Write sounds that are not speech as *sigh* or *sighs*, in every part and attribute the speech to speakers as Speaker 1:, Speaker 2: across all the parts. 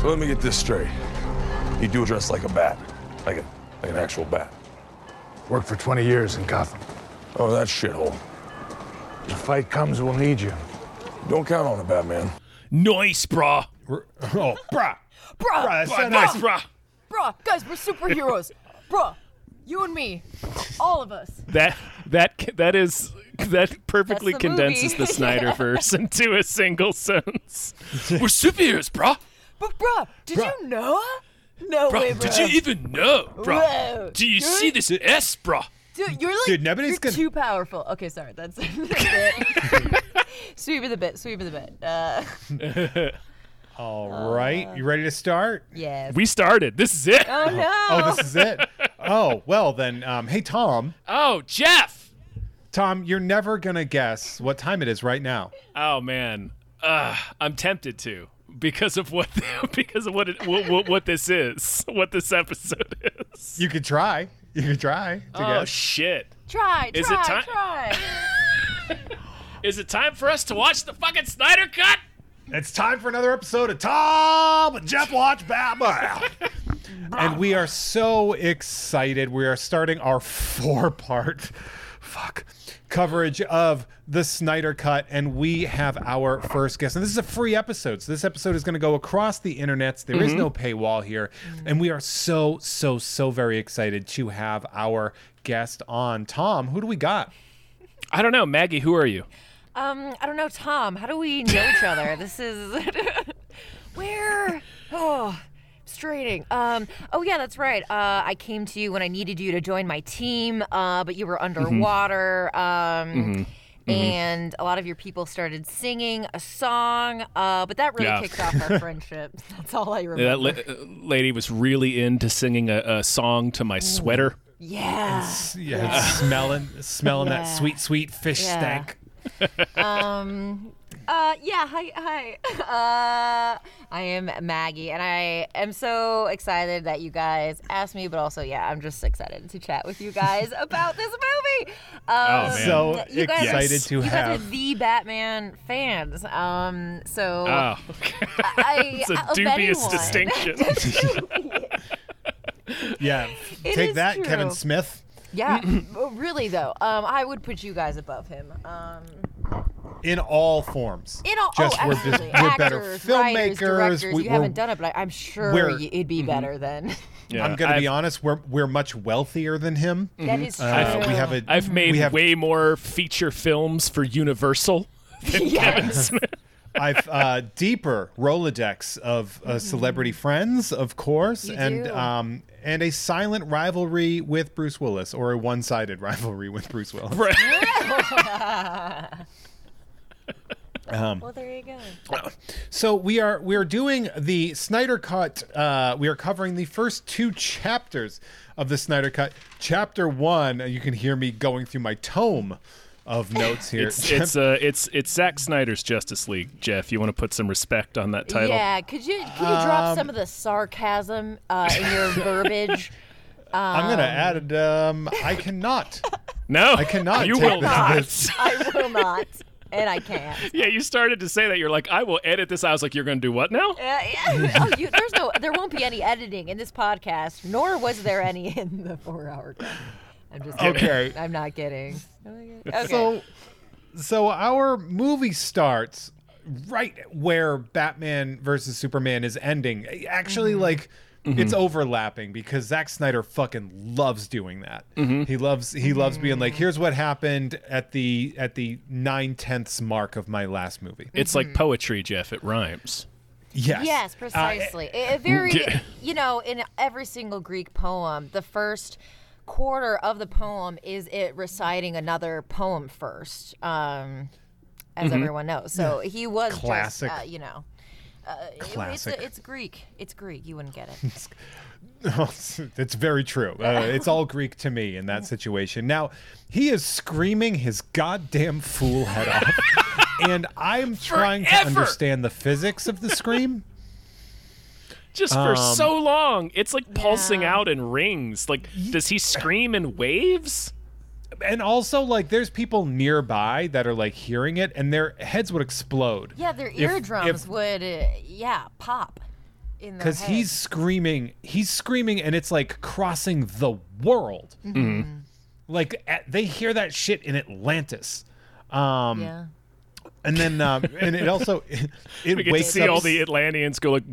Speaker 1: So let me get this straight. You do dress like a bat, like, a, like an actual bat.
Speaker 2: Worked for 20 years in Gotham.
Speaker 1: Oh, that shithole.
Speaker 2: If the fight comes, we'll need you.
Speaker 1: Don't count on it, Batman.
Speaker 3: Nice, brah.
Speaker 4: Oh, bruh.
Speaker 5: Bruh,
Speaker 4: Bruh, that's so
Speaker 5: bruh,
Speaker 4: nice,
Speaker 5: bruh,
Speaker 3: brah.
Speaker 5: bruh, guys, we're superheroes. bruh, you and me, all of us.
Speaker 3: That that ca- that is that perfectly
Speaker 5: That's the
Speaker 3: condenses
Speaker 5: movie.
Speaker 3: the
Speaker 5: *laughs*
Speaker 3: Snyderverse into a single sentence. *laughs* We're superheroes, brah.
Speaker 5: But bruh, did you know? No way,
Speaker 3: Bruh,
Speaker 5: bruh.
Speaker 3: did you even know,
Speaker 5: Whoa.
Speaker 3: brah? Do you see this S, brah?
Speaker 5: Dude, you're like
Speaker 4: Dude, nobody's
Speaker 5: you're
Speaker 4: gonna-
Speaker 5: too powerful. Okay, sorry, that's, *laughs* that's it. sweep of the bit, sweep of the bit. Uh,
Speaker 4: All right, you ready to start?
Speaker 5: yes.
Speaker 3: We started. This is it.
Speaker 5: oh no.
Speaker 4: Oh, this is it. Oh, well then. Um, hey, Tom.
Speaker 3: Oh, Jeff.
Speaker 4: Tom, you're never gonna guess what time it is right now.
Speaker 3: Oh man, uh, I'm tempted to because of what *laughs* because of what, it, what what what this is, what this episode is.
Speaker 4: You could try. You could try to
Speaker 3: Oh
Speaker 4: guess.
Speaker 3: shit!
Speaker 5: Try,
Speaker 3: Is
Speaker 5: try,
Speaker 3: it time-
Speaker 5: try.
Speaker 3: Is it time for us to watch the fucking Snyder Cut?
Speaker 4: It's time for another episode of Tom and Jeff Watch Batman.
Speaker 5: *laughs*
Speaker 4: and we are so excited. We are starting our four part fuck coverage of the Snyder Cut and we have our first guest. And this is a free episode. So this episode is going to go across the internets. There is no
Speaker 5: Mm-hmm.
Speaker 4: paywall here. And we are so so so very excited to have our guest on. Tom, who do we got?
Speaker 3: I don't know, Maggie. Who are you?
Speaker 5: Um, I don't know, Tom. How do we know each other? This is *laughs* where. Oh, straining. Um. Oh yeah, that's right. Uh, I came to you when I needed you to join my team. Uh, but you were
Speaker 3: Mm-hmm.
Speaker 5: underwater. Um. And a lot of your people started singing a song, uh, but that really
Speaker 3: Yeah.
Speaker 5: kicked off
Speaker 3: *laughs*
Speaker 5: our friendship. That's all I remember.
Speaker 3: That la- uh, lady was really into singing a, a song to
Speaker 5: Mm.
Speaker 3: my sweater.
Speaker 5: yeah.
Speaker 4: Yeah, smelling smelling that
Speaker 5: Yeah.
Speaker 4: sweet sweet fish
Speaker 5: Yeah.
Speaker 4: stank.
Speaker 5: Uh, yeah, hi, hi. *laughs* Uh, I am Maggie, and I am so excited that you guys asked me, but also, yeah, I'm just excited to chat with you guys
Speaker 4: *laughs*
Speaker 5: about this movie. Um,
Speaker 3: man.
Speaker 4: Oh, So
Speaker 5: you guys,
Speaker 4: excited to
Speaker 5: you
Speaker 4: have.
Speaker 5: guys are the Batman fans. Um, so *laughs*
Speaker 3: Oh, *laughs*
Speaker 4: *laughs*
Speaker 5: I,
Speaker 3: it's a
Speaker 5: of
Speaker 3: dubious
Speaker 5: anyone- *laughs*
Speaker 3: distinction.
Speaker 4: Yeah.
Speaker 5: It
Speaker 4: Take
Speaker 5: is
Speaker 4: that, Kevin
Speaker 5: true.
Speaker 4: Smith. *clears throat*
Speaker 5: yeah, but really though, um, I would put you guys above him. Um,
Speaker 4: In all forms.
Speaker 5: in all,
Speaker 4: just
Speaker 5: oh,
Speaker 4: we're
Speaker 5: absolutely.
Speaker 4: just we're better
Speaker 5: Actors, writers,
Speaker 4: filmmakers.
Speaker 5: directors, you
Speaker 4: are
Speaker 5: haven't done it, but I, I'm sure
Speaker 4: we're- Mm-hmm.
Speaker 5: y- it'd be better than. *laughs*
Speaker 3: Yeah,
Speaker 4: I'm gonna
Speaker 3: I've, Mm.
Speaker 4: be honest, we're we're much wealthier than him.
Speaker 5: That is true.
Speaker 4: Uh, we have a
Speaker 5: Mm.
Speaker 3: I've made
Speaker 4: we have,
Speaker 3: way more feature films for
Speaker 5: *laughs*
Speaker 3: Universal. *laughs*
Speaker 5: yes.
Speaker 4: *laughs* I've uh, deeper Rolodex of uh, celebrity friends, of course,
Speaker 5: Mm-hmm. You
Speaker 4: and
Speaker 5: do.
Speaker 4: um and a silent rivalry with Bruce Willis or a one-sided *laughs* rivalry with Bruce Willis.
Speaker 5: Well, there you go.
Speaker 4: So we are we are doing the Snyder Cut. Uh, we are covering the first two chapters of the Snyder Cut. Chapter one. You can hear me going through my tome of notes here.
Speaker 3: It's it's uh, it's it's Zack Snyder's Justice League, Jeff. You want to put some respect on that title?
Speaker 5: Yeah, could you could you drop some of the sarcasm uh, in your verbiage?
Speaker 4: I'm gonna add. Um, I cannot.
Speaker 3: No,
Speaker 4: I cannot
Speaker 3: You
Speaker 4: take
Speaker 3: will
Speaker 4: this-
Speaker 3: not.
Speaker 4: this-
Speaker 5: *laughs* I will not, and I can't.
Speaker 3: *laughs* Yeah, you started to say that. You're like, I will edit this. I was like, you're going to do what now?
Speaker 5: Uh, yeah. Oh, you, there's no, there won't be any editing in this podcast, nor was there any in the four-hour. cut. I'm just kidding.
Speaker 4: Okay.
Speaker 5: I'm not kidding. Okay.
Speaker 4: So, so our movie starts right where Batman versus Superman is ending. Actually,
Speaker 5: Mm-hmm.
Speaker 4: like it's overlapping because Zack Snyder fucking loves doing that. He loves he loves being
Speaker 5: Mm-hmm.
Speaker 4: like, here's what happened at the at the nine tenths mark of my last movie.
Speaker 3: It's
Speaker 5: Mm-hmm.
Speaker 3: like poetry, Jeff. It rhymes.
Speaker 4: Yes. Uh, eh,
Speaker 5: Yes, precisely. A- a very,
Speaker 3: Yeah.
Speaker 5: *laughs* you know, in every single Greek poem, the first quarter of the poem is it reciting another poem first, um, as everyone knows. So he was just,
Speaker 4: Mm-hmm. Classic.
Speaker 5: uh, you know. Uh, it-
Speaker 4: Classic.
Speaker 5: It's, it's Greek. It's Greek. You wouldn't get
Speaker 4: *laughs*
Speaker 5: it.
Speaker 4: it's very true. Uh, it's all Greek to me in that situation. Now, he is screaming his goddamn fool head off, *laughs* and I'm trying to
Speaker 3: Forever.
Speaker 4: understand the physics of
Speaker 3: *laughs*
Speaker 4: the scream.
Speaker 3: Just for so long, it's like pulsing out in rings. Like, does he scream in waves?
Speaker 4: And also, like, there's people nearby that are like hearing it, and their heads would explode.
Speaker 5: Yeah, their
Speaker 4: If-
Speaker 5: eardrums
Speaker 4: if-
Speaker 5: would, uh, yeah, pop. in their
Speaker 4: because
Speaker 5: head.
Speaker 4: he's screaming he's screaming and it's like crossing the world like at, they hear that shit in atlantis um *laughs*
Speaker 5: yeah.
Speaker 4: and then um and it also *laughs* it,
Speaker 3: We get
Speaker 4: wakes
Speaker 3: to see
Speaker 4: up
Speaker 3: all the Atlanteans go like,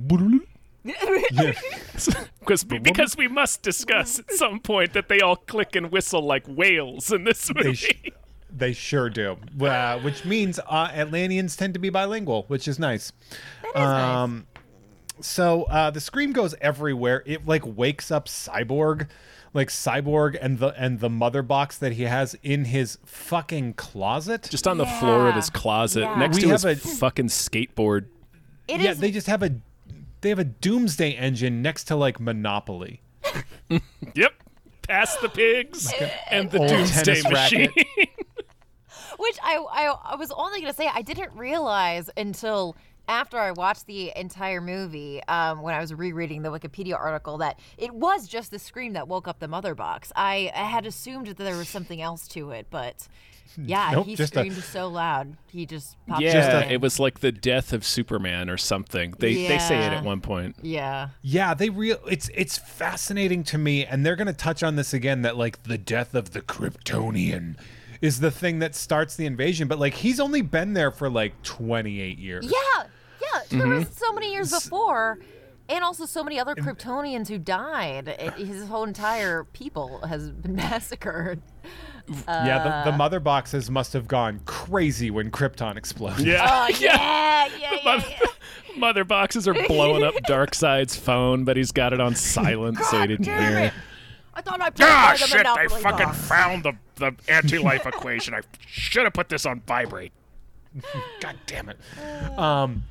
Speaker 3: *laughs* because because we must discuss at some point that they all click and whistle like whales in this movie.
Speaker 4: they, sh- they sure do uh, which means uh, atlanteans tend to be bilingual which is nice
Speaker 5: That is nice.
Speaker 4: Um, so uh, the scream goes everywhere. It like wakes up Cyborg, like Cyborg and the and the mother box that he has in his fucking closet.
Speaker 3: Just on the
Speaker 5: Yeah.
Speaker 3: floor of his closet,
Speaker 5: Yeah.
Speaker 3: next
Speaker 4: We
Speaker 3: to his
Speaker 4: have a-
Speaker 3: fucking skateboard.
Speaker 5: It is
Speaker 4: yeah, they just have a they have a doomsday engine next to like Monopoly.
Speaker 3: Yep, past the pigs and the
Speaker 4: Old
Speaker 3: doomsday
Speaker 4: tennis
Speaker 3: *laughs*
Speaker 4: racket.
Speaker 3: machine.
Speaker 5: Which I, I I was only gonna say I didn't realize until after I watched the entire movie um, when I was rereading the Wikipedia article that it was just the scream that woke up the mother box. I, I had assumed that there was something else to it, *laughs* but yeah,
Speaker 4: Nope,
Speaker 5: he
Speaker 4: just a-
Speaker 5: screamed so loud he just popped
Speaker 3: Yeah,
Speaker 5: out.
Speaker 3: it was like the death of Superman or something. They they say it
Speaker 5: Yeah.
Speaker 3: at one point.
Speaker 5: yeah.
Speaker 4: Yeah, they real it's it's fascinating to me and they're going to touch on this again that like the death of the Kryptonian is the thing that starts the invasion, but like he's only been there for like 28 years.
Speaker 5: Yeah, yeah. There
Speaker 3: Mm-hmm.
Speaker 5: was so many years before, and also so many other Kryptonians who died. It- His whole entire people has
Speaker 3: *laughs*
Speaker 5: been *laughs* massacred.
Speaker 4: Yeah, the, the mother boxes must have gone crazy when Krypton
Speaker 3: *laughs*
Speaker 4: exploded.
Speaker 3: Yeah,
Speaker 5: Oh yeah,
Speaker 3: *laughs*
Speaker 5: yeah, *laughs* yeah. yeah.
Speaker 3: Mother boxes are blowing up Darkseid's phone, but he's got it on silent, so he didn't hear.
Speaker 5: Damn it. I thought I played
Speaker 6: Ah,
Speaker 5: by the
Speaker 6: shit! I
Speaker 5: Monopoly
Speaker 6: fucking
Speaker 5: box.
Speaker 6: found the, the
Speaker 3: *laughs*
Speaker 6: anti life equation. I should have put this on vibrate.
Speaker 4: God damn it. Um,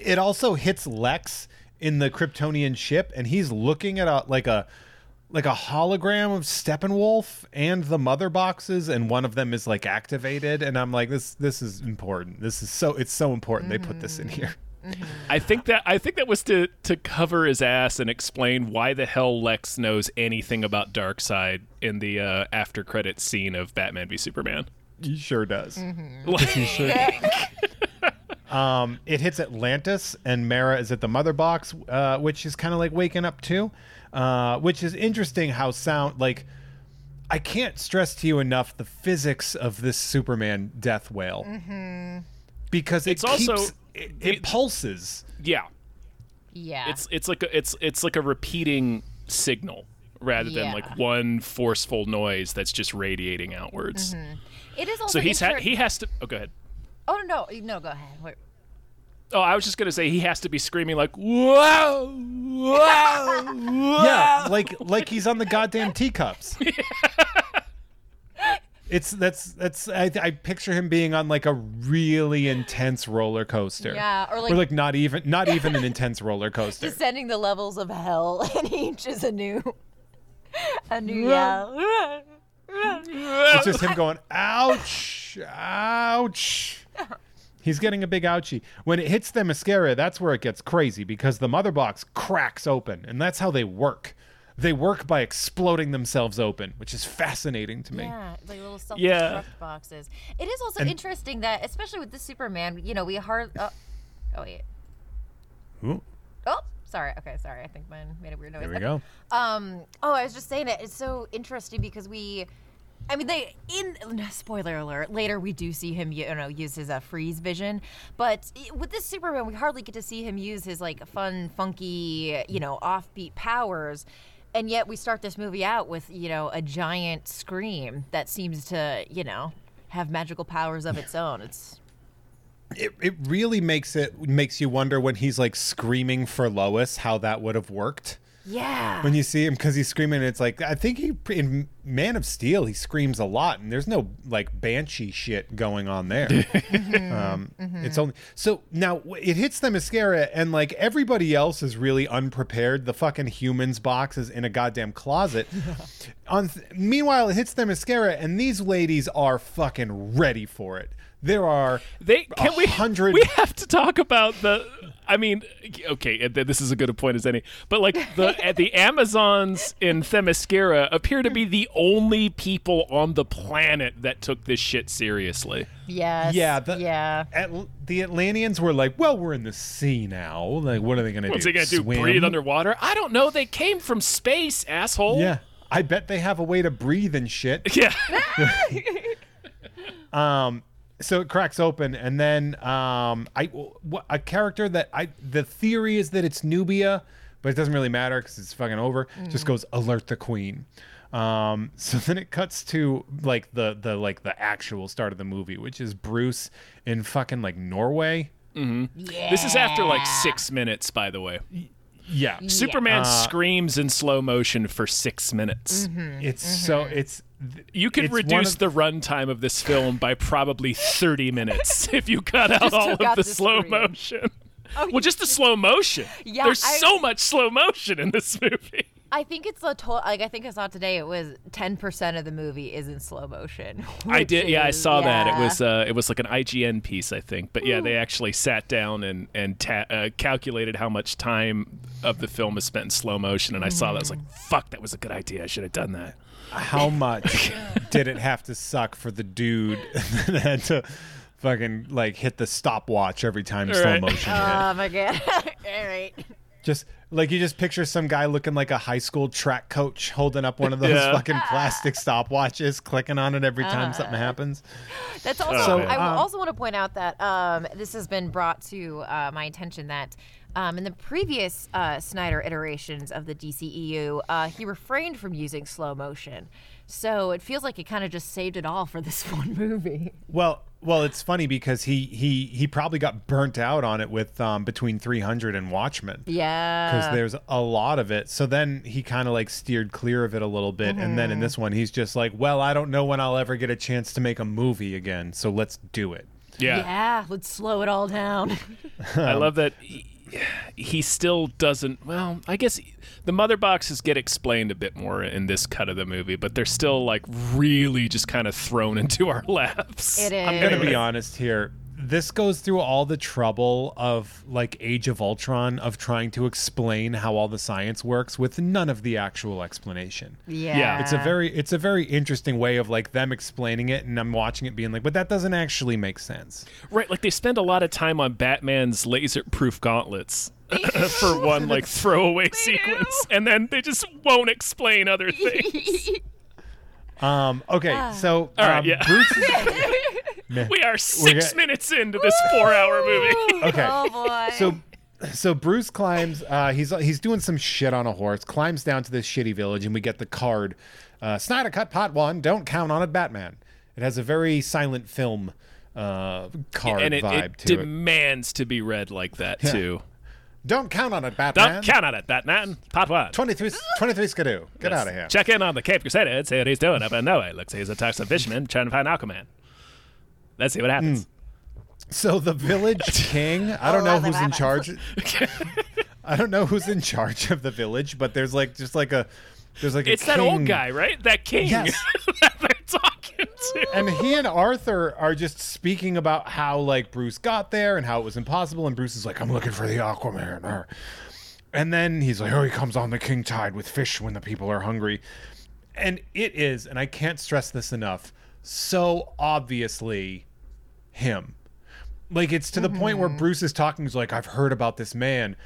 Speaker 4: it also hits Lex in the Kryptonian ship, and he's looking at a like a like a hologram of Steppenwolf and the mother boxes, and one of them is like activated, and I'm like, this this is important. This is so it's so important they put this in here. *laughs*
Speaker 3: I think that I think that was to to cover his ass and explain why the hell Lex knows anything about Darkseid in the uh, after credit scene of Batman v Superman.
Speaker 4: He sure does.
Speaker 3: Like,
Speaker 4: Um, it hits Atlantis, and Mara is at the mother box, uh, which is kind of like waking up too, uh, which is interesting how sound like. I can't stress to you enough the physics of this Superman death whale, because it
Speaker 3: It's also-
Speaker 4: keeps- it, it pulses.
Speaker 3: yeah,
Speaker 5: Yeah.
Speaker 3: it's it's like a, it's it's like a repeating signal rather than
Speaker 5: Yeah.
Speaker 3: like one forceful noise that's just radiating outwards.
Speaker 5: Mm-hmm. it is also
Speaker 3: So he's ha-
Speaker 5: inter-
Speaker 3: he has to. Oh, go ahead.
Speaker 5: Oh no, no, no, go ahead. Wait.
Speaker 3: Oh, I was just gonna say he has to be screaming like whoa, whoa,
Speaker 4: *laughs*
Speaker 3: whoa.
Speaker 4: Yeah, like like he's on the goddamn teacups. it's that's that's I, I picture him being on like a really intense roller coaster.
Speaker 5: Yeah, or, like-
Speaker 4: or like not even not even an intense roller coaster.
Speaker 5: Descending the levels of hell, *laughs* and each is a new, a new yeah.
Speaker 4: It's just him going, ouch, ouch. He's getting a big ouchie. When it hits the mascara, that's where it gets crazy because the mother box cracks open, and that's how they work. They work by exploding themselves open, which is fascinating to me.
Speaker 5: Yeah, it's like little self-destruct
Speaker 3: Yeah.
Speaker 5: boxes. It is also interesting that, especially with the Superman, you know, we hard. Oh, oh wait. Oh, sorry. Okay, sorry. I think mine made a weird noise.
Speaker 4: There we
Speaker 5: Okay.
Speaker 4: go.
Speaker 5: Um. Oh, I was just saying that it's so interesting because we, I mean, they in no, spoiler alert. Later, we do see him, you know, use his uh, freeze vision. But i- with this Superman, we hardly get to see him use his like fun, funky, you know, offbeat powers. And yet, we start this movie out with you know a giant scream that seems to you know have magical powers of its own. It's
Speaker 4: It, it really makes it makes you wonder when he's like screaming for Lois how that would have worked.
Speaker 5: yeah.
Speaker 4: when you see him because he's screaming it's like i think he in man of steel he screams a lot and there's no like banshee shit going
Speaker 3: *laughs*
Speaker 4: on there um, it's only so now w- it hits the mascara and like everybody else is really unprepared the fucking humans box is in a
Speaker 3: *laughs*
Speaker 4: goddamn closet on th- meanwhile it hits the mascara and these ladies are fucking ready for it There are
Speaker 3: They
Speaker 4: a
Speaker 3: can we
Speaker 4: hundred-
Speaker 3: we have to talk about the I mean okay and th- this is a good a point as any but like
Speaker 4: *laughs*
Speaker 3: the at the Amazons in Themyscira appear to be the only people on the planet that took this shit seriously.
Speaker 7: Yes.
Speaker 4: Yeah, the-
Speaker 7: yeah.
Speaker 4: Atl- the Atlanteans were like, "Well, we're in the sea now. Like, what are they going to do?
Speaker 3: What's they gonna do?
Speaker 4: Swim?
Speaker 3: Breathe underwater? I don't know. They came from space, asshole.
Speaker 4: Yeah, I bet they have a way to breathe and shit.
Speaker 3: *laughs* Yeah.
Speaker 4: so it cracks open, and then um, I wh- a character that I the theory is that it's Nubia, but it doesn't really matter because it's fucking over. Just goes alert the queen. Um, *laughs* so then it cuts to like the the like the actual start of the movie, which is Bruce in fucking like Norway.
Speaker 3: This is after like six minutes, by the way.
Speaker 4: Yeah, Uh.
Speaker 3: Superman screams in slow motion for six minutes.
Speaker 4: it's so it's th-
Speaker 3: You could
Speaker 4: It's one
Speaker 3: reduce
Speaker 4: of-
Speaker 3: the runtime of this film by probably 30 minutes *laughs* if you cut out all
Speaker 7: took
Speaker 3: of
Speaker 7: out
Speaker 3: the,
Speaker 7: the
Speaker 3: slow
Speaker 7: scream.
Speaker 3: motion. well, just the slow motion.
Speaker 7: Yeah,
Speaker 3: There's
Speaker 7: I-
Speaker 3: so much slow motion in this *laughs* movie.
Speaker 7: I think it's a total. Like I think it's not today. It was ten percent of the movie is in slow motion.
Speaker 3: *laughs* I
Speaker 7: which
Speaker 3: did. Yeah, I
Speaker 7: is-
Speaker 3: saw that. It
Speaker 7: yeah.
Speaker 3: was uh, it was like an IGN piece, I think. But yeah, they actually sat down and and ta- uh, calculated how much time of the film is spent in slow motion. And I saw that. I was like, "Fuck, that was a good idea. I should have done that."
Speaker 4: how much did it have to suck for the dude *laughs* that had to fucking like hit the stopwatch every time slow
Speaker 3: Right.
Speaker 4: motion hit?
Speaker 5: Uh.
Speaker 7: Oh my god! *laughs* All right.
Speaker 4: Just like you just picture some guy looking like a high school track coach holding up one of those
Speaker 3: Yeah.
Speaker 4: fucking plastic stopwatches, clicking on it every time something happens.
Speaker 7: That's also.
Speaker 3: So,
Speaker 7: I
Speaker 4: um,
Speaker 7: also want to point out that um, this has been brought to uh, my attention that um, in the previous uh, Snyder iterations of the DCEU, uh, he refrained from using slow motion. So it feels like it kind of just saved it all for this *laughs* one movie.
Speaker 4: Well, well, it's funny because he he he probably got burnt out on it with um, between 300 and Watchmen. Because
Speaker 7: Yeah.
Speaker 5: Uh,
Speaker 4: there's a lot of it. So then he kind of like steered clear of it a little bit. And then in this one, he's just like, well, I don't know when I'll ever get a chance to make a movie again. So let's do it.
Speaker 7: Yeah, let's slow it all down.
Speaker 4: Um,
Speaker 3: I love that he, he still doesn't. Well, I guess he- the mother boxes get explained a bit more in this cut of the movie, but they're still like really just kind of thrown *laughs* into our laps. Um,
Speaker 7: It is.
Speaker 4: I'm gonna be honest here. This goes through all the trouble of like Age of Ultron of trying to explain how all the science works with none of the actual explanation.
Speaker 7: *laughs* Yeah.
Speaker 4: It's a very it's a very interesting way of like them explaining it and I'm watching it being like, but that doesn't actually make sense.
Speaker 3: Right, like they spend a lot of time on Batman's laser-proof gauntlets *laughs* for
Speaker 7: *laughs*
Speaker 3: one like throwaway sequence, and then they just won't explain
Speaker 7: *laughs*
Speaker 3: other things.
Speaker 4: Um okay, so um,
Speaker 3: right, yeah.
Speaker 4: Bruce is-
Speaker 3: we are 6
Speaker 4: got-
Speaker 3: minutes into this four-hour movie.
Speaker 4: Okay.
Speaker 7: Oh boy.
Speaker 4: so so Bruce climbs. Uh, he's he's doing some shit on a horse. Climbs down to this shitty village, and we get the card. Uh, Snyder cut pot one. Don't count on it, Batman. It has a very silent film uh, card
Speaker 3: and it,
Speaker 4: vibe
Speaker 3: it
Speaker 4: to it.
Speaker 3: demands to be read like that too.
Speaker 4: Don't count on it,
Speaker 3: Don't
Speaker 4: Batman.
Speaker 3: count on it, Batman. Part one.
Speaker 4: 23, 23 skidoo. Get out of here.
Speaker 3: Check in on the Cape Crusader, see what he's doing up in Norway. Looks like he's attacked some fishermen trying to find Aquaman. Let's see what happens.
Speaker 4: So
Speaker 3: *laughs*
Speaker 4: the village king, I don't know
Speaker 7: love it,
Speaker 4: who's in
Speaker 7: Batman.
Speaker 4: charge. I don't know who's in charge of the village, but there's like just like a there's like a
Speaker 3: It's that old
Speaker 4: king.
Speaker 3: guy, right? That king
Speaker 4: Yes.
Speaker 3: *laughs* that they're talking to.
Speaker 4: and he and Arthur are just speaking about how like Bruce got there and how it was impossible. And Bruce is like, "I'm looking for the Aquaman," or- and then he's like, "Oh, he comes on the king tide with fish when the people are hungry," and it is, and I can't stress this enough, so obviously him. Like it's to the point where Bruce is talking. He's like, "I've heard about this man,"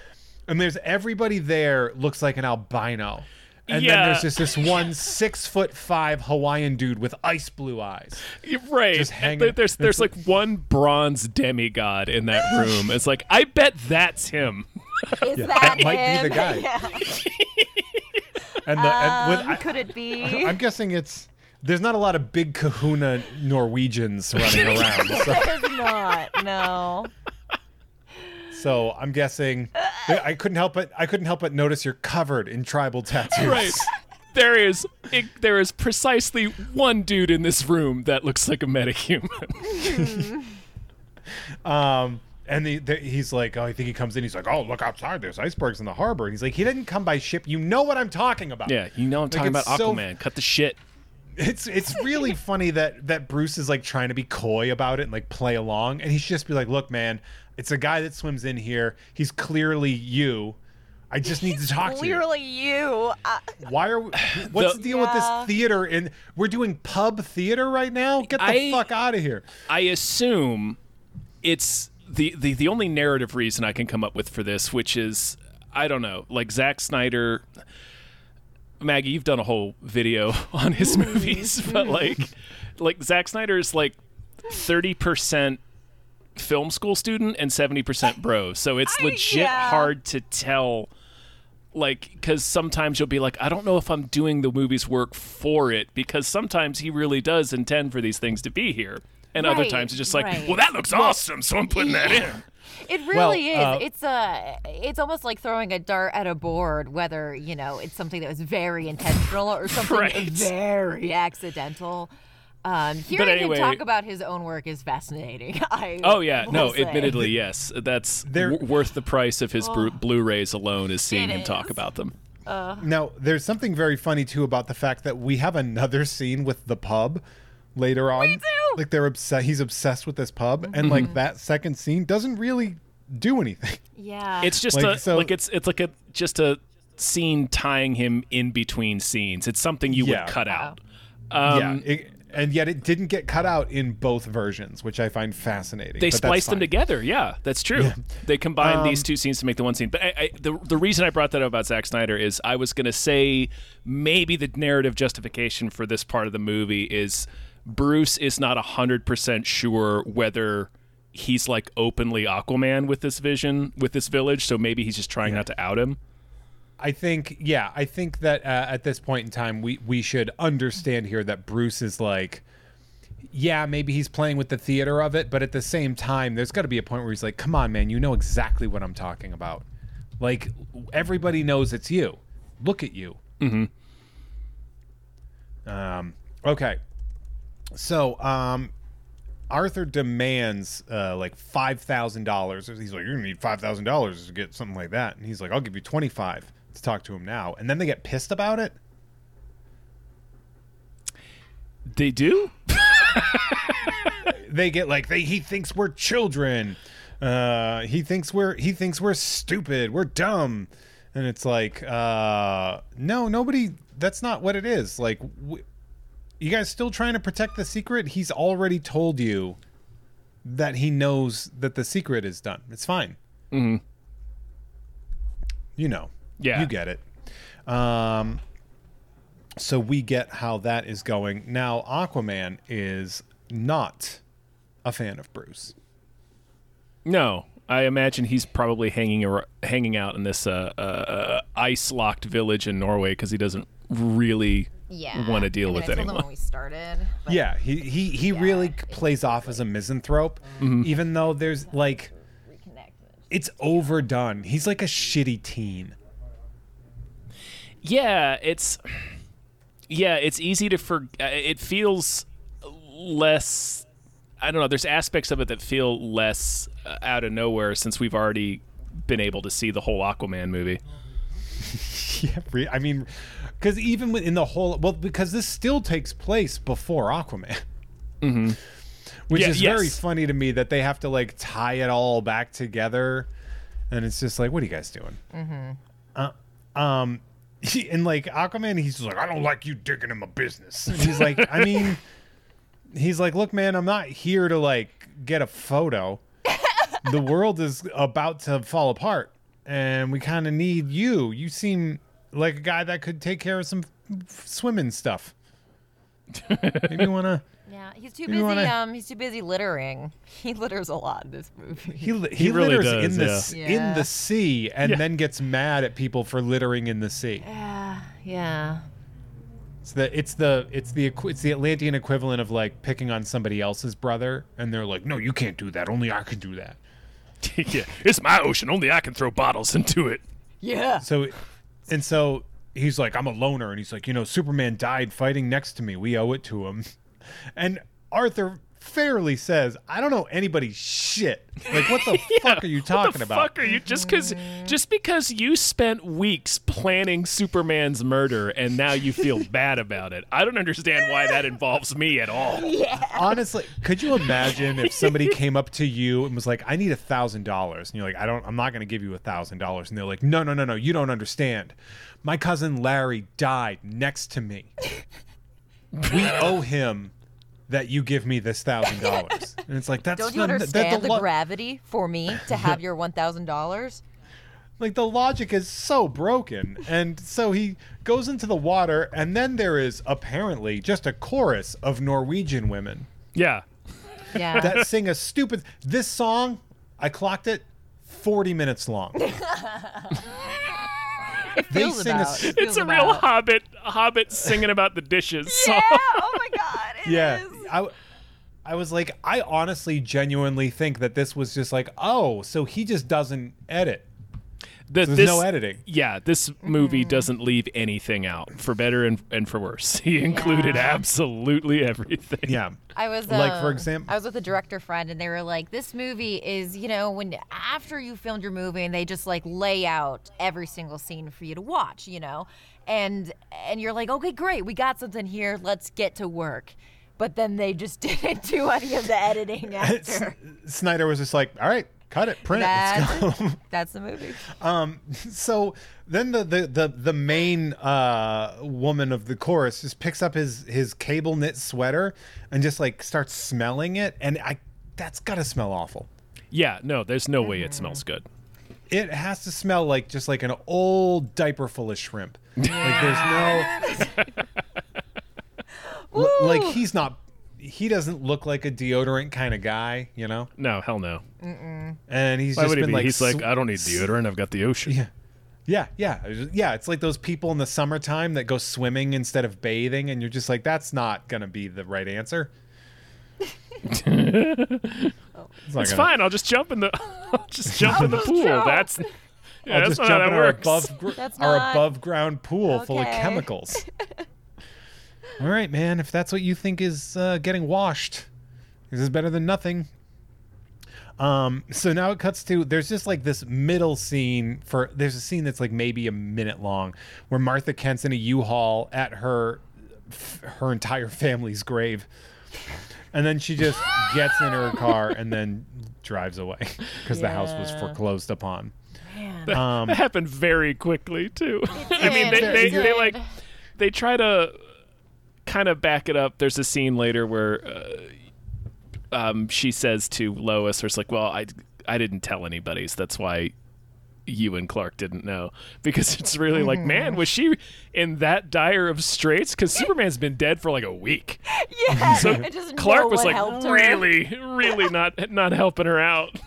Speaker 4: and there's everybody there looks like an albino. And then
Speaker 3: Yeah.
Speaker 4: there's just this one six foot five Hawaiian dude with ice blue eyes.
Speaker 3: Right.
Speaker 4: Just hanging-
Speaker 3: There- There's there's like one bronze demigod in that room. It's like I bet that's him.
Speaker 7: Is that,
Speaker 4: that might be the
Speaker 7: him?
Speaker 4: guy. *laughs* And the and with,
Speaker 7: Um, could it be?
Speaker 4: *laughs* I,
Speaker 7: *laughs*
Speaker 4: am guessing it's there's not a lot of big Kahuna Norwegians running around, so,
Speaker 7: It's not. No.
Speaker 4: so I'm guessing I couldn't help but I couldn't help but notice you're covered in tribal tattoos.
Speaker 3: Right. There is it, there is precisely one dude in this room that looks like a metahuman.
Speaker 4: Um, and the, the, he's like, oh, I think he comes in. He's like, oh, look outside. There's icebergs in the harbor. And he's like, he didn't come by ship. You know what I'm talking about.
Speaker 3: Yeah, you know I'm
Speaker 4: talking
Speaker 3: talking
Speaker 4: it's
Speaker 3: about
Speaker 4: about so-
Speaker 3: Aquaman. Cut the shit.
Speaker 4: it's it's really funny that that Bruce is like trying to be coy about it and like play along, and he should just be like, "Look, man, it's a guy that swims in here. He's clearly you. I just need to talk to you.
Speaker 7: Clearly, you. Uh,
Speaker 4: Why are we, what's
Speaker 3: The-
Speaker 4: the, deal
Speaker 7: Yeah.
Speaker 4: with this theater? And we're doing pub theater right now. Get the
Speaker 3: I-
Speaker 4: fuck out of here.
Speaker 3: I assume it's the, the the only narrative reason I can come up with for this, which is I don't know, like Zack Snyder. Maggie, you've done a whole video *laughs* on his movies, but like, like Zack Snyder is like thirty percent film school student and seventy percent bro, so it's
Speaker 7: I-
Speaker 3: legit
Speaker 7: yeah.
Speaker 3: hard to tell. Like, because sometimes you'll be like, I don't know if I'm doing the movie's work for it, because sometimes he really does intend for these things to be here, and other
Speaker 7: Right,
Speaker 3: times it's just like,
Speaker 7: right.
Speaker 3: well, that looks awesome, so I'm putting that in.
Speaker 7: it really
Speaker 4: Well, uh,
Speaker 7: is. It's a. It's almost like throwing a dart at a board, whether you know it's something that was very intentional
Speaker 4: *laughs*
Speaker 7: or something
Speaker 3: Right.
Speaker 7: very accidental. Um, hearing
Speaker 3: anyway-
Speaker 7: him talk about his own work is fascinating. *laughs* I
Speaker 3: Oh yeah, no,
Speaker 7: will say.
Speaker 3: admittedly yes. That's
Speaker 4: There-
Speaker 3: w- worth the price of his bru- Blu-rays alone is seeing
Speaker 7: Oh. It
Speaker 3: him talk
Speaker 7: is.
Speaker 3: about them.
Speaker 4: Now, there's something very funny too about the fact that we have another scene with the pub later on. We do. Like they're obsessed. He's obsessed with this pub, and like that second scene doesn't really do anything.
Speaker 7: Yeah.
Speaker 3: It's just
Speaker 4: Like,
Speaker 3: a
Speaker 4: so-
Speaker 3: like it's it's like a just a scene tying him in between scenes. It's something you
Speaker 4: Yeah.
Speaker 3: would cut out. Um,
Speaker 4: yeah. It, and yet it didn't get cut out in both versions, which I find fascinating.
Speaker 3: They
Speaker 4: but that's
Speaker 3: spliced them
Speaker 4: fine.
Speaker 3: together. Yeah, that's true. They combined these two scenes to make the one scene. But I, I, the the reason I brought that up about Zack Snyder is I was gonna say maybe the narrative justification for this part of the movie is Bruce is not hundred percent sure whether he's like openly Aquaman with this vision with this village. So maybe he's just trying not to out him.
Speaker 4: I think, yeah, I think that uh, at this point in time, we we should understand here that Bruce is like, yeah, maybe he's playing with the theater of it, but at the same time, there's got to be a point where he's like, come on, man, you know exactly what I'm talking about. Like everybody knows it's you. Look at you.
Speaker 3: Mm-hmm.
Speaker 4: Um. Okay. So, um, Arthur demands uh, like five thousand dollars. He's like, "You're gonna need five thousand dollars to get something like that," and he's like, "I'll give you twenty five to talk to him now." And then they get pissed about it.
Speaker 3: They do.
Speaker 4: They get like, "They he thinks we're children. Uh, he thinks we're he thinks we're stupid. We're dumb." And it's like, uh, no, nobody. That's not what it is. Like, w- you guys still trying to protect the secret? He's already told you that he knows that the secret is done. It's fine. You know.
Speaker 3: Yeah.
Speaker 4: You get it. Um, so we get how that is going. Now, Aquaman is not a fan of Bruce.
Speaker 3: No, I imagine he's probably hanging ar- hanging out in this uh, uh, uh, ice locked village in Norway because he doesn't really
Speaker 7: yeah.
Speaker 3: want to deal
Speaker 7: I mean,
Speaker 3: with
Speaker 7: I told him
Speaker 3: anyone.
Speaker 7: when we started. but-
Speaker 4: Yeah, he he, he really plays off as a misanthrope, even though there's like it's overdone. He's like a shitty teen.
Speaker 3: Yeah, it's yeah, it's easy to forget. It feels less. I don't know. There's aspects of it that feel less uh, out of nowhere since we've already been able to see the whole Aquaman movie. *laughs*
Speaker 4: *laughs* Yeah, re- I mean, because even in the whole well, because this still takes place before Aquaman, which
Speaker 3: Mm-hmm. Yeah,
Speaker 4: is very
Speaker 3: yes.
Speaker 4: funny to me that they have to like tie it all back together, and it's just like, what are you guys doing?
Speaker 3: Mm-hmm.
Speaker 4: Uh, um, *laughs* and like Aquaman, he's just like, I don't like you digging in my business. And he's like,
Speaker 3: *laughs*
Speaker 4: I mean, he's like, look, man, I'm not here to like get a photo. the world is about to fall apart and we kind of need you you seem like a guy that could take care of some f-
Speaker 3: *laughs*
Speaker 4: swimming stuff maybe you want to
Speaker 7: Yeah, he's too
Speaker 4: You
Speaker 7: busy.
Speaker 4: wanna-
Speaker 7: Um, he's too busy
Speaker 5: *laughs*
Speaker 7: littering. He litters a lot in this movie.
Speaker 4: he, li-
Speaker 3: He
Speaker 4: he
Speaker 3: really
Speaker 4: litters
Speaker 3: does,
Speaker 4: in the s-
Speaker 7: yeah.
Speaker 4: in
Speaker 7: Yeah.
Speaker 4: the sea and then gets mad at people for littering in the sea
Speaker 7: yeah, yeah.
Speaker 4: it's the it's the it's the equi- it's the atlantean equivalent of like picking on somebody else's brother and they're like no you can't do that only i can do that
Speaker 6: yeah, it's my ocean. Only I can throw bottles into it.
Speaker 7: Yeah.
Speaker 4: So, and so he's like, I'm a loner. *laughs* And he's like, you know, Superman died fighting next to me. We owe it to him. And Arthur fairly says, I don't know anybody's shit. Like, what
Speaker 3: *laughs*
Speaker 4: the fuck are you
Speaker 3: What
Speaker 4: talking
Speaker 3: the
Speaker 4: about?
Speaker 3: fuck are you just because just because you spent weeks planning Superman's murder and now you feel bad about it? I don't understand why that involves me at all.
Speaker 4: Honestly, could you imagine if
Speaker 5: *laughs*
Speaker 4: somebody came up to you and was like, I need a thousand dollars? And you're like, I don't, I'm not going to give you a thousand dollars. And they're like, no, no, no, no, you don't understand. My cousin Larry died next to me.
Speaker 5: *laughs*
Speaker 4: We owe him that you give me this
Speaker 5: *laughs*
Speaker 4: thousand dollars. And it's like, that's
Speaker 5: Don't you
Speaker 4: not- that-
Speaker 5: understand the
Speaker 4: lo-
Speaker 5: gravity for me to have your one thousand dollars?
Speaker 4: like the logic is so broken and so he goes into the water and then there is apparently just a chorus of norwegian women
Speaker 3: Yeah.
Speaker 5: Yeah.
Speaker 4: that sing a stupid this song i clocked it 40
Speaker 5: *laughs*
Speaker 4: minutes long they
Speaker 5: Feels
Speaker 4: sing a
Speaker 5: about-
Speaker 4: s-
Speaker 5: feels
Speaker 3: It's a real
Speaker 5: about.
Speaker 3: hobbit hobbit singing about the dishes song.
Speaker 5: Yeah. Oh my god. it
Speaker 4: yeah
Speaker 5: is.
Speaker 4: i I was like, I honestly, genuinely think that this was just like, oh, so he just doesn't edit.
Speaker 3: The-
Speaker 4: There's
Speaker 3: this-
Speaker 4: no editing.
Speaker 3: Yeah, this movie doesn't leave anything out, for better and, and for worse. *laughs* He included
Speaker 5: Yeah.
Speaker 3: absolutely everything.
Speaker 4: Yeah.
Speaker 5: I was
Speaker 4: Like, for
Speaker 5: um,
Speaker 4: example-
Speaker 5: I was with a director friend, and they were like, "This movie is, you know, when after you filmed your movie, and they just like lay out every single scene for you to watch, you know, and and you're like, okay, great, we got something here, let's get to work." But then they just *laughs* didn't do any of the
Speaker 4: *laughs*
Speaker 5: editing *laughs*
Speaker 4: S-
Speaker 5: after.
Speaker 4: Snyder was just like, all right, cut it, print it, let's go.
Speaker 5: That's, *laughs* that's the
Speaker 4: *laughs*
Speaker 5: movie.
Speaker 4: so then the the the, the main uh, woman of the chorus just picks up his his cable knit sweater and just like starts smelling it, and I that's gotta smell awful.
Speaker 3: Yeah, no, there's no way it smells good.
Speaker 4: It has to smell like just like an old diaper full of shrimp. Like there's no L- like he's not he doesn't look like a deodorant kind of guy, you know?
Speaker 3: No, hell no.
Speaker 4: And he's
Speaker 3: Why
Speaker 4: just
Speaker 3: would he
Speaker 4: been
Speaker 3: be?
Speaker 4: like
Speaker 3: He's like,
Speaker 4: sw-
Speaker 3: I don't need deodorant. I've got the ocean.
Speaker 4: Yeah. Yeah, yeah, It was- yeah. It's like those people in the summertime that go swimming instead of bathing, and you're just like, that's not gonna be the right answer. it's not
Speaker 3: It's
Speaker 4: gonna-
Speaker 3: fine. I'll just jump in the, *laughs* I'll just jump in the pool.
Speaker 5: jump.
Speaker 3: That's, yeah,
Speaker 4: I'll
Speaker 3: that's
Speaker 4: just
Speaker 3: not
Speaker 4: jump
Speaker 3: how
Speaker 4: in
Speaker 3: that
Speaker 4: our
Speaker 3: works.
Speaker 4: above, gr-
Speaker 5: That's
Speaker 4: our
Speaker 5: not-
Speaker 4: above ground pool full of
Speaker 5: Okay. *laughs*
Speaker 4: chemicals. All right, man. If that's what you think is uh, getting washed, this is better than nothing. Um, so now it cuts to there's just like this middle scene for there's a scene that's like maybe a minute long where Martha Kent's in a U-Haul at her f- her entire family's grave. And then she just gets in her car and then drives away *laughs* because the house was
Speaker 5: Yeah.
Speaker 4: foreclosed upon.
Speaker 3: that happened very quickly too. *laughs* I mean, they,
Speaker 5: did,
Speaker 3: they, they
Speaker 5: it did.
Speaker 3: like, they try to kind of back it up. There's a scene later where, uh, um, she says to Lois, or it's like, well, I, I didn't tell anybody, so that's why you and Clark didn't know because it's really like,
Speaker 5: Mm-hmm.
Speaker 3: man, was she in that dire of straits? Because Superman's been dead for like a
Speaker 5: *laughs*
Speaker 3: week.
Speaker 5: Yeah. I just know
Speaker 3: Clark was
Speaker 5: what
Speaker 3: like
Speaker 5: helped her.
Speaker 3: really, really not not helping her
Speaker 5: *laughs*
Speaker 3: out,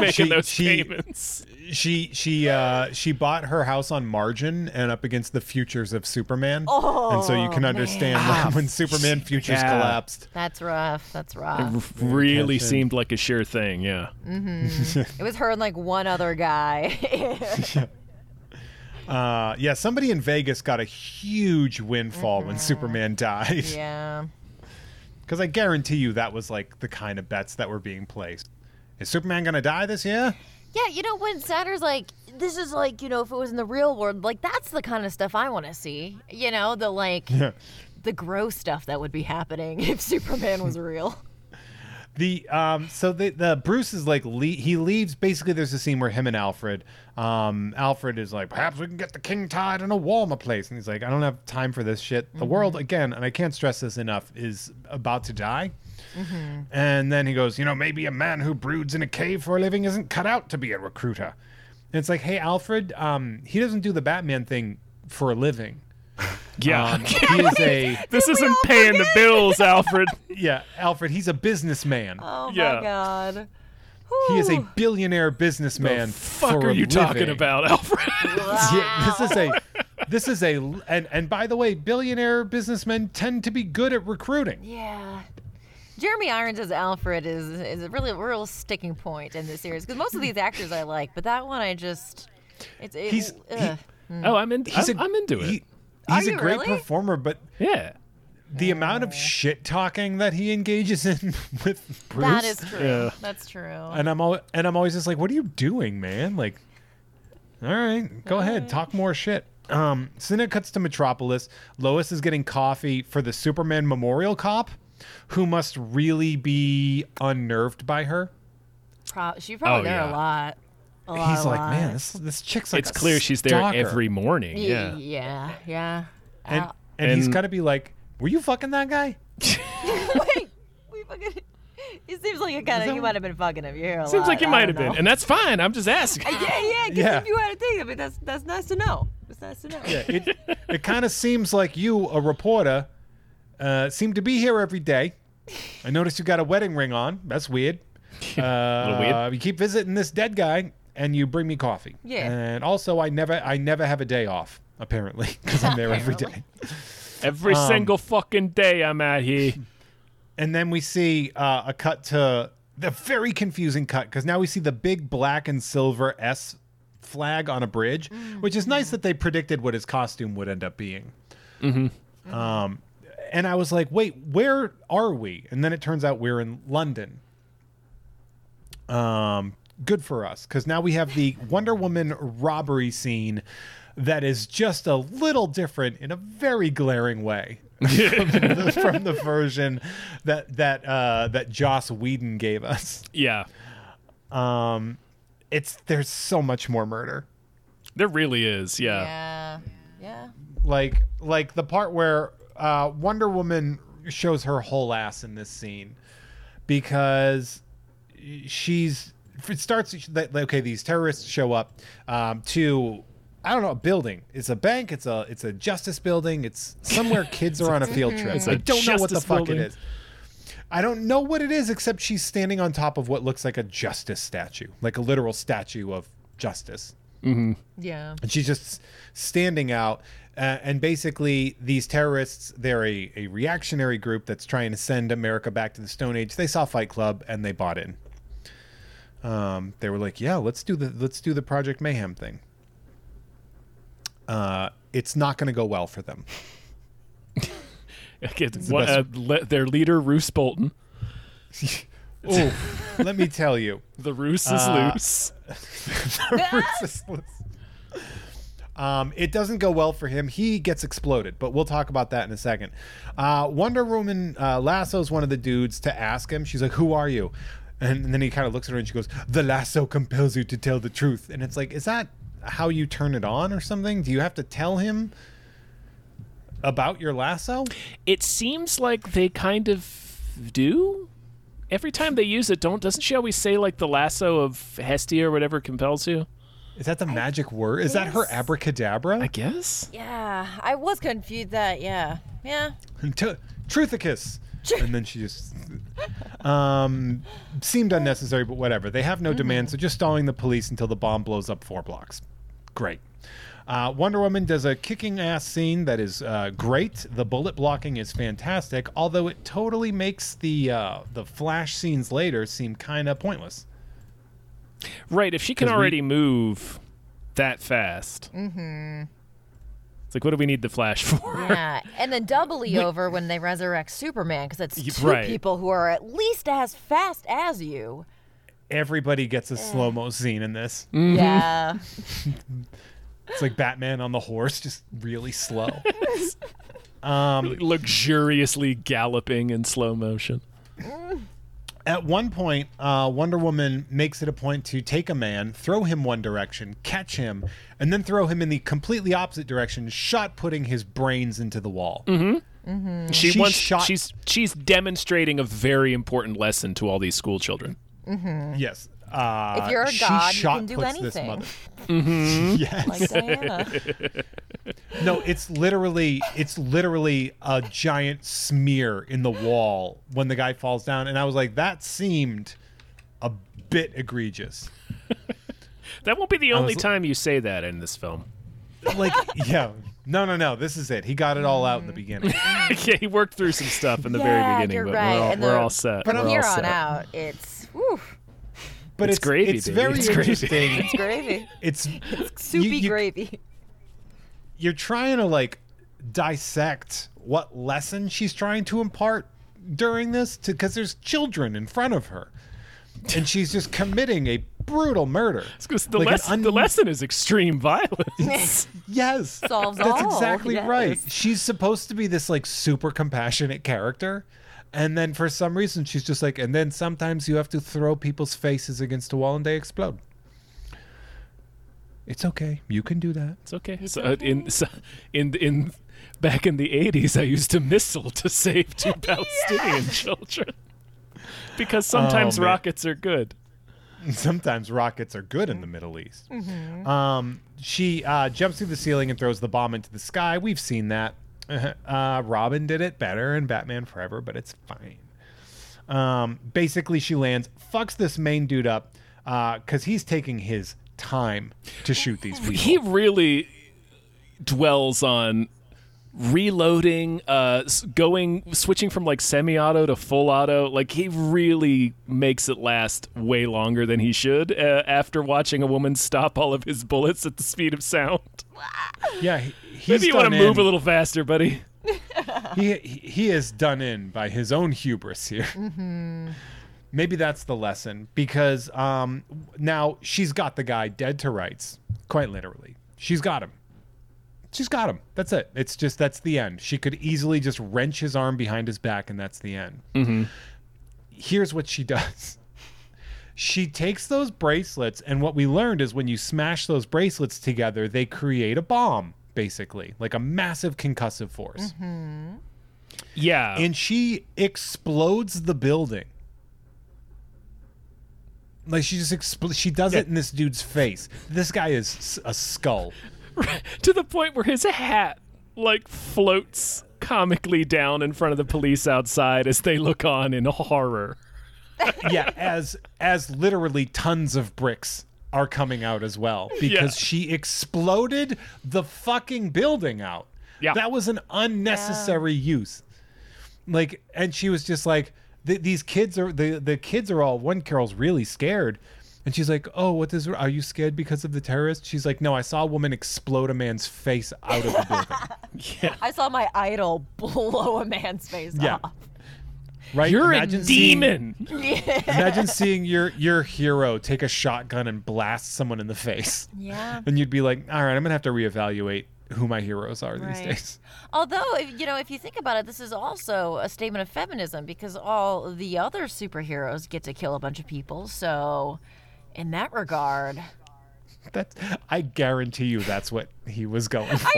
Speaker 3: making
Speaker 4: She-
Speaker 3: those
Speaker 4: she-
Speaker 3: payments.
Speaker 4: she she uh she bought her house on margin and up against the futures of Superman. and so you can understand when, when Superman futures
Speaker 3: yeah.
Speaker 4: collapsed.
Speaker 5: That's rough. That's rough.
Speaker 3: Really seemed like a sure thing. Yeah,
Speaker 4: Mm.
Speaker 5: It was her and like one other guy. *laughs*
Speaker 4: Uh yeah, somebody in Vegas got a huge windfall when Superman died. *laughs*
Speaker 5: yeah.
Speaker 4: Cuz I guarantee you that was like the kind of bets that were being placed. Is Superman going to die this year?
Speaker 5: Yeah, you know when Satter's like, this is like, you know, if it was in the real world, like that's the kind of stuff I want to see. You know, the like, the gross stuff that would be happening *laughs* if Superman was real.
Speaker 4: The um, so the the Bruce is like le- he leaves. Basically, there's a scene where him and Alfred. Um, Alfred is like, perhaps we can get the king tied in a wall in a place, and he's like, I don't have time for this shit. The world again, and I can't stress this enough, is about to die. And then he goes, you know, maybe a man who broods in a cave for a living isn't cut out to be a recruiter. And it's like, hey, Alfred, um, he doesn't do the Batman thing for a living.
Speaker 3: yeah.
Speaker 4: Um, he is a
Speaker 3: *laughs* this isn't paying the bills,
Speaker 4: *laughs*
Speaker 3: Alfred.
Speaker 4: yeah, Alfred. He's a businessman.
Speaker 5: Oh
Speaker 3: Yeah.
Speaker 5: my god.
Speaker 4: He is a
Speaker 5: Whew.
Speaker 4: billionaire businessman.
Speaker 3: Fuck,
Speaker 4: for
Speaker 3: are
Speaker 4: a
Speaker 3: you talking
Speaker 4: living.
Speaker 3: about, Alfred?
Speaker 4: Yeah, this is a, this is a, and and by the way, billionaire businessmen tend to be good at recruiting.
Speaker 5: Yeah. Jeremy Irons as Alfred is is a really real sticking point in this series because most of these actors I like, but that one I just it's it,
Speaker 4: He's- he-
Speaker 5: ugh.
Speaker 3: *laughs* oh, I'm in.
Speaker 4: Mm. He's
Speaker 3: I'm,
Speaker 4: a-
Speaker 3: I'm into it.
Speaker 4: he-
Speaker 5: Are
Speaker 4: he's a
Speaker 5: you
Speaker 4: great
Speaker 5: really?
Speaker 4: performer, but
Speaker 3: yeah.
Speaker 4: the amount of shit talking that he engages in *laughs* with Bruce.
Speaker 5: That is true. That's true.
Speaker 4: and I'm al- and I'm always just like, what are you doing, man? Like, all right, go ahead, talk more shit. Um, so then it cuts to Metropolis. Lois is getting coffee for the Superman memorial cop, who must really be unnerved by her.
Speaker 5: Pro- she probably
Speaker 3: Oh,
Speaker 5: there
Speaker 3: yeah.
Speaker 5: a lot. A lot,
Speaker 4: He's
Speaker 5: a
Speaker 4: like,
Speaker 5: lot.
Speaker 4: man, this this chick's like
Speaker 3: It's
Speaker 4: a
Speaker 3: clear she's there
Speaker 4: stalker."
Speaker 3: every morning.
Speaker 5: Y-
Speaker 3: Yeah.
Speaker 5: yeah, yeah.
Speaker 4: and,
Speaker 5: Ow.
Speaker 4: and he's
Speaker 3: And-
Speaker 4: got to be like, were you fucking that guy?
Speaker 5: Wait, we fucking. *laughs* It seems like a kind of you might have been fucking him. You're a
Speaker 3: Seems like
Speaker 5: lot,
Speaker 3: you
Speaker 5: I
Speaker 3: might have
Speaker 5: don't
Speaker 3: been,
Speaker 5: know.
Speaker 3: and that's fine. I'm just asking.
Speaker 5: *laughs* yeah, yeah. Because
Speaker 4: Yeah.
Speaker 5: if you had a thing, I mean, that's that's nice to know. It's nice to know. Yeah.
Speaker 4: it it kind of seems like you, a reporter, uh, seem to be here every day. I noticed you got a wedding ring on. That's weird. Uh,
Speaker 3: weird.
Speaker 4: You keep visiting this dead guy, and you bring me coffee.
Speaker 5: Yeah.
Speaker 4: And also, I never, I never have a day off. Apparently, *laughs* because I'm there every day.
Speaker 3: Every
Speaker 4: Um,
Speaker 3: single fucking day I'm out here.
Speaker 4: *laughs* And then we see uh, a cut to the very confusing cut because now we see the big black and silver S flag on a bridge, which is nice that they predicted what his costume would end up being. Mm-hmm. Um, and I was like, wait, where are we? And then it turns out we're in London. Um, good for us because now we have the Wonder Woman robbery scene that is just a little different in a very glaring way from the version that that uh, that Joss Whedon gave us.
Speaker 3: Yeah.
Speaker 4: Um, it's there's so much more murder.
Speaker 3: There really is. Yeah.
Speaker 5: Yeah.
Speaker 4: Like like the part where uh, Wonder Woman shows her whole ass in this scene because she's it starts that- okay these terrorists show up um, to I don't know a building. It's a bank. It's a it's a justice building. It's
Speaker 3: *laughs*
Speaker 4: somewhere kids are on a field trip.
Speaker 3: a
Speaker 4: I don't know what the
Speaker 3: justice
Speaker 4: fuck
Speaker 3: building.
Speaker 4: it is. I don't know what it is except she's standing on top of what looks like a justice statue, like a literal statue of justice
Speaker 5: Yeah.
Speaker 4: and she's just standing out uh, and basically these terrorists they're a, a reactionary group that's trying to send america back to the stone age they saw fight club and they bought in um, they were like yeah let's do the let's do the project mayhem thing uh, it's not going to go well for them
Speaker 3: *laughs* Okay,
Speaker 4: the
Speaker 3: what-
Speaker 4: best-
Speaker 3: uh, le- their leader, Roose Bolton.
Speaker 4: Ooh, *laughs* let me tell you
Speaker 3: The Roose is
Speaker 4: Uh,
Speaker 3: loose.
Speaker 4: *laughs* Resistless. Um, it doesn't go well for him. He gets exploded, but we'll talk about that in a second. Uh, Wonder Woman uh, lassos one of the dudes to ask him. She's like, "Who are you?" And, then he kind of looks at her and she goes, "The lasso compels you to tell the truth." And it's like, is that how you turn it on or something? Do you have to tell him about your lasso?
Speaker 3: It seems like they kind of do. Every time they use it, don't doesn't she always say like the lasso of Hestia or whatever compels you?
Speaker 4: Is that the magic word? Is that her abracadabra?
Speaker 3: I guess.
Speaker 5: Yeah. I was confused that. Yeah. Yeah.
Speaker 4: T- Truthicus. And then she just um, seemed unnecessary, but whatever. They have no demand, so just stalling the police until the bomb blows up four blocks. Great. Uh, Wonder Woman does a kicking ass scene that is uh, great. The bullet blocking is fantastic, although it totally makes the uh, the flash scenes later seem kind of pointless.
Speaker 3: Right. If she can
Speaker 4: 'Cause we-
Speaker 3: already move that fast. Mm-hmm. It's like, what do we need the flash for? *laughs*
Speaker 7: Yeah, and then doubly over when they resurrect Superman because that's
Speaker 3: Y-
Speaker 7: two
Speaker 3: right.
Speaker 7: people who are at least as fast as you.
Speaker 4: Everybody gets a slow mo scene in this.
Speaker 3: Mm-hmm.
Speaker 5: Yeah.
Speaker 3: *laughs*
Speaker 4: It's like Batman on the horse, just really slow.
Speaker 3: Luxuriously galloping in slow motion.
Speaker 4: Mm-hmm. At one point, uh, Wonder Woman makes it a point to take a man, throw him one direction, catch him, and then throw him in the completely opposite direction, shot putting his brains into the wall.
Speaker 3: She,
Speaker 4: She
Speaker 3: wants.
Speaker 4: shot-
Speaker 3: She's she's demonstrating a very important lesson to all these school children.
Speaker 4: Yes. Uh,
Speaker 7: If you're a
Speaker 4: she
Speaker 7: god, you
Speaker 4: shot
Speaker 7: can do
Speaker 4: puts This
Speaker 7: anything.
Speaker 4: mother. *laughs*
Speaker 5: Like Diana.
Speaker 4: No, it's literally it's literally a giant smear in the wall when the guy falls down, and I was like, that seemed a bit egregious.
Speaker 3: That won't be the only
Speaker 4: was-
Speaker 3: time you say that in this film. *laughs*
Speaker 4: Like, *laughs* yeah, no, no, no. This is it. He got it all out in the beginning.
Speaker 3: yeah, he worked through some stuff in the
Speaker 5: Yeah,
Speaker 3: very beginning,
Speaker 5: you're
Speaker 3: but
Speaker 5: right,
Speaker 3: we're, all,
Speaker 5: and
Speaker 3: we're
Speaker 5: the-
Speaker 3: all set.
Speaker 4: but
Speaker 3: we're
Speaker 4: from
Speaker 5: Here
Speaker 3: all
Speaker 5: on
Speaker 3: set.
Speaker 5: out, it's whew,
Speaker 4: But
Speaker 3: It's
Speaker 4: it's
Speaker 3: gravy,
Speaker 4: It's
Speaker 3: baby.
Speaker 4: very
Speaker 3: It's gravy.
Speaker 4: interesting.
Speaker 3: *laughs*
Speaker 5: gravy.
Speaker 4: it's
Speaker 5: Soupy
Speaker 4: you-
Speaker 5: gravy. *laughs*
Speaker 4: you're trying to like dissect what lesson she's trying to impart during this because there's children in front of her and she's just committing a brutal murder
Speaker 3: It's 'cause the,
Speaker 4: Like an
Speaker 3: lesson,
Speaker 4: un-
Speaker 3: the lesson is extreme
Speaker 5: *laughs*
Speaker 3: violence.
Speaker 4: yes
Speaker 5: Solves
Speaker 4: that's
Speaker 5: all,
Speaker 4: exactly
Speaker 5: yes.
Speaker 4: right she's supposed to be this like super compassionate character and then for some reason she's just like and then sometimes you have to throw people's faces against a wall and they explode it's okay you can do that
Speaker 3: It's okay. so, uh, In so, in in back in the eighties, I used a missile to save two Palestinian children because sometimes
Speaker 4: man.
Speaker 3: rockets are good.
Speaker 4: sometimes rockets are good in the Middle East.
Speaker 3: Mm-hmm.
Speaker 4: Um, she uh, jumps through the ceiling and throws the bomb into the sky. We've seen that. *laughs* Uh, Robin did it better in Batman Forever, but it's fine. Um, basically, she lands, fucks this main dude up because he's taking his time to
Speaker 3: *laughs*
Speaker 4: shoot these people.
Speaker 3: He really dwells on reloading, uh, s- going, switching from like semi-auto to full auto. Like he really makes it last way longer than he should. Uh, after watching a woman stop all of his bullets at the speed of sound,
Speaker 4: yeah, he, he's
Speaker 3: maybe you want to
Speaker 4: done
Speaker 3: move a
Speaker 4: in.
Speaker 3: little faster, buddy.
Speaker 4: he he is done in by his own hubris here. Maybe that's the lesson because um, now she's got the guy dead to rights, quite literally. She's got him. She's got him. That's it. It's just that's the end. She could easily just wrench his arm behind his back, and that's the end. Here's what she *laughs* does. She takes those bracelets, and what we learned is when you smash those bracelets together, they create a bomb, basically, like a massive concussive force
Speaker 3: Yeah.
Speaker 4: and she explodes the building. Like she just expl- she does it in this dude's face. This guy is s- a skull.
Speaker 3: *laughs* to the point where his hat like floats comically down in front of the police outside as they look on in horror.
Speaker 4: Yeah, as as literally tons of bricks are coming out as well because she exploded the fucking building out.
Speaker 3: Yeah.
Speaker 4: That was an unnecessary use. like and she was just like th- these kids are the the kids are all one carol's really scared and she's like oh what is are you scared because of the terrorist she's like no i saw a woman explode a man's face out of the building
Speaker 5: I saw my
Speaker 7: *laughs*
Speaker 5: idol blow a man's face
Speaker 4: yeah
Speaker 5: off.
Speaker 4: right
Speaker 3: You're
Speaker 4: imagine
Speaker 3: a
Speaker 4: seeing-
Speaker 3: demon.
Speaker 4: *laughs* imagine seeing your your hero take a shotgun and blast someone in the face
Speaker 5: Yeah.
Speaker 4: and you'd be like all right i'm gonna have to reevaluate who my heroes are *laughs* these
Speaker 5: Right.
Speaker 4: days *laughs*
Speaker 7: Although, if, you know, if you think about it, this is also a statement of feminism because all the other superheroes get to kill a bunch of people. So, in that regard,
Speaker 4: that's i guarantee you that's what he was going for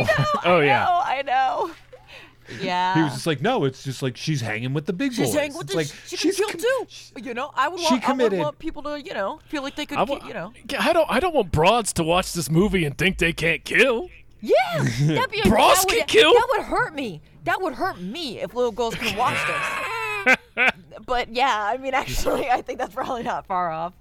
Speaker 3: Oh yeah.
Speaker 5: Oh, I
Speaker 7: *laughs*
Speaker 5: know. Yeah.
Speaker 4: He was just like, no, it's just like she's hanging with the big boys.
Speaker 7: she's saying, "What
Speaker 4: It's
Speaker 7: the?
Speaker 4: like,
Speaker 7: she can kill
Speaker 4: com-
Speaker 7: too." You know, I would want,
Speaker 4: she
Speaker 7: I would
Speaker 4: committed-
Speaker 7: want people to, you know, feel like they could,
Speaker 3: I
Speaker 7: ki-
Speaker 3: wa-
Speaker 7: you know.
Speaker 3: Yeah, I don't I don't want broads to watch this movie and think they can't kill. *laughs*
Speaker 7: Yeah, that'd be a,
Speaker 3: Bras
Speaker 7: that
Speaker 3: can
Speaker 7: would,
Speaker 3: kill?
Speaker 7: That would hurt me. That would hurt me if little girls can watch this.
Speaker 3: *laughs*
Speaker 5: but yeah, I mean, actually, I think that's probably not far off.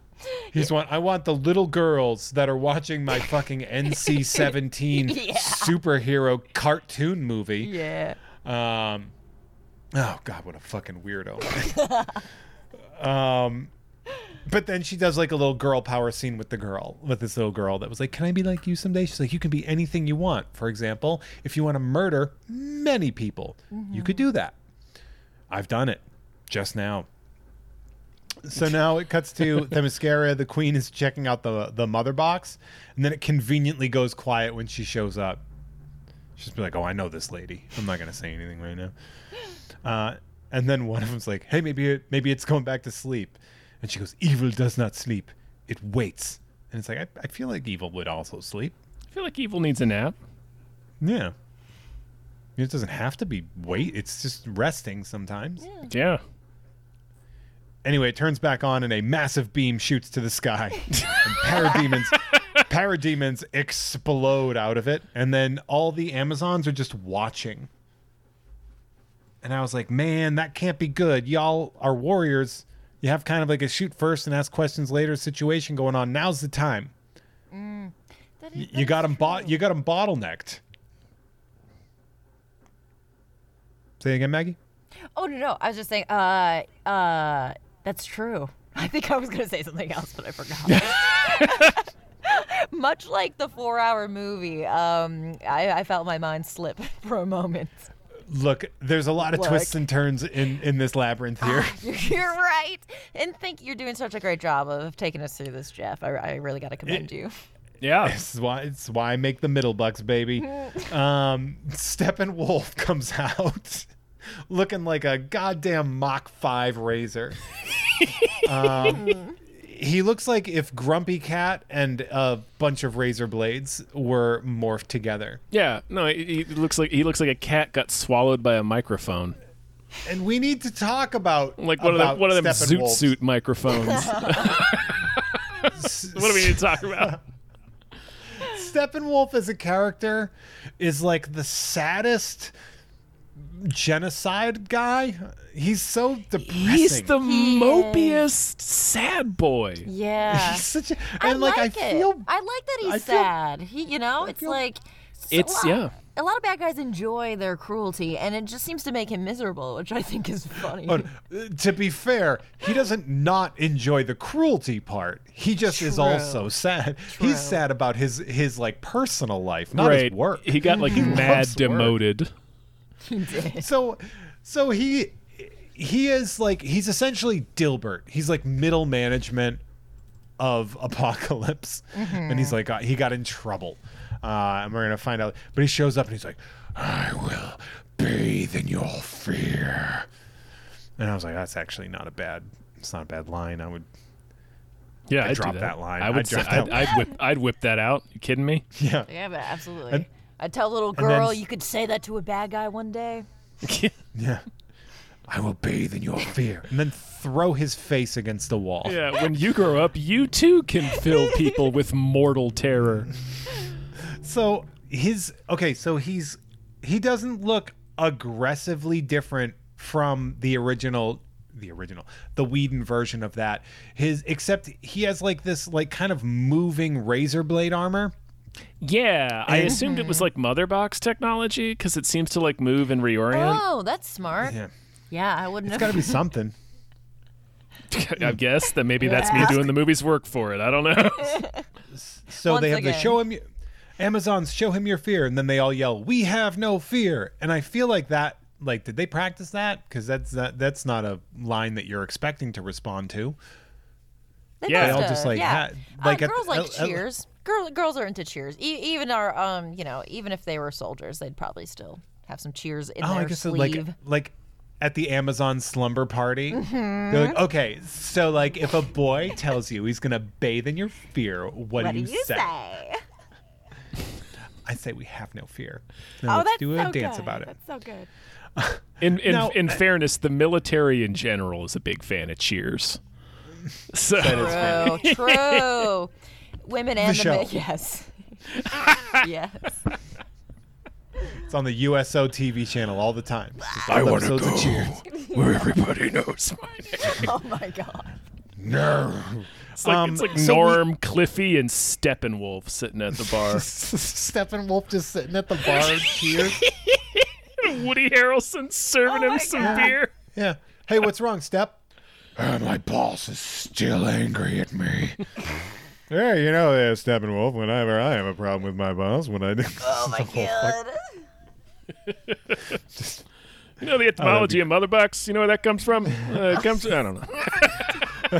Speaker 4: He's one. I want the little girls that are watching my fucking NC seventeen superhero cartoon movie.
Speaker 5: Yeah.
Speaker 4: Um, oh God, what a fucking weirdo. *laughs* um, but then she does like a little girl power scene with the girl, with this little girl that was like, "Can I be like you someday?" She's like, "You can be anything you want." For example, if you want to murder many people, you could do that. I've done it just now. So now it cuts to the mascara. The queen is checking out the the mother box, and then it conveniently goes quiet when she shows up. She's be like, "Oh, I know this lady. I'm not gonna say anything right now." Uh, and then one of them's like, "Hey, maybe it, maybe it's going back to sleep," and she goes, "Evil does not sleep; it waits." And it's like, I, I feel like evil would also sleep.
Speaker 3: I feel like evil needs a nap.
Speaker 4: Yeah, it doesn't have to be wait. It's just resting sometimes.
Speaker 3: Yeah.
Speaker 4: Anyway, it turns back on, and a massive beam shoots to the sky. *laughs* and
Speaker 7: *laughs*
Speaker 4: parademons, parademons explode out of it, and then all the Amazons are just watching. And I was like, man, that can't be good. Y'all are warriors. You have kind of like a shoot first and ask questions later situation going on. Now's the time.
Speaker 7: Mm, That
Speaker 4: Y-
Speaker 7: is-
Speaker 4: You got them bo- You got them bottlenecked. Say again, Maggie.
Speaker 7: Oh no, no, I was just saying. Uh, uh,
Speaker 5: *laughs*
Speaker 7: that's true.
Speaker 5: I think I was going to say something else, but I forgot. *laughs* much like the four-hour movie, um, I, I felt my mind slip *laughs* for a moment.
Speaker 4: Look, there's a lot of
Speaker 5: Look.
Speaker 4: twists and turns in in this labyrinth here.
Speaker 5: You're right, and think you're doing such a great job of taking us through this, Jeff. I, I really got to
Speaker 3: *laughs*
Speaker 5: commend you.
Speaker 3: Yeah.
Speaker 4: *laughs* This is why it's why I make the middle bucks, baby. Um, Steppenwolf comes *laughs* out looking like a goddamn Mach Five razor. um, he looks like if Grumpy Cat and a bunch of razor blades were morphed together.
Speaker 3: Yeah. No, he, he looks like he looks like a cat got swallowed by a microphone.
Speaker 4: And we need to talk about
Speaker 3: Like one of
Speaker 4: about
Speaker 3: them, one of them zoot
Speaker 4: Steppenwolf.
Speaker 3: suit microphones. what do we need to talk about?
Speaker 4: Steppenwolf as a character is like the saddest genocide guy. He's so depressing.
Speaker 3: He's the mopiest sad boy.
Speaker 5: Yeah,
Speaker 4: He's such a, and
Speaker 5: I
Speaker 4: like,
Speaker 5: like
Speaker 4: I
Speaker 5: it.
Speaker 4: feel
Speaker 5: I like that he's
Speaker 4: I feel-
Speaker 5: sad. he, you know, it's
Speaker 4: feel-
Speaker 5: like so
Speaker 3: It's-
Speaker 5: a lot,
Speaker 3: yeah.
Speaker 5: A lot of bad guys enjoy their cruelty, and it just seems to make him miserable, which I think is funny.
Speaker 4: but uh, to be fair, he doesn't not enjoy the cruelty part. He just is also sad. He's sad about his his like personal life, not his work.
Speaker 3: He got
Speaker 4: *laughs*
Speaker 3: like mad
Speaker 4: loves work.
Speaker 3: demoted.
Speaker 4: so so he he is like he's essentially Dilbert. He's like middle management of *laughs* Apocalypse, and he's like uh, he got in trouble, uh, and we're gonna find out. But he shows up and he's like, "I will bathe in your fear," and I was like, "That's actually not a bad. It's not a bad line. I would." *laughs*
Speaker 3: Yeah,
Speaker 4: I'd
Speaker 3: do
Speaker 4: drop that line.
Speaker 3: I would.
Speaker 4: I'd
Speaker 3: say-
Speaker 4: drop
Speaker 3: I'd,
Speaker 4: that
Speaker 3: I'd whip. I'd whip that out. You kidding
Speaker 4: *laughs*
Speaker 3: me?
Speaker 4: Yeah.
Speaker 5: *laughs* yeah, but absolutely.
Speaker 4: And-
Speaker 5: I tell little
Speaker 4: then
Speaker 5: girl,
Speaker 4: s-
Speaker 5: you could say that to a bad guy one day.
Speaker 4: Yeah. I will bathe in your fear, and then throw his face against the wall.
Speaker 3: Yeah, when you grow up, you too can fill people with mortal terror.
Speaker 4: So his okay, so he's he doesn't look aggressively different from the original the original the Whedon version of that. His except he has like this like kind of moving razor blade armor.
Speaker 3: Yeah, I assumed it was like mother box technology because it seems to like move and reorient.
Speaker 5: Oh, that's smart.
Speaker 4: Yeah.
Speaker 5: Yeah, I wouldn't
Speaker 4: It's
Speaker 5: have.
Speaker 4: gotta
Speaker 5: *laughs*
Speaker 4: be something. Oh.
Speaker 3: I guess that maybe that's me doing the movie's work for it. I don't
Speaker 4: *laughs*
Speaker 3: know.
Speaker 4: So
Speaker 5: Once
Speaker 4: they have the
Speaker 5: again.
Speaker 4: show him y- Amazon's show him your fear, and then they all yell, "We have no fear!" And I feel like that. Like, did they practice that? Because that's not, that's not a line that you're expecting to respond to.
Speaker 5: They
Speaker 3: Yeah. They
Speaker 5: must
Speaker 3: all
Speaker 5: have,
Speaker 4: just, like,
Speaker 5: yeah.
Speaker 4: had-
Speaker 5: Uh,
Speaker 4: like, at-
Speaker 5: girls like
Speaker 4: at- at-
Speaker 5: Cheers. Girl, girls are into Cheers. E- even our, um, you know, even if they were soldiers, they'd probably still have some Cheers in
Speaker 4: Oh,
Speaker 5: their
Speaker 4: I guess
Speaker 5: sleeve.
Speaker 4: like like at the Amazon slumber party.
Speaker 5: Mm-hmm.
Speaker 4: They're like, okay, so like if a boy tells you he's gonna bathe in your fear, what,
Speaker 5: what do you say?
Speaker 4: I say we have no fear.
Speaker 5: Oh,
Speaker 4: Now let's
Speaker 5: that's
Speaker 4: do a
Speaker 5: so
Speaker 4: dance
Speaker 5: good.
Speaker 4: about it.
Speaker 5: That's so good.
Speaker 3: In in,
Speaker 4: Now-
Speaker 3: in fairness, the military in general is a big fan of Cheers. So
Speaker 5: True, true. Women and the,
Speaker 4: The show.
Speaker 5: men. Yes. yes.
Speaker 4: It's on the USO TV channel all the time. It's just
Speaker 1: I
Speaker 4: all
Speaker 1: want to
Speaker 4: episodes of
Speaker 1: go
Speaker 4: Cheers. *laughs*
Speaker 1: where everybody knows.
Speaker 5: Oh my God.
Speaker 4: No.
Speaker 3: it's like, it's
Speaker 4: Um,
Speaker 3: like
Speaker 4: so we-
Speaker 3: Norm, Cliffy, and Steppenwolf sitting at the bar.
Speaker 4: Steppenwolf just sitting at the bar
Speaker 5: *laughs*
Speaker 4: of Cheers.
Speaker 3: Woody Harrelson
Speaker 4: Oh
Speaker 3: serving him some beer.
Speaker 4: Yeah. Hey, what's wrong, Step?
Speaker 1: and my boss is still angry at
Speaker 4: *laughs*
Speaker 1: me.
Speaker 4: Yeah, you know, uh, Steppenwolf, whenever I have a problem with my boss, when I do.
Speaker 5: Oh my God.
Speaker 3: You know the etymology of mother box. You know where that comes
Speaker 4: *laughs*
Speaker 3: from? Uh, it comes. I don't know.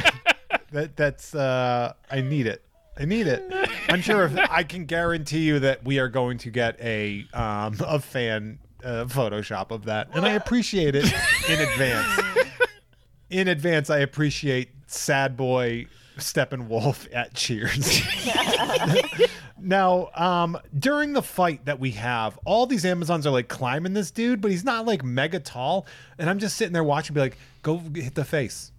Speaker 4: That that's uh I need it. I need it. I'm sure if I can guarantee you that we are going to get a um a fan uh, Photoshop of that. And I appreciate it in advance. In advance I appreciate sad boy Steppenwolf at Cheers. *laughs* now, um, during the fight that we have, all these Amazons are like climbing this dude, but he's not like mega tall. And I'm just sitting there watching, be like, go hit the face.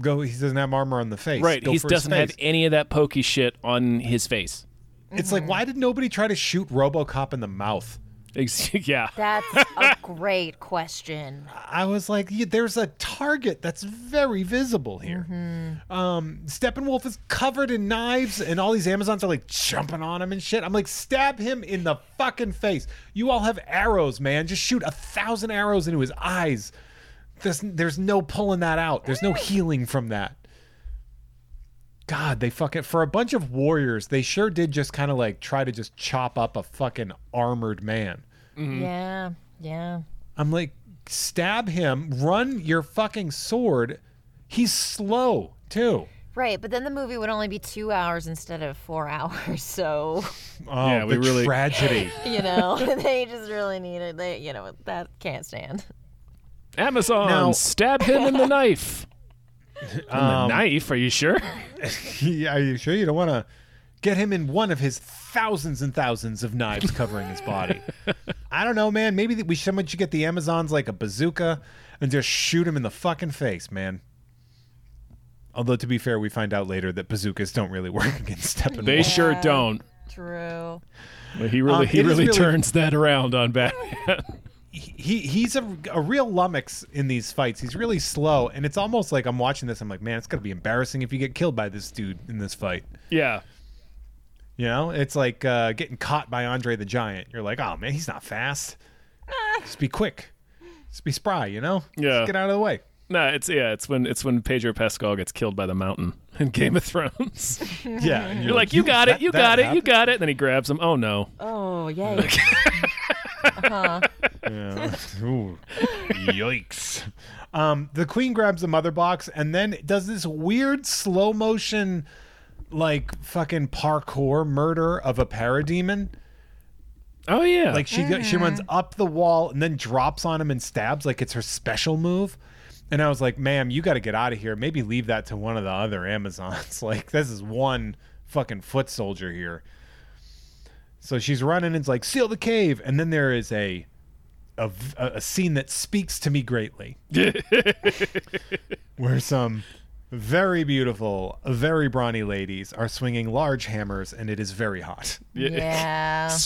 Speaker 4: Go. He doesn't have armor on the face.
Speaker 3: Right.
Speaker 4: Go
Speaker 3: He
Speaker 4: for his
Speaker 3: doesn't have
Speaker 4: face.
Speaker 3: any of that pokey shit on his face.
Speaker 4: It's like, why did nobody try to shoot RoboCop in the mouth?
Speaker 3: Ex- *laughs* yeah.
Speaker 7: That's a great question.
Speaker 4: I was like, yeah, there's a target that's very visible here. Um, Steppenwolf is covered in knives, and all these Amazons are like jumping on him and shit. I'm like, stab him in the fucking face. You all have arrows, man. Just shoot a thousand arrows into his eyes. There's, there's no pulling that out, there's no healing from that. God, they fucking for a bunch of warriors, they sure did just kind of like try to just chop up a fucking armored man.
Speaker 5: Yeah, yeah.
Speaker 4: I'm like, stab him, run your fucking sword. He's slow too.
Speaker 5: Right, but then the movie would only be two hours instead of four *laughs* hours, so
Speaker 4: Oh,
Speaker 3: Yeah, we
Speaker 4: the
Speaker 3: really- *laughs*
Speaker 4: tragedy.
Speaker 5: you know *laughs* they just really need it. They, you know, that can't stand.
Speaker 3: Amazon,
Speaker 4: Now-
Speaker 3: stab him in the knife. in the knife? Are you sure?
Speaker 4: Yeah, Are you sure you don't want to get him in one of his thousands and thousands of knives covering
Speaker 3: *laughs*
Speaker 4: his body? I don't know, man. Maybe that we someone should get the Amazons like a bazooka and just shoot him in the fucking face, man. Although to be fair, we find out later that bazookas don't really work *laughs* against Steppenwolf.
Speaker 3: They sure don't.
Speaker 5: True.
Speaker 3: But he really,
Speaker 4: Um,
Speaker 3: he
Speaker 4: it is
Speaker 3: really,
Speaker 4: really-
Speaker 3: turns that around on Batman.
Speaker 4: he he's a, a real lummox in these fights. He's really slow, and it's almost like I'm watching this. I'm like, man, it's gonna be embarrassing if you get killed by this dude in this fight.
Speaker 3: yeah.
Speaker 4: You know, it's like uh, getting caught by Andre the Giant. You're like, oh man, he's not fast. Just be quick. Just be spry. You know.
Speaker 3: Yeah.
Speaker 4: Just get out of the way.
Speaker 3: No, it's yeah, it's when it's when Pedro Pascal gets killed by the mountain *laughs* in Game of Thrones. *laughs*
Speaker 4: Yeah. *laughs* and
Speaker 3: You're like, you got it,
Speaker 4: that-
Speaker 3: you
Speaker 4: that
Speaker 3: got it, you
Speaker 4: happened?"
Speaker 3: got it. And then he grabs him. Oh no.
Speaker 4: Uh,
Speaker 5: Oh yay.
Speaker 4: Ooh. Yikes. Um, the queen grabs the mother box and then does this weird slow motion, like fucking parkour murder of a parademon.
Speaker 3: Oh yeah.
Speaker 4: Like she go- she runs up the wall and then drops on him and stabs like it's her special move. And I was like, "Ma'am, you got to get out of here. Maybe leave that to one of the other Amazons. *laughs* like this is one fucking foot soldier here." So she's running and it's like, "Seal the cave." And then there is a a, v- a- a scene that speaks to me greatly. Where some very beautiful, very brawny ladies are swinging large hammers and it is very hot.
Speaker 5: yeah.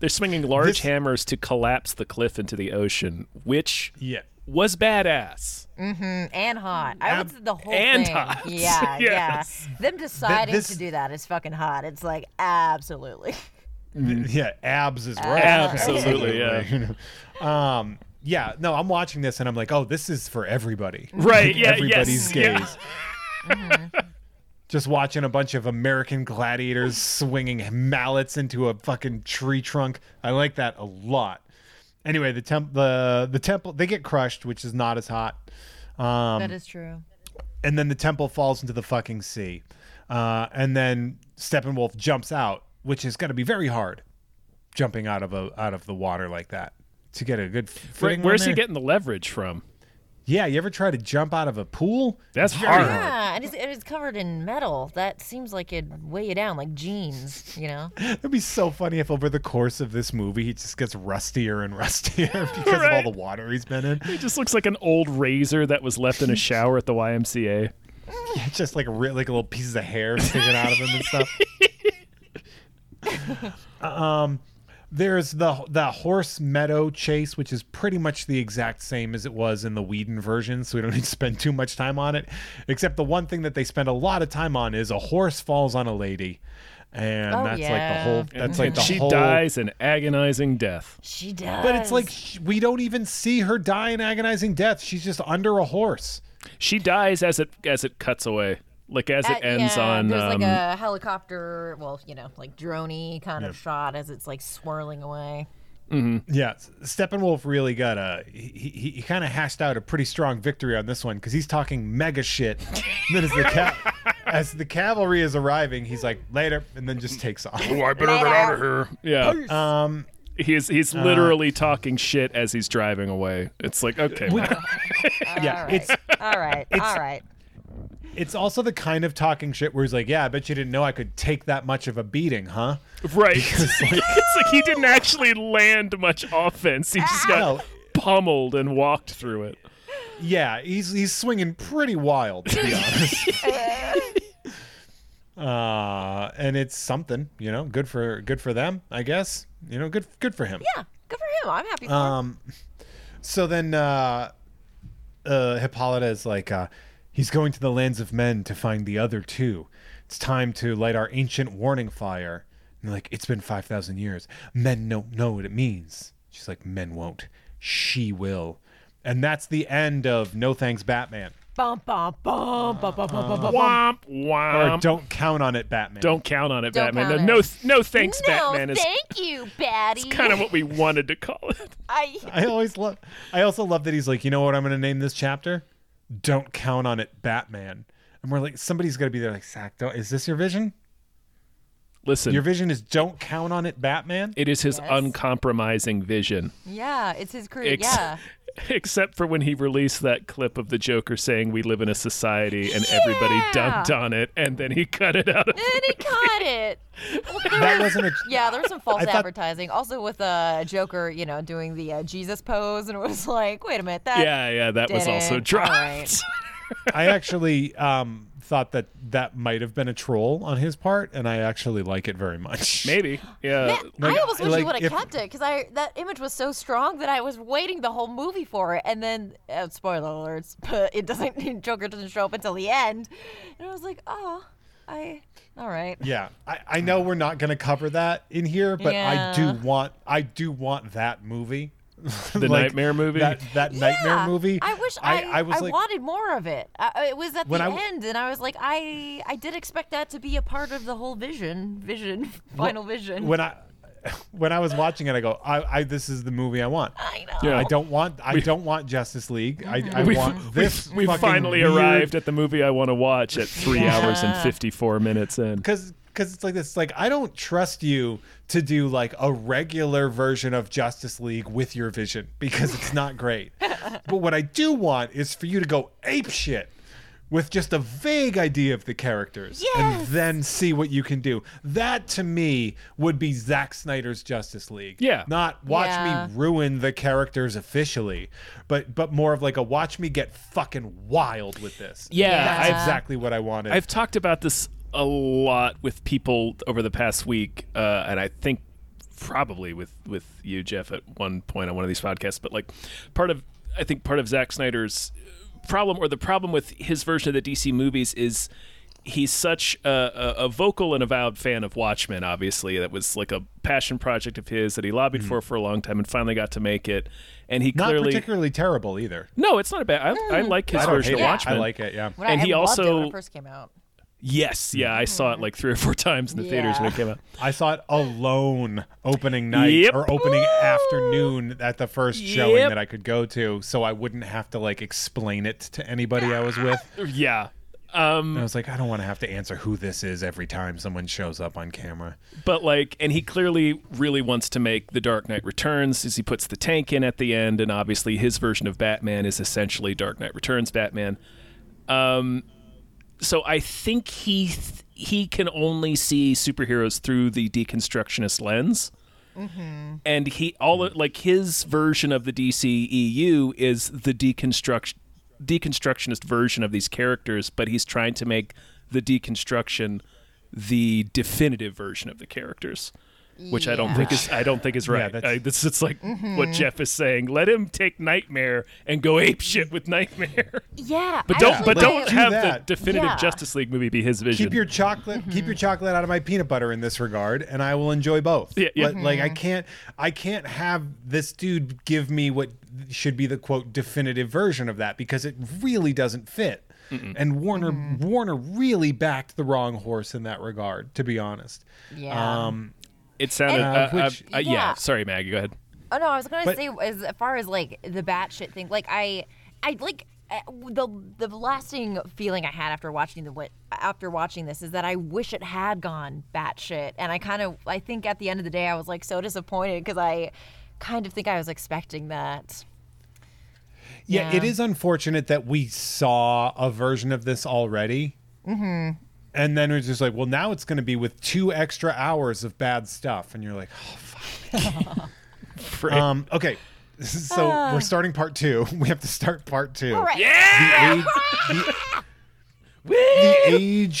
Speaker 3: They're swinging large
Speaker 4: This-
Speaker 3: hammers to collapse the cliff into the ocean, which
Speaker 4: Yeah.
Speaker 3: was badass.
Speaker 5: And hot. I would say the whole
Speaker 3: and
Speaker 5: thing.
Speaker 3: hot.
Speaker 5: Yeah,
Speaker 3: Yes.
Speaker 5: yeah. Them deciding
Speaker 4: this-
Speaker 5: to do that is fucking hot. It's like absolutely.
Speaker 4: Yeah, abs is right.
Speaker 3: Absolutely, yeah.
Speaker 4: Um, yeah, no, I'm watching this and I'm like, oh, this is for everybody.
Speaker 3: Right,
Speaker 4: Like,
Speaker 3: yeah,
Speaker 4: everybody's
Speaker 3: yes,
Speaker 4: gaze.
Speaker 3: yeah.
Speaker 4: Just watching a bunch of American gladiators swinging mallets into a fucking tree trunk. I like that a lot. Anyway, the temp, the the temple, they get crushed, which is not as hot. Um,
Speaker 7: That is true.
Speaker 4: and then the temple falls into the fucking sea. Uh, and then Steppenwolf jumps out, which is going to be very hard, jumping out of a out of the water like that to get a good. f-
Speaker 3: Right,
Speaker 4: footing on
Speaker 3: where's he
Speaker 4: there.
Speaker 3: getting the leverage from?
Speaker 4: Yeah, you ever try to jump out of a pool?
Speaker 3: That's
Speaker 4: It's very
Speaker 3: hard.
Speaker 5: Yeah, and it's, and it's covered in metal. That seems like it'd weigh you down like jeans, you know?
Speaker 4: *laughs* It'd be so funny if over the course of this movie he just gets rustier and *laughs* rustier because
Speaker 3: Right.
Speaker 4: of all the water he's been in.
Speaker 3: It just looks like an old razor that was left in a shower at the YMCA.
Speaker 4: It's *laughs* just like re- like little pieces of hair sticking out of him
Speaker 3: *laughs*
Speaker 4: and stuff. um, there's the the horse meadow chase, which is pretty much the exact same as it was in the Whedon version, so we don't *laughs* need to spend too much time on it. Except the one thing that they spend a lot of time on is a horse falls on a lady, and
Speaker 5: Oh,
Speaker 4: that's like the
Speaker 5: yeah.
Speaker 4: whole that's like
Speaker 3: and
Speaker 4: the
Speaker 3: she
Speaker 4: whole.
Speaker 3: dies an agonizing death.
Speaker 5: She does.
Speaker 4: But it's like sh- we don't even see her die an agonizing death. She's just under a horse.
Speaker 3: She dies as it as it cuts away, like as it
Speaker 5: Uh,
Speaker 3: ends
Speaker 5: yeah,
Speaker 3: on.
Speaker 5: There's
Speaker 3: um,
Speaker 5: like a helicopter, well, you know, like droney kind of shot as it's like swirling away.
Speaker 4: Yeah, S- Steppenwolf really got a he, he, he kind of hashed out a pretty strong victory on this one because he's talking mega shit. And then as the ca- as the cavalry is arriving, he's like later, and then just takes off.
Speaker 6: Oh, I better get out of here.
Speaker 3: yeah. Um, he's he's
Speaker 4: uh,
Speaker 3: literally talking shit as he's driving away. It's like okay, man.
Speaker 4: yeah,
Speaker 5: all right.
Speaker 4: it's
Speaker 5: all right. all right.
Speaker 4: it's also the kind of talking shit where he's like, yeah, I bet you didn't know I could take that much of a beating, huh?
Speaker 3: right? *laughs* it's like he didn't actually land much offense. He just got
Speaker 4: No.
Speaker 3: pummeled and walked through it.
Speaker 4: Yeah, he's he's swinging pretty wild to be honest. uh, and it's something, you know, good for good for them, I guess. You know, good good for him.
Speaker 5: Yeah, good for him. I'm happy for him.
Speaker 4: Um, so then, uh, uh, Hippolyta is like, uh, he's going to the lands of men to find the other two. It's time to light our ancient warning fire. And they're like, it's been 5,000 years. Men don't know what it means. She's like, men won't. She will. And that's the end of No Thanks Batman.
Speaker 5: Bum, bum, bum, bum, bum, bum, bum, bum, bum.
Speaker 3: Womp
Speaker 4: Or
Speaker 3: womp.
Speaker 4: don't count on it, Batman.
Speaker 3: Um, Don't count on it,
Speaker 5: Don't
Speaker 3: Batman.
Speaker 5: count
Speaker 3: no,
Speaker 5: on
Speaker 3: no, no thanks,
Speaker 5: no,
Speaker 3: Batman. Is
Speaker 5: thank you, Batty.
Speaker 3: kind of what we wanted to call it. *laughs*
Speaker 5: I,
Speaker 4: I always love. I also love that he's like, you know what? I'm going to name this chapter. Don't count on it, Batman. And we're like, somebody's going to be there, like, Zach. Don't, is this your vision?
Speaker 3: Listen,
Speaker 4: Your vision is don't count on it, Batman.
Speaker 3: it is his uncompromising vision.
Speaker 5: yeah, it's his career.
Speaker 3: Ex- *laughs*
Speaker 5: yeah.
Speaker 3: Except for when he released that clip of the Joker saying we live in a society and everybody
Speaker 5: Yeah.
Speaker 3: dumped on it and then he *laughs* cut it
Speaker 5: *laughs*
Speaker 3: out of
Speaker 5: And he caught it.
Speaker 4: That wasn't a.
Speaker 5: *laughs* Yeah, there was some false
Speaker 4: I thought-
Speaker 5: advertising. Also with uh, Joker, you know, doing the uh, Jesus pose, and it was *laughs* like, wait a minute, that
Speaker 3: Yeah, yeah, that was
Speaker 5: didn't-
Speaker 3: also
Speaker 5: all
Speaker 3: dropped.
Speaker 5: right.
Speaker 4: I actually um, thought that that might have been a troll on his part, and I actually like it very
Speaker 3: *laughs* *laughs*
Speaker 4: much.
Speaker 3: Maybe. Yeah.
Speaker 5: I almost wish
Speaker 4: Uh, like,
Speaker 5: you would
Speaker 4: if-
Speaker 5: have kept it because I that image was so strong that I was waiting the whole movie for it, and then uh, spoiler alerts, *laughs* but it doesn't. *laughs* Joker doesn't show up until the end, and I was like, oh, I, all right.
Speaker 4: Yeah, I, I know we're not going to cover that in here, but I
Speaker 5: Yeah.
Speaker 4: do want I do want that movie, *laughs* the
Speaker 3: nightmare movie?
Speaker 4: that, that nightmare
Speaker 5: Yeah,
Speaker 4: movie.
Speaker 5: I wish I I,
Speaker 4: was like,
Speaker 5: wanted more of it. I, I- it was at the
Speaker 4: When I w-
Speaker 5: end, and I was like, I I did expect that to be a part of the whole vision, vision, *laughs* final vision.
Speaker 4: when I when I was watching it, I go, I, I this is the movie I want.
Speaker 5: *laughs* I know.
Speaker 3: Yeah.
Speaker 4: I don't want I don't want Justice League. I, I
Speaker 3: Oh.
Speaker 5: Mm-hmm.
Speaker 3: We-
Speaker 4: want this.
Speaker 3: we finally arrived at the movie I want to watch at three hours and 54 minutes in.
Speaker 4: because because it's like this. Like I don't trust you to do like a regular version of Justice League with your vision because it's
Speaker 5: *laughs*
Speaker 4: not great. but what I do want is for you to go ape shit. With just a vague idea of the characters, and
Speaker 5: Yes.
Speaker 4: then see what you can do. That to me would be Zack Snyder's Justice League.
Speaker 3: Yeah.
Speaker 4: not watch
Speaker 5: Yeah.
Speaker 4: me ruin the characters officially, but but more of like a watch me get fucking wild with this.
Speaker 3: Yeah,
Speaker 4: that's
Speaker 3: I've-
Speaker 4: exactly what I wanted.
Speaker 3: I've talked about this a lot with people over the past week, uh, and I think probably with with you, Jeff, at one point on one of these podcasts. But like, part of I think part of Zack Snyder's problem, or the problem with his version of the DC movies, is he's such a, a, a vocal and avowed fan of Watchmen. Obviously, that was like a passion project of his that he lobbied for for a long time, and finally got to make it. And he
Speaker 4: Mm-hmm. not
Speaker 3: clearly
Speaker 4: particularly terrible either.
Speaker 3: no, it's not a bad. I, I like his
Speaker 4: I don't
Speaker 3: version
Speaker 4: hate
Speaker 3: of
Speaker 4: it.
Speaker 3: Watchmen.
Speaker 4: I like it. Yeah.
Speaker 5: When I-
Speaker 3: and
Speaker 5: I
Speaker 3: he
Speaker 5: loved it when
Speaker 3: also-
Speaker 5: it first came out.
Speaker 3: Yes, yeah, I saw it like three or four times in the theaters when it
Speaker 5: Yeah.
Speaker 3: came out.
Speaker 4: *laughs* I saw it alone opening night
Speaker 3: Yep.
Speaker 4: or opening afternoon at the first showing
Speaker 3: Yep.
Speaker 4: that I could go to, so I wouldn't have to like explain it to anybody I was with.
Speaker 3: Yeah,
Speaker 4: And I was like, I don't want to have to answer who this is every time someone shows up on camera.
Speaker 3: but like, and he clearly really wants to make The Dark Knight Returns as he puts the tank in at the end, and obviously his version of Batman is essentially Dark Knight Returns Batman. Um, so I think he th- he can only see superheroes through the deconstructionist lens. and he all of- like his version of the DCEU is the deconstruction deconstructionist version of these characters, but he's trying to make the deconstruction the definitive version of the characters. Which I don't think is I don't think is right.
Speaker 4: that's-
Speaker 3: I, this it's like what Jeff is saying. Let him take Nightmare and go ape shit with Nightmare,
Speaker 5: Yeah,
Speaker 3: but don't but
Speaker 4: like,
Speaker 3: don't
Speaker 4: do
Speaker 3: have
Speaker 4: that.
Speaker 3: the definitive
Speaker 5: Yeah.
Speaker 3: Justice League movie be his vision.
Speaker 4: Keep your chocolate, keep your chocolate out of my peanut butter in this regard, and I will enjoy both.
Speaker 3: Yeah, yeah.
Speaker 4: But, Like I can't, I can't have this dude give me what should be the quote definitive version of that because it really doesn't fit. And Warner, Warner really backed the wrong horse in that regard, to be honest.
Speaker 5: Yeah.
Speaker 4: Um,
Speaker 3: it sounded
Speaker 4: Uh,
Speaker 3: uh, uh,
Speaker 4: which-
Speaker 3: uh, yeah.
Speaker 5: Yeah.
Speaker 3: Sorry, Maggie. Go ahead.
Speaker 5: Oh no, I was gonna
Speaker 4: But-
Speaker 5: say as far as like the batshit thing, like I, I like uh, the the lasting feeling I had after watching the what after watching this is that I wish it had gone batshit, and I kind of I think at the end of the day I was like so disappointed because I kind of think I was expecting that.
Speaker 4: yeah,
Speaker 5: Yeah.
Speaker 4: it is unfortunate that we saw a version of this already. Mm-hmm. And then it was just like, well, now it's going to be with two extra hours of bad stuff, and you're like, oh,
Speaker 5: *laughs*
Speaker 4: *laughs*
Speaker 3: Fred.
Speaker 4: Um, okay. So we're starting part two. *laughs* We have to start part two.
Speaker 5: Ah. All right.
Speaker 4: The age,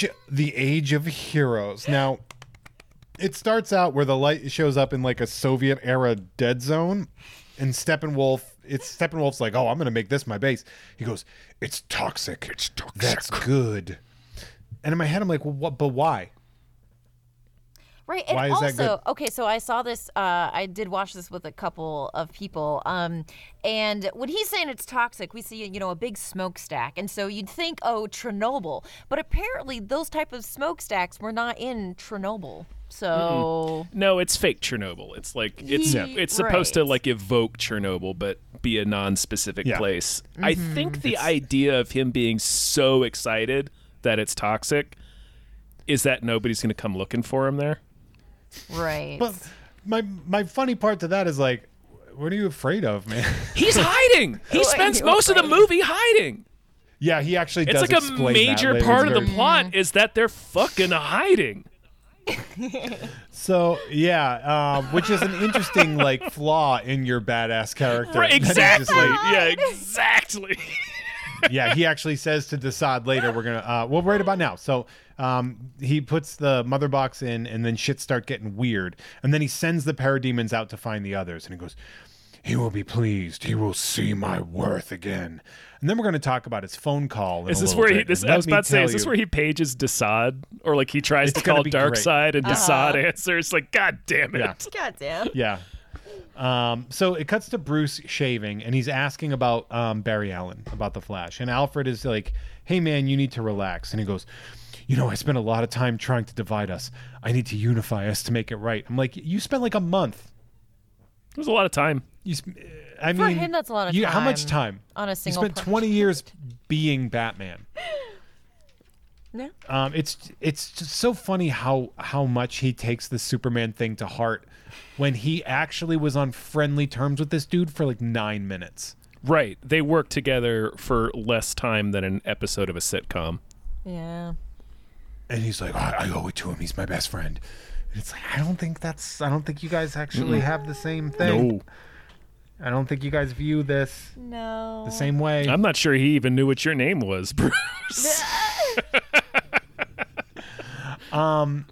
Speaker 3: *laughs*
Speaker 4: the, the age, the age of heroes. Now, it starts out where the light shows up in like a Soviet era dead zone, and Steppenwolf. It's Steppenwolf's like, oh, I'm gonna make this my base. He goes, it's toxic. It's toxic. That's good. And in my head, I'm like, well, what? But why?
Speaker 5: Right. And
Speaker 4: Why is
Speaker 5: also,
Speaker 4: that good?
Speaker 5: okay, so I saw this, uh, I did watch this with a couple of people. Um, and when he's saying it's toxic, we see, you know, a big smokestack. And so you'd think, oh, Chernobyl. But apparently those type of smokestacks were not in Chernobyl. So,
Speaker 3: No, it's fake Chernobyl. It's like it's
Speaker 5: Yeah.
Speaker 3: it's supposed to
Speaker 5: Right.
Speaker 3: like evoke Chernobyl, but be a non-specific
Speaker 4: Yeah.
Speaker 3: place. I
Speaker 4: Mm-hmm.
Speaker 3: think the idea of him being so excited that it's toxic is that nobody's going to come looking for him there.
Speaker 5: right.
Speaker 4: Mm. But my my funny part to that is like, what are you afraid of, man? *laughs*
Speaker 3: He's hiding. He spends most of the movie hiding.
Speaker 4: yeah, he actually
Speaker 3: It's
Speaker 4: does.
Speaker 3: like a
Speaker 4: explain that
Speaker 3: major
Speaker 4: later.
Speaker 3: part
Speaker 4: It's
Speaker 3: of the
Speaker 4: very-
Speaker 3: plot is that they're fucking hiding.
Speaker 4: So yeah, um, which is an interesting like flaw in your badass character.
Speaker 3: Right,
Speaker 4: That he's just
Speaker 3: exactly.
Speaker 4: like-
Speaker 3: Yeah, exactly.
Speaker 4: yeah, he actually says to Desaad later, we're gonna uh well right about now. So um he puts the mother box in and then shit start getting weird. And then he sends the parademons out to find the others and he goes, He will be pleased. He will see my worth again. And then we're gonna talk about his phone call. in
Speaker 3: Is
Speaker 4: a
Speaker 3: this
Speaker 4: little
Speaker 3: where he?
Speaker 4: bit.
Speaker 3: This,
Speaker 4: And
Speaker 3: I
Speaker 4: let
Speaker 3: was
Speaker 4: me
Speaker 3: about to say,
Speaker 4: tell
Speaker 3: is this
Speaker 4: you-
Speaker 3: where he pages Desaad, or like he tries
Speaker 4: It's
Speaker 3: to call
Speaker 4: gonna be great.
Speaker 3: Darkseid and Desaad *laughs* answers? Like, god damn it!
Speaker 4: Yeah.
Speaker 5: God damn.
Speaker 4: *laughs* Yeah. Um, so it cuts to Bruce shaving, and he's asking about um, Barry Allen, about the Flash. And Alfred is like, hey, man, you need to relax. And he goes, you know, I spent a lot of time trying to divide us. I need to unify us to make it right. I'm like, you spent like a month.
Speaker 3: It was a lot of time.
Speaker 4: You sp- uh, I
Speaker 5: For
Speaker 4: mean,
Speaker 5: him, that's a lot of
Speaker 4: you- How much
Speaker 5: time
Speaker 4: time?
Speaker 5: on a
Speaker 4: You
Speaker 5: single
Speaker 4: spent
Speaker 5: project.
Speaker 4: 20
Speaker 5: *laughs*
Speaker 4: years being Batman.
Speaker 5: Yeah.
Speaker 4: Um, it's it's just so funny how how much he takes the Superman thing to heart when he actually was on friendly terms with this dude for like nine minutes.
Speaker 3: Right. They work together for less time than an episode of a sitcom.
Speaker 5: Yeah.
Speaker 4: And he's like, I, I owe it to him. He's my best friend. And it's like I don't think that's I don't think you guys actually have the same thing. I don't think you guys view this
Speaker 5: No.
Speaker 4: the same way.
Speaker 3: I'm not sure he even knew what your name was, Bruce.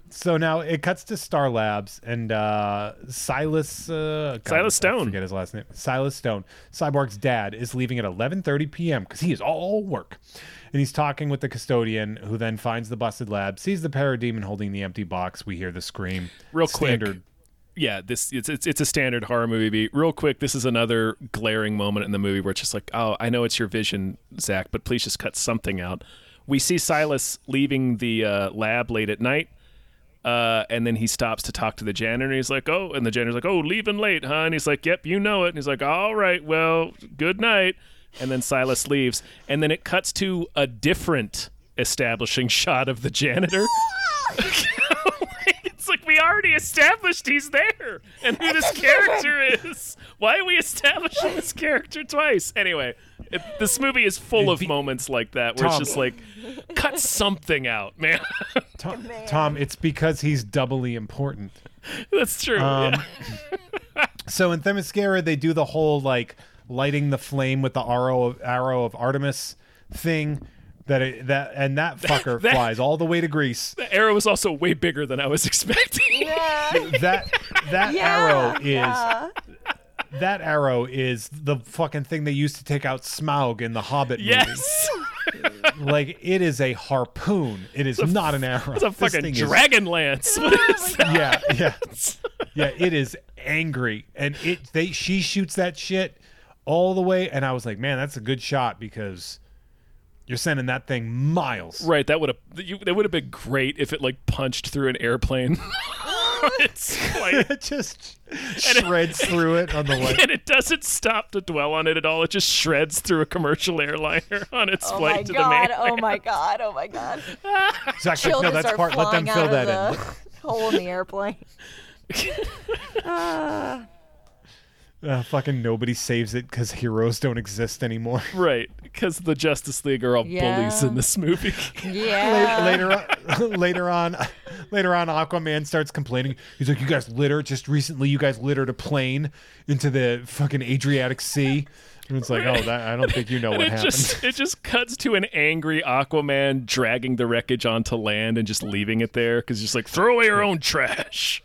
Speaker 4: So now it cuts to Star Labs and uh, Silas uh, God,
Speaker 3: Silas
Speaker 4: I
Speaker 3: Stone.
Speaker 4: forget his last name. Silas Stone, Cyborg's dad, is leaving at 11:30 p.m. because he is all work, and he's talking with the custodian, who then finds the busted lab, sees the parademon holding the empty box. We hear the scream.
Speaker 3: Real quick.
Speaker 4: Standard.
Speaker 3: *laughs* yeah, this it's, it's it's a standard horror movie beat. Real quick, this is another glaring moment in the movie where it's just like, oh, I know it's your vision, Zach, but please just cut something out. We see Silas leaving the uh, lab late at night, uh, and then he stops to talk to the janitor. And he's like, oh, and the janitor's like, oh, leaving late, huh? And he's like, yep, you know it. And he's like, all right, well, good night. And then Silas leaves, and then it cuts to a different establishing *laughs* shot of the janitor. *laughs* it's like we already established he's there and who this character is. Why are we establishing this character twice? Anyway, it, this movie is full of moments like that where
Speaker 4: Tom.
Speaker 3: it's just like, cut something out, man. *laughs*
Speaker 4: Tom, Tom, it's because he's doubly important.
Speaker 3: That's true. yeah.
Speaker 4: So in Themyscira, they do the whole like lighting the flame with the arrow of, arrow of Artemis thing. That it, that and that
Speaker 3: *laughs*
Speaker 4: fucker
Speaker 3: That-
Speaker 4: flies all the way to Greece.
Speaker 3: The arrow is also way bigger than I was *laughs*
Speaker 5: *laughs*
Speaker 3: expecting.
Speaker 4: that that arrow is that arrow is the fucking thing they used to take out Smaug in the Hobbit
Speaker 3: Yes.
Speaker 4: movie. Like it is a harpoon. It is not an arrow.
Speaker 3: It's a
Speaker 4: This
Speaker 3: fucking
Speaker 4: thing is-
Speaker 3: dragon lance. *laughs* What is that?
Speaker 4: yeah, yeah, yeah. It is angry, and it they she shoots that shit all the way, and I was like, man, that's a good shot because you're sending that thing miles.
Speaker 3: Right, that would have you- that would have been great if it like punched through an airplane. *laughs* it's
Speaker 5: *laughs*
Speaker 3: like
Speaker 4: *laughs* It just shreds through it on the
Speaker 3: *laughs*
Speaker 4: way.
Speaker 3: and it doesn't stop to dwell on it at all. It just shreds through a commercial airliner *laughs* on its
Speaker 5: Oh
Speaker 3: flight
Speaker 5: my
Speaker 3: to
Speaker 5: god!
Speaker 3: the
Speaker 5: Oh my god! Oh my
Speaker 4: *laughs*
Speaker 5: god!
Speaker 4: Zach's like, no,
Speaker 5: Children
Speaker 4: that's
Speaker 5: are
Speaker 4: part. Let
Speaker 5: flying
Speaker 4: them fill
Speaker 5: out
Speaker 4: that in.
Speaker 5: of the hole in the airplane.
Speaker 4: *laughs* Uh, fucking nobody saves it because heroes don't exist anymore.
Speaker 3: mainland. Right, because the Justice League are all bullies
Speaker 5: Yeah.
Speaker 3: in this movie. *laughs*
Speaker 5: Yeah.
Speaker 4: *laughs* later, on, *laughs* later on, later on, Aquaman starts complaining. He's like, "You guys litter. Just recently, you guys littered a plane into the fucking Adriatic Sea." And it's like, "Oh, that, I don't think
Speaker 3: *laughs*
Speaker 4: you know
Speaker 3: and
Speaker 4: what
Speaker 3: it
Speaker 4: happened."
Speaker 3: just it just cuts to an angry Aquaman dragging the wreckage onto land and just leaving it there because just like throw away your own trash.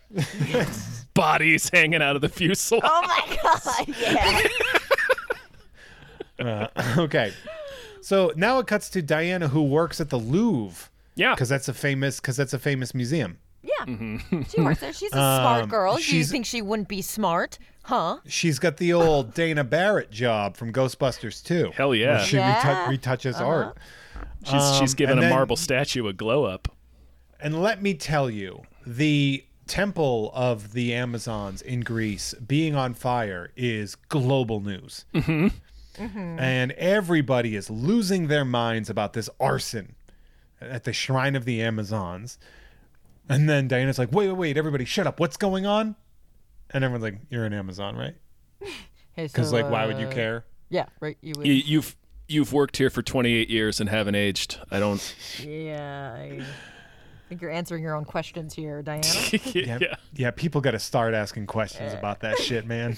Speaker 3: Bodies hanging out of the fuselage.
Speaker 5: Oh my god! *laughs* Yeah.
Speaker 4: *laughs* okay, so now it cuts to Diana, who works at the Louvre
Speaker 3: yeah,
Speaker 4: because that's a famous because that's a famous museum.
Speaker 5: Yeah. Yeah, she works there. She's a smart girl.
Speaker 4: Mm-hmm. Um, she's-
Speaker 5: you think she wouldn't be smart, huh?
Speaker 4: She's got
Speaker 3: *laughs*
Speaker 4: the old Dana Barrett job from Ghostbusters too.
Speaker 3: Hell yeah.
Speaker 4: Where she
Speaker 5: Yeah.
Speaker 4: retou- retouches art.
Speaker 3: She's, she's
Speaker 4: Um,
Speaker 3: giving
Speaker 4: and
Speaker 3: a
Speaker 4: then-
Speaker 3: marble statue a glow up.
Speaker 4: And let me tell you, the temple of the Amazons in Greece being on fire is global news. Mm-hmm. And everybody is losing their minds about this arson at the shrine of the Amazons. And then Diana's like, wait, wait, wait, everybody, shut up. What's going on? And everyone's like, you're an Amazon, right? Because, like, why
Speaker 5: Uh,
Speaker 4: would you care?
Speaker 5: Yeah, right. You would.
Speaker 3: You, you've you've worked here for 28 years and haven't aged. I don't.
Speaker 5: Yeah. I think you're answering your own questions here, Diana.
Speaker 4: *laughs*
Speaker 3: yeah.
Speaker 4: Yeah, people got to start asking questions about that shit,
Speaker 3: *laughs*
Speaker 4: man.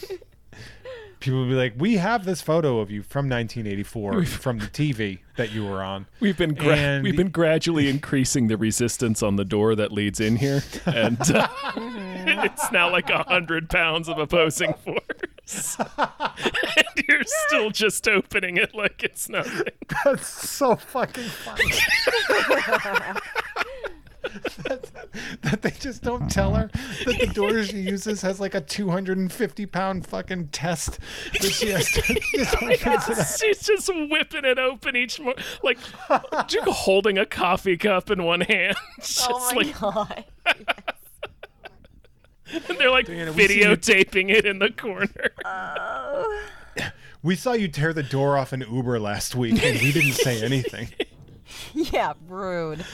Speaker 4: People will be like, "We have this photo of you from 1984 *laughs* from the TV that you were on."
Speaker 3: We've been gra-
Speaker 4: And-
Speaker 3: we've been gradually increasing the resistance on the door that leads in here, and
Speaker 4: *laughs*
Speaker 3: uh, it's now like a hundred pounds of opposing force, and you're still just opening it like it's nothing.
Speaker 4: That's so fucking funny. that, *laughs* that they just don't tell her that the door
Speaker 3: *laughs*
Speaker 4: she uses has like a 250 pound fucking test that she has
Speaker 3: *laughs*
Speaker 4: to
Speaker 3: Oh
Speaker 4: *laughs* just open it to the-
Speaker 3: She's just whipping it open each morning, like just holding a coffee cup in one hand. *laughs* Just
Speaker 5: *laughs* oh my
Speaker 3: like,
Speaker 5: god.
Speaker 3: and they're like
Speaker 4: we see you-
Speaker 3: videotaping it in the corner.
Speaker 4: We saw you tear the door off an Uber last week, and we didn't say
Speaker 3: *laughs*
Speaker 4: anything.
Speaker 5: *laughs*
Speaker 4: *laughs*
Speaker 5: Yeah, rude.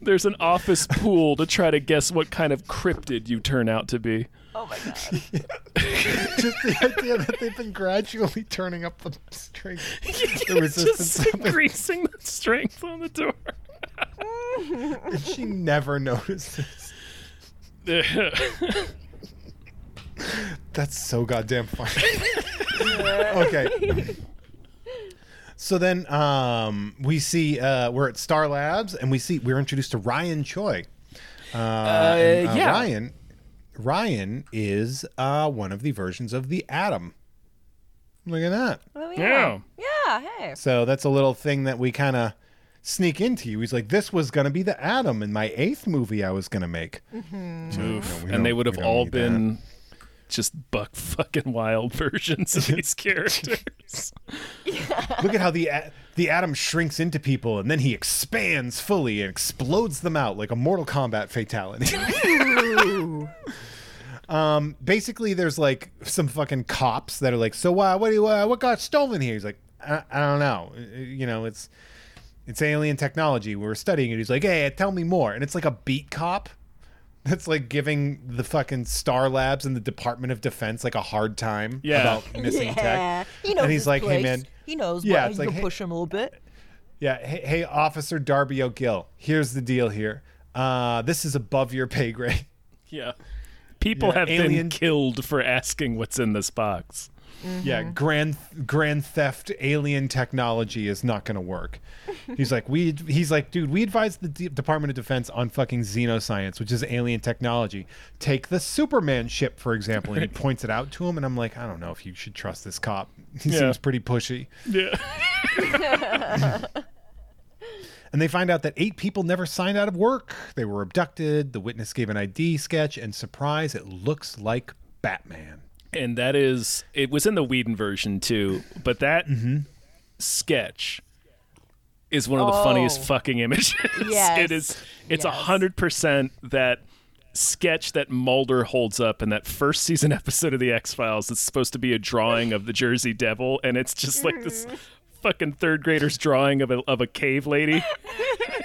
Speaker 3: There's an office pool to try to guess what kind of cryptid you turn out to be.
Speaker 5: Oh my god.
Speaker 4: just the idea that they've been gradually turning up the *laughs*
Speaker 3: *laughs*
Speaker 4: strength, the resistance.
Speaker 3: just increasing the strength on the door.
Speaker 4: she never *laughs* notices. That's so goddamn funny. okay. So then um, we see uh, we're at Star Labs and we see we're introduced to Ryan Choi. Uh, and, uh,
Speaker 3: yeah.
Speaker 4: Ryan. Ryan is uh, one of the versions of the Atom. Look at that.
Speaker 5: Oh,
Speaker 3: yeah.
Speaker 5: Yeah. Hey.
Speaker 4: So that's a little thing that we kind of sneak into you. He's like, this was going to be the Atom in my eighth movie I was going to make.
Speaker 3: Oof.
Speaker 4: we
Speaker 3: and they
Speaker 4: don't-
Speaker 3: would
Speaker 4: we
Speaker 3: have
Speaker 4: don't
Speaker 3: all
Speaker 4: need
Speaker 3: been just buck fucking wild *laughs* versions of *laughs* these characters.
Speaker 4: Look at how the a- the Atom shrinks into people and then he expands fully and explodes them out like a Mortal Kombat
Speaker 5: *laughs*
Speaker 4: fatality. *laughs* um, basically, there's like some fucking cops that are like, so why? What do you, uh, what got stolen here? He's like, I, I don't know. Uh, You know, it's it's alien technology. We were studying it. He's like, hey, tell me more. And it's like a beat cop. That's like giving the fucking Star Labs and the Department of Defense like a hard time
Speaker 3: Yeah.
Speaker 4: about missing
Speaker 5: *laughs* Yeah.
Speaker 4: tech.
Speaker 5: He knows.
Speaker 4: and he's
Speaker 5: his
Speaker 4: like, hey
Speaker 5: place.
Speaker 4: man,
Speaker 5: He knows.
Speaker 4: Yeah,
Speaker 5: Yeah.
Speaker 4: it's
Speaker 5: you
Speaker 4: like,
Speaker 5: can
Speaker 4: hey-
Speaker 5: push him a little bit.
Speaker 4: *laughs*
Speaker 5: *laughs*
Speaker 4: yeah. Hey, hey, Officer Darby O'Gill. Here's the deal. Here, uh, this is above your pay grade.
Speaker 3: yeah. People have been
Speaker 4: alien-
Speaker 3: killed for asking what's in this box.
Speaker 4: Yeah, grand grand theft alien technology is not going to work. He's like, we. He's like, dude, we advised the D- Department of Defense on fucking xenoscience, which is alien technology. Take the Superman ship for example, and he points it out to him, and I'm like, I don't know if you should trust this cop. He
Speaker 3: Yeah.
Speaker 4: seems pretty pushy.
Speaker 3: Yeah.
Speaker 4: And they find out that eight people never signed out of work. They were abducted. The witness gave an ID sketch, and surprise, it looks like Batman.
Speaker 3: and that is it was in the Whedon version too, but that
Speaker 4: Mm-hmm.
Speaker 3: sketch is one of the funniest
Speaker 5: Oh.
Speaker 3: fucking images. *laughs*
Speaker 5: Yes.
Speaker 3: it is it's a
Speaker 5: Yes.
Speaker 3: hundred percent that sketch that Mulder holds up in that first season *laughs* episode of the X Files It's supposed to be a drawing of the Jersey Devil and it's just like this
Speaker 5: Mm.
Speaker 3: fucking third grader's drawing of a of a cave
Speaker 5: *laughs*
Speaker 3: lady.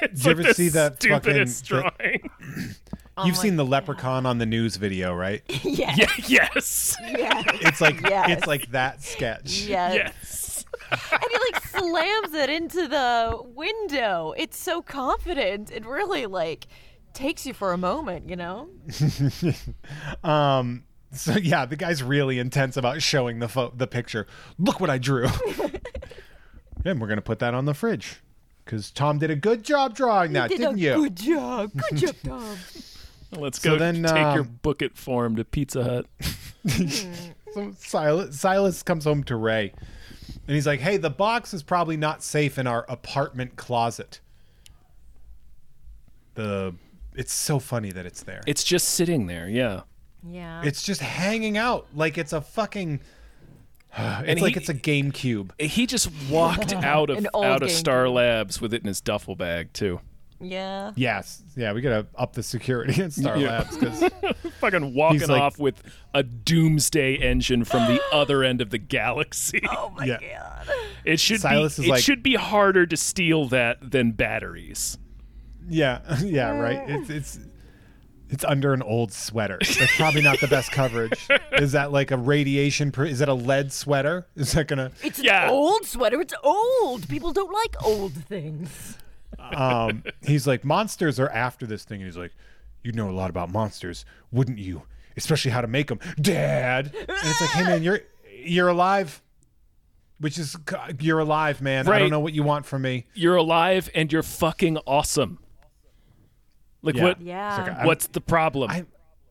Speaker 3: it's
Speaker 4: You
Speaker 3: like
Speaker 4: ever
Speaker 3: the
Speaker 4: see that fucking-
Speaker 3: stupidest
Speaker 4: that-
Speaker 3: drawing. *laughs*
Speaker 5: Oh
Speaker 4: You've seen the leprechaun on the news video,
Speaker 5: *laughs*
Speaker 4: right?
Speaker 5: Yes.
Speaker 3: yeah, yes.
Speaker 5: Yes.
Speaker 4: It's like
Speaker 5: Yes.
Speaker 4: it's like that sketch.
Speaker 5: yes.
Speaker 3: Yes.
Speaker 5: And he like slams it into the window. It's so confident. It really like takes you for a moment. You know.
Speaker 4: Um. So yeah, the guy's really intense about showing the fo- the picture. Look what
Speaker 5: *laughs*
Speaker 4: I drew. and we're gonna put that on the fridge, because Tom did a good job drawing that,
Speaker 5: Did
Speaker 4: not
Speaker 5: a
Speaker 4: you?
Speaker 5: Good *laughs* job. Good job, Tom.
Speaker 3: Let's go
Speaker 4: So then,
Speaker 3: take your
Speaker 4: um,
Speaker 3: book it form to Pizza Hut.
Speaker 4: So Silas, Silas comes home to Ray, and he's like, "Hey, the box is probably not safe in our apartment closet." The it's so funny that it's there.
Speaker 3: It's just sitting there, yeah.
Speaker 5: Yeah.
Speaker 4: It's just hanging out like it's a fucking. *sighs* It's
Speaker 3: And
Speaker 4: like
Speaker 3: he-
Speaker 4: it's a GameCube.
Speaker 3: He just walked out of
Speaker 5: An old
Speaker 3: out of
Speaker 5: game.
Speaker 3: Star Labs with it in his duffel bag too.
Speaker 5: yeah.
Speaker 4: Yes, yeah, we gotta up the security *laughs* at Star
Speaker 3: Yeah.
Speaker 4: Labs because
Speaker 3: Fucking walking
Speaker 4: He's like-
Speaker 3: off with a doomsday engine from
Speaker 4: *gasps*
Speaker 3: the other end of the galaxy.
Speaker 4: yeah,
Speaker 3: *laughs* It should
Speaker 4: Silas
Speaker 3: be
Speaker 4: is
Speaker 3: it
Speaker 4: like-
Speaker 3: should be harder to steal that than batteries.
Speaker 4: yeah, *laughs* yeah, right. It's it's it's under an old sweater. That's probably not the
Speaker 3: *laughs*
Speaker 4: best coverage. Is that like a radiation? Pr- is that a lead sweater? Is that gonna?
Speaker 5: It's
Speaker 3: Yeah.
Speaker 5: an old sweater. It's old. People don't like old things.
Speaker 4: um, he's like, monsters are after this thing. And he's like, you know a lot about monsters, wouldn't you? Especially how to make them, Dad. And it's like, hey man, you're you're alive, which is you're alive, man. I
Speaker 3: Right.
Speaker 4: don't know what you want from me.
Speaker 3: You're alive and you're fucking awesome. Like
Speaker 4: Yeah.
Speaker 3: what
Speaker 5: Yeah.
Speaker 4: It's like, I'm-
Speaker 3: what's the problem?
Speaker 4: I,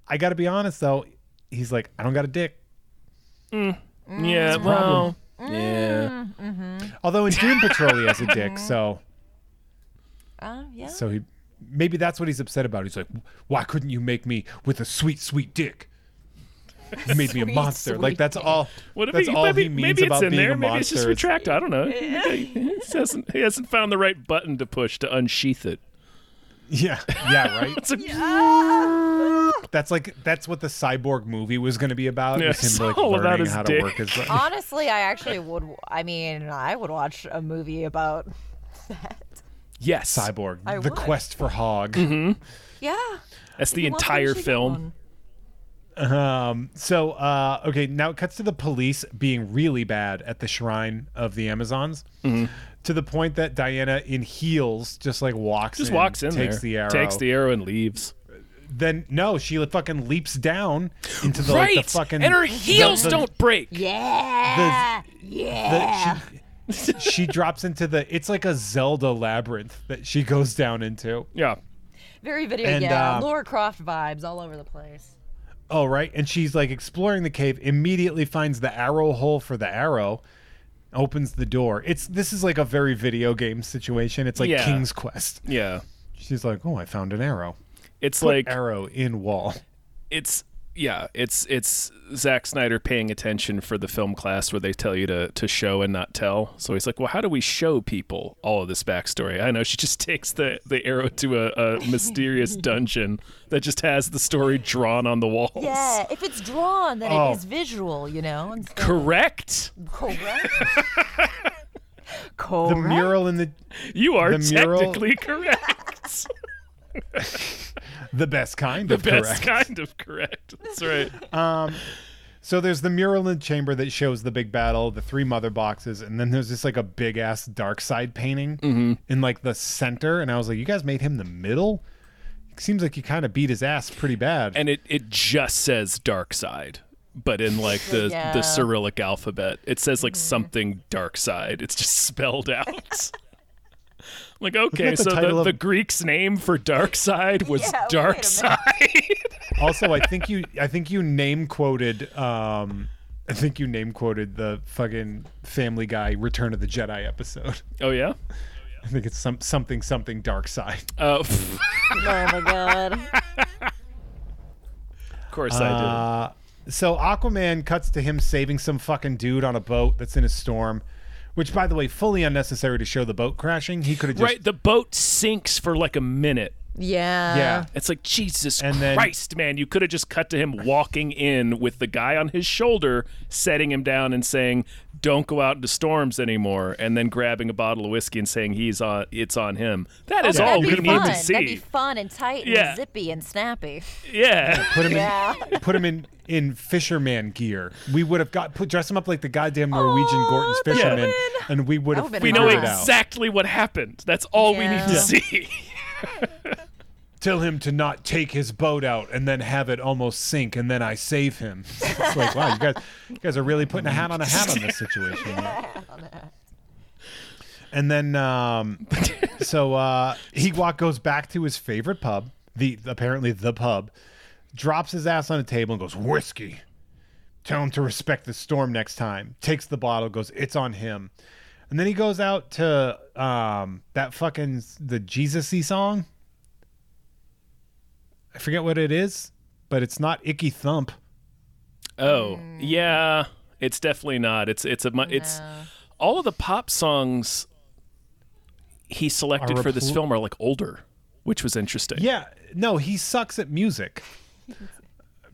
Speaker 4: I gotta be honest though. He's like, I don't got a dick. Mm,
Speaker 3: yeah, well, yeah.
Speaker 4: Although in Doom Patrol he has a dick, so
Speaker 5: Uh, yeah.
Speaker 4: so he maybe that's what he's upset about. He's like, why couldn't you make me with a sweet, sweet dick? You made me a monster. like
Speaker 5: sweet
Speaker 4: that's all.
Speaker 3: What if
Speaker 4: that's
Speaker 3: he,
Speaker 4: all
Speaker 3: maybe,
Speaker 4: he means
Speaker 3: maybe
Speaker 4: about
Speaker 3: it's in
Speaker 4: being
Speaker 3: there.
Speaker 4: a
Speaker 3: maybe it's just
Speaker 4: monster. is-
Speaker 3: retracted. I don't know. *laughs* he, hasn't, he hasn't found the right button to push to unsheath it.
Speaker 4: yeah,
Speaker 3: *laughs*
Speaker 4: yeah, right.
Speaker 3: It's a,
Speaker 4: That's like that's what the cyborg movie was going to be about.
Speaker 3: Yeah,
Speaker 4: was him
Speaker 3: it's
Speaker 4: like
Speaker 3: all about
Speaker 4: learning
Speaker 3: his
Speaker 4: how
Speaker 3: dick.
Speaker 4: to work his.
Speaker 5: *laughs* Honestly, I actually would. I mean, I would watch a movie about.
Speaker 3: yes,
Speaker 4: Cyborg,
Speaker 5: I
Speaker 4: the
Speaker 5: would.
Speaker 4: quest for Hog.
Speaker 3: Mm-hmm.
Speaker 5: Yeah.
Speaker 3: that's the
Speaker 5: You want them
Speaker 3: entire
Speaker 5: to get
Speaker 3: film.
Speaker 5: one.
Speaker 4: Um, so uh, okay, now it cuts to the police being really bad at the shrine of the Amazons,
Speaker 3: Mm-hmm.
Speaker 4: to the point that Diana in heels just like walks,
Speaker 3: Just
Speaker 4: in,
Speaker 3: walks in
Speaker 4: takes
Speaker 3: there,
Speaker 4: the arrow,
Speaker 3: takes the arrow and leaves.
Speaker 4: Then no, she like, fucking leaps down into the
Speaker 3: right,
Speaker 4: like, the fucking
Speaker 3: and her
Speaker 4: the-
Speaker 3: heels
Speaker 4: the-
Speaker 3: don't break.
Speaker 5: Yeah.
Speaker 4: the-
Speaker 5: yeah.
Speaker 4: she, she drops into the it's like a Zelda labyrinth that she goes down into.
Speaker 3: Yeah,
Speaker 5: Very video.
Speaker 4: and,
Speaker 5: yeah.
Speaker 4: uh,
Speaker 5: Laura Croft vibes all over the place.
Speaker 4: Oh, right. And she's like exploring the cave, immediately finds the arrow hole for the arrow, opens the door. It's this is like a very video game situation. It's like
Speaker 3: Yeah.
Speaker 4: King's Quest.
Speaker 3: yeah.
Speaker 4: She's like, "Oh, I found an arrow."
Speaker 3: It's
Speaker 4: Put
Speaker 3: like
Speaker 4: arrow in wall.
Speaker 3: it's yeah, it's it's Zack Snyder paying attention for the film class where they tell you to to show and not tell. So he's like, well, how do we show people all of this backstory? I know she just *laughs* takes the the arrow to a,
Speaker 4: *laughs*
Speaker 3: a mysterious dungeon that just has the story drawn on the walls.
Speaker 5: Yeah. If it's drawn, then
Speaker 4: Oh.
Speaker 5: it is visual. You know. And so-
Speaker 3: Correct. *laughs*
Speaker 5: correct.
Speaker 4: The
Speaker 5: correct.
Speaker 4: mural in the
Speaker 3: You are
Speaker 4: The mural-
Speaker 3: technically correct.
Speaker 4: the best kind
Speaker 3: the
Speaker 4: of
Speaker 3: best
Speaker 4: correct.
Speaker 3: kind of correct. That's right.
Speaker 4: So there's the mural in the chamber that shows the big battle, the three mother boxes, and then there's just like a big ass dark side painting
Speaker 3: Mm-hmm.
Speaker 4: in like the center. And I was like, "You guys made him the middle." Seems like you kind of beat his ass pretty bad.
Speaker 3: *laughs* and it it just says dark side but in like the
Speaker 5: Yeah. Mm-hmm.
Speaker 3: the cyrillic alphabet it says like something dark side it's just *laughs* spelled
Speaker 5: *laughs*
Speaker 3: out like okay
Speaker 4: that the
Speaker 3: so the,
Speaker 4: title of-
Speaker 3: the greek's name for dark side was
Speaker 5: Yeah, wait a
Speaker 3: dark
Speaker 5: minute.
Speaker 3: side *laughs*
Speaker 4: also, I think you I think you name quoted um I think you name quoted the fucking Family Guy Return of the Jedi episode.
Speaker 3: oh yeah
Speaker 4: I think it's some something something dark side.
Speaker 3: uh, *laughs* of
Speaker 5: Oh my god.
Speaker 3: course i
Speaker 4: Uh, so Aquaman cuts to him saving some fucking dude on a boat that's in a storm, which by the way, fully unnecessary to show the boat crashing. He could have
Speaker 3: did
Speaker 4: just
Speaker 3: right the boat sinks for like a minute
Speaker 5: Yeah.
Speaker 4: yeah.
Speaker 3: it's like jesus
Speaker 4: And then-
Speaker 3: christ man you could have just cut to him walking in with the guy on his shoulder setting him down and saying don't go out into storms anymore and then grabbing a bottle of whiskey and saying he's on it's on him that is
Speaker 5: Oh, That'd
Speaker 3: all
Speaker 5: be
Speaker 3: we
Speaker 5: fun.
Speaker 3: need to
Speaker 5: That'd be
Speaker 3: see
Speaker 5: fun and tight
Speaker 3: Yeah.
Speaker 5: and zippy and snappy.
Speaker 3: yeah
Speaker 4: Put him
Speaker 5: Yeah.
Speaker 4: in put him in in fisherman gear. We would have got put dress him up like the goddamn Norwegian
Speaker 5: Aw,
Speaker 4: Gorton's
Speaker 5: that
Speaker 4: fisherman,
Speaker 5: would've
Speaker 4: and we would have
Speaker 5: would've
Speaker 4: figured
Speaker 5: been
Speaker 3: we *laughs* know
Speaker 4: it
Speaker 5: Fine.
Speaker 4: out.
Speaker 3: exactly what happened that's all we need to
Speaker 5: Yeah.
Speaker 3: see
Speaker 4: tell him to not take his boat out and then have it almost sink and then I save him. *laughs* It's like, wow, you guys you guys are really putting a hat on a hat on this situation. And then um so uh he walk goes back to his favorite pub, the apparently the pub, drops his ass on a table and goes, Whiskey. Tell him to respect the storm next time. Takes the bottle, goes, It's on him. And then he goes out to um that fucking the Jesus y song. I forget what it is, but it's not Icky Thump.
Speaker 3: *laughs* Oh, yeah. It's definitely not. It's it's a mu- it's all of the pop songs he selected
Speaker 4: Are
Speaker 3: for this
Speaker 4: repl-
Speaker 3: film are like older, which was interesting.
Speaker 4: Yeah, no, he sucks at music.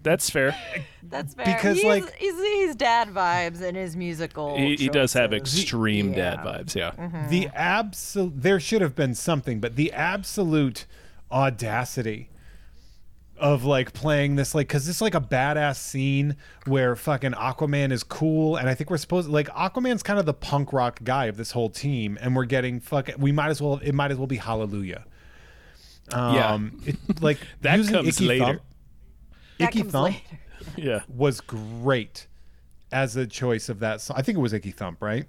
Speaker 3: That's fair.
Speaker 5: That's fair.
Speaker 4: Because,
Speaker 5: he's,
Speaker 4: like-
Speaker 5: he's, he's dad vibes in his musical.
Speaker 3: He, he does have
Speaker 5: choices.
Speaker 3: extreme dad vibes, yeah.
Speaker 4: The
Speaker 5: Hmm.
Speaker 4: absolute there should have been something, but the absolute audacity of like playing this like cuz it's like a badass scene where fucking Aquaman is cool and I think we're supposed like Aquaman's kind of the punk rock guy of this whole team and we're getting fucking we might as well it might as well be hallelujah.
Speaker 3: Yeah.
Speaker 4: Um it, like
Speaker 3: *laughs* That
Speaker 4: using
Speaker 3: comes
Speaker 4: Icky
Speaker 3: later.
Speaker 4: Thump-
Speaker 5: That
Speaker 4: Icky
Speaker 5: comes
Speaker 4: Thump
Speaker 5: later.
Speaker 3: Yeah.
Speaker 4: was great as a choice of that song. I think it was Icky Thump, right?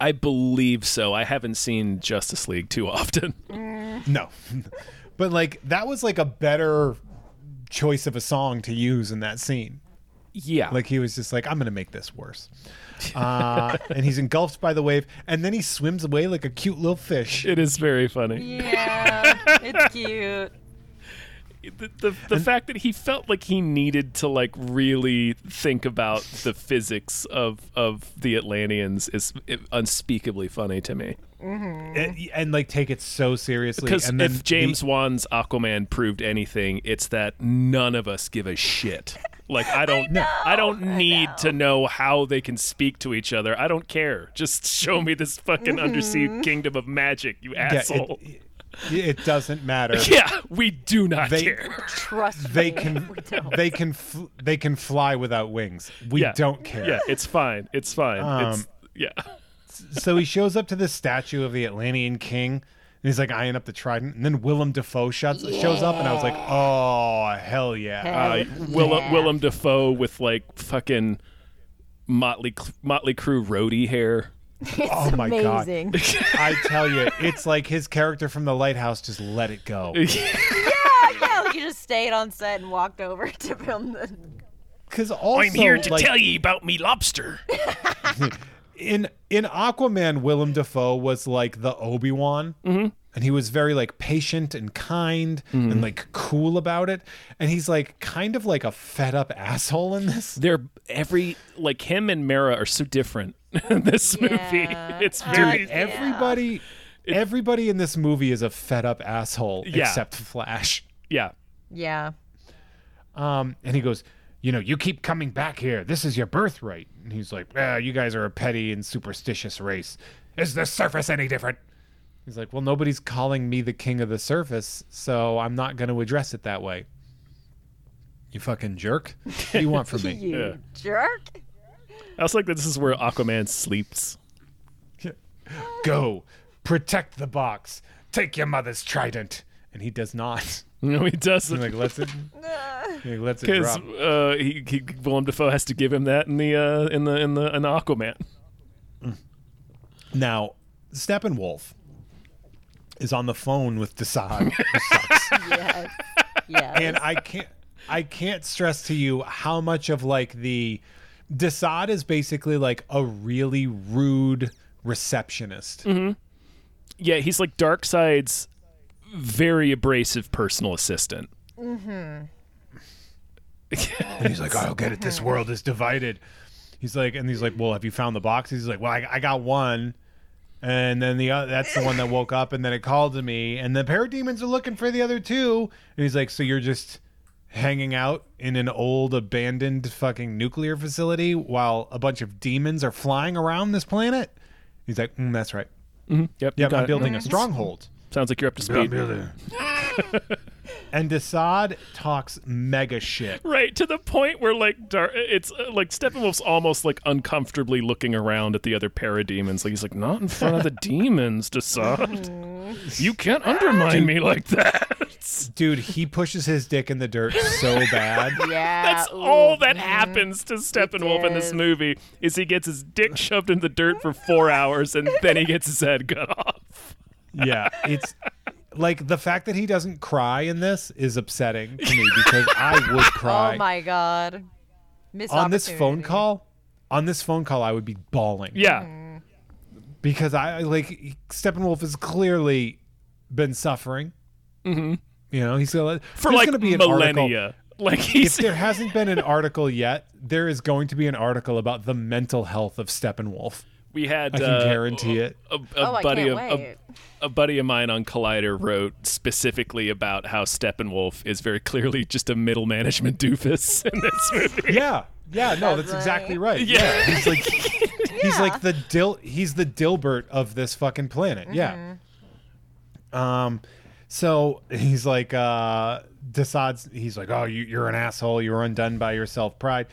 Speaker 3: I believe so. I haven't seen Justice League too often. *laughs*
Speaker 4: No. *laughs* but like that was like a better choice of a song to use in that scene.
Speaker 3: Yeah.
Speaker 4: Like he was just like, I'm gonna make this
Speaker 3: *laughs*
Speaker 4: worse. Uh, and he's engulfed by the wave, and then he swims away like a cute little fish.
Speaker 3: it is very funny.
Speaker 5: Yeah,
Speaker 3: *laughs*
Speaker 5: it's cute.
Speaker 3: the the, the fact that he felt like he needed to like really think about the physics of of the Atlanteans is unspeakably funny to me.
Speaker 4: And, and, like take it so seriously.
Speaker 3: Because
Speaker 4: and then
Speaker 3: if James
Speaker 4: the-
Speaker 3: Wan's Aquaman proved anything, it's that none of us give a shit. Like *laughs* I don't, I, don't need to know how they can speak to each other. I don't care. Just *laughs* show me this fucking undersea kingdom of magic, you
Speaker 4: yeah, *laughs*
Speaker 3: asshole.
Speaker 4: it, it doesn't matter.
Speaker 3: *laughs* yeah, we do not
Speaker 4: They- *laughs*
Speaker 3: care.
Speaker 5: Trust
Speaker 4: They
Speaker 5: me. *laughs*
Speaker 4: can
Speaker 5: We don't.
Speaker 4: they can fl- they can fly without wings. We
Speaker 3: Yeah.
Speaker 4: don't care.
Speaker 3: Yeah, it's fine. It's fine. it's,
Speaker 4: Um,
Speaker 3: yeah.
Speaker 4: so he shows up to this statue of the Atlantean king, and he's like eyeing up the trident. And then Willem Dafoe shots, shows up, and I was like, "Oh hell yeah!"
Speaker 5: *laughs*
Speaker 3: uh, Willem, Willem Dafoe with like fucking Motley Cl- Motley Crue roadie
Speaker 4: *laughs*
Speaker 3: hair. *laughs*
Speaker 4: oh my
Speaker 5: Amazing. *laughs*
Speaker 4: god! I tell you, it's like his character from The Lighthouse just let it go
Speaker 5: yeah, yeah, like you just stayed on set and walked over *laughs* to film the.
Speaker 4: because also like,
Speaker 3: you about me lobster.
Speaker 4: in in Aquaman, Willem Dafoe was like the Obi Wan, and he was very like patient and kind and like cool about it. And he's like kind of like a fed up *laughs* asshole in this.
Speaker 3: They're every like him and Mara are so different *laughs* in this
Speaker 5: Yeah.
Speaker 3: movie. *laughs* It's very
Speaker 4: Dude, everybody, everybody in this movie is a fed up asshole
Speaker 3: Yeah.
Speaker 4: except Flash.
Speaker 3: yeah.
Speaker 5: Yeah.
Speaker 4: Um, and he goes, you know, you keep coming back here. This is your birthright. And he's like, ah, you guys are a petty and superstitious race. Is the surface any different? He's like, well, nobody's calling me the king of the surface, so I'm not going to address it that way. You fucking jerk. What do you want from me?
Speaker 5: *laughs* You jerk.
Speaker 3: I also like that this is where Aquaman sleeps. *laughs*
Speaker 4: Go, protect the box, take your mother's trident. And he does not. *laughs*
Speaker 3: No, he doesn't.
Speaker 4: He like
Speaker 5: *laughs*
Speaker 4: lets it, he lets it
Speaker 3: because
Speaker 4: drop.
Speaker 3: uh, he, he Willem Dafoe has to give him that in the uh, in the in the in Aquaman.
Speaker 4: Now, Steppenwolf is on the phone with Desaad,
Speaker 3: *laughs*
Speaker 5: Yes. Yes.
Speaker 4: and I can't, I can't stress to you how much of like the Desaad is basically like a really rude receptionist.
Speaker 3: Yeah, he's like Darkseid's very abrasive personal assistant.
Speaker 4: And he's like, "I'll get it. This world is divided." He's like, and he's like, "Well, have you found the box?" He's like, "Well, I, I got one." And then the other, that's the one that woke up, and then it called to me, and the parademons are looking for the other two. And he's like, "So you're just hanging out in an old abandoned fucking nuclear facility while a bunch of demons are flying around this planet?" He's like, mm, "That's right.
Speaker 3: Yep,
Speaker 4: Yeah,
Speaker 3: you got
Speaker 4: I'm
Speaker 3: it.
Speaker 4: building a stronghold."
Speaker 3: Sounds like you're up to speed.
Speaker 4: And Desaad talks mega shit.
Speaker 3: Right to the point where like Dar- it's uh, like Steppenwolf's almost like uncomfortably looking around at the other parademons. Like he's like not in front of the demons, Desaad.
Speaker 5: Mm.
Speaker 3: You can't undermine me like that. *laughs*
Speaker 4: Dude, he pushes his dick in the dirt so bad.
Speaker 5: yeah.
Speaker 3: That's
Speaker 5: Uh, ooh,
Speaker 3: all that happens to Steppenwolf in this
Speaker 5: is.
Speaker 3: movie is he gets his dick shoved in the dirt for four hours and then he gets his head cut off.
Speaker 4: yeah it's like the fact that he doesn't cry in this is upsetting to me because i would
Speaker 5: *laughs*
Speaker 4: cry
Speaker 5: Oh my god. Missed
Speaker 4: on this phone
Speaker 5: opportunity.
Speaker 4: call on this phone call i would be bawling
Speaker 5: Mm.
Speaker 3: Yeah,
Speaker 4: because i like steppenwolf has clearly been suffering You know, he's gonna
Speaker 3: Mm-hmm. for
Speaker 4: there's
Speaker 3: like
Speaker 4: gonna be an
Speaker 3: millennia.
Speaker 4: Article,
Speaker 3: Like
Speaker 4: if
Speaker 3: he's
Speaker 4: there hasn't been an article yet, there is going to be an article about the mental health of Steppenwolf.
Speaker 3: *laughs* we had
Speaker 4: I can
Speaker 3: uh,
Speaker 4: guarantee it.
Speaker 3: a, a
Speaker 5: Oh, I
Speaker 3: buddy
Speaker 5: can't
Speaker 3: of a,
Speaker 5: wait. *laughs*
Speaker 3: a buddy of mine on Collider wrote specifically about how Steppenwolf is very clearly just a middle management doofus *laughs* in this movie.
Speaker 4: Yeah. Yeah, no, that's
Speaker 5: right.
Speaker 4: exactly right.
Speaker 3: Yeah.
Speaker 4: Yeah. He's like *laughs* he's like the Dil he's the Dilbert of this fucking planet. Yeah. Um so he's like uh decides he's like, Oh, you, you're an asshole, you're undone by your self pride.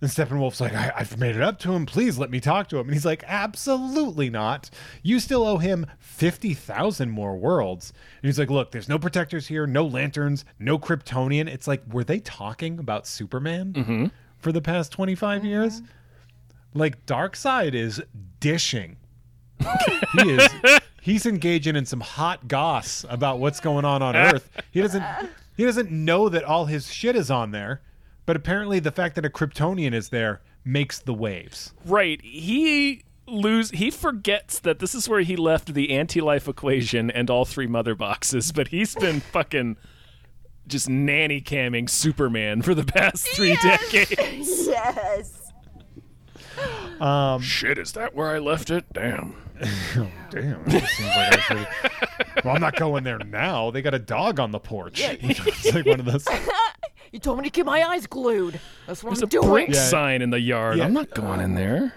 Speaker 4: And Steppenwolf's like, I- I've made it up to him. Please let me talk to him. And he's like, Absolutely not. You still owe him 50,000 more worlds. And he's like, Look, there's no protectors here, no lanterns, no Kryptonian. It's like, were they talking about Superman for the past 25 years? Like, Darkseid is dishing. he is. He's engaging in some hot goss about what's going on on Earth. He doesn't. He doesn't know that all his shit is on there, but apparently the fact that a Kryptonian is there makes the waves.
Speaker 3: Right. He lose he forgets that this is where he left the anti-life equation and all three mother boxes, but he's been fucking just nanny camming Superman for the past three
Speaker 5: *laughs*
Speaker 3: decades.
Speaker 5: Yes.
Speaker 6: Shit, is that where I left it? Damn.
Speaker 4: Damn. That seems like I should- well, I'm not going there now. They got a dog on the porch. *laughs* it's like one of those.
Speaker 5: You told me to keep my eyes glued. That's what
Speaker 3: There's
Speaker 5: I'm
Speaker 3: a
Speaker 5: doing.
Speaker 3: brick
Speaker 5: *laughs*
Speaker 3: sign in the yard.
Speaker 4: Yeah.
Speaker 3: I'm not going in there.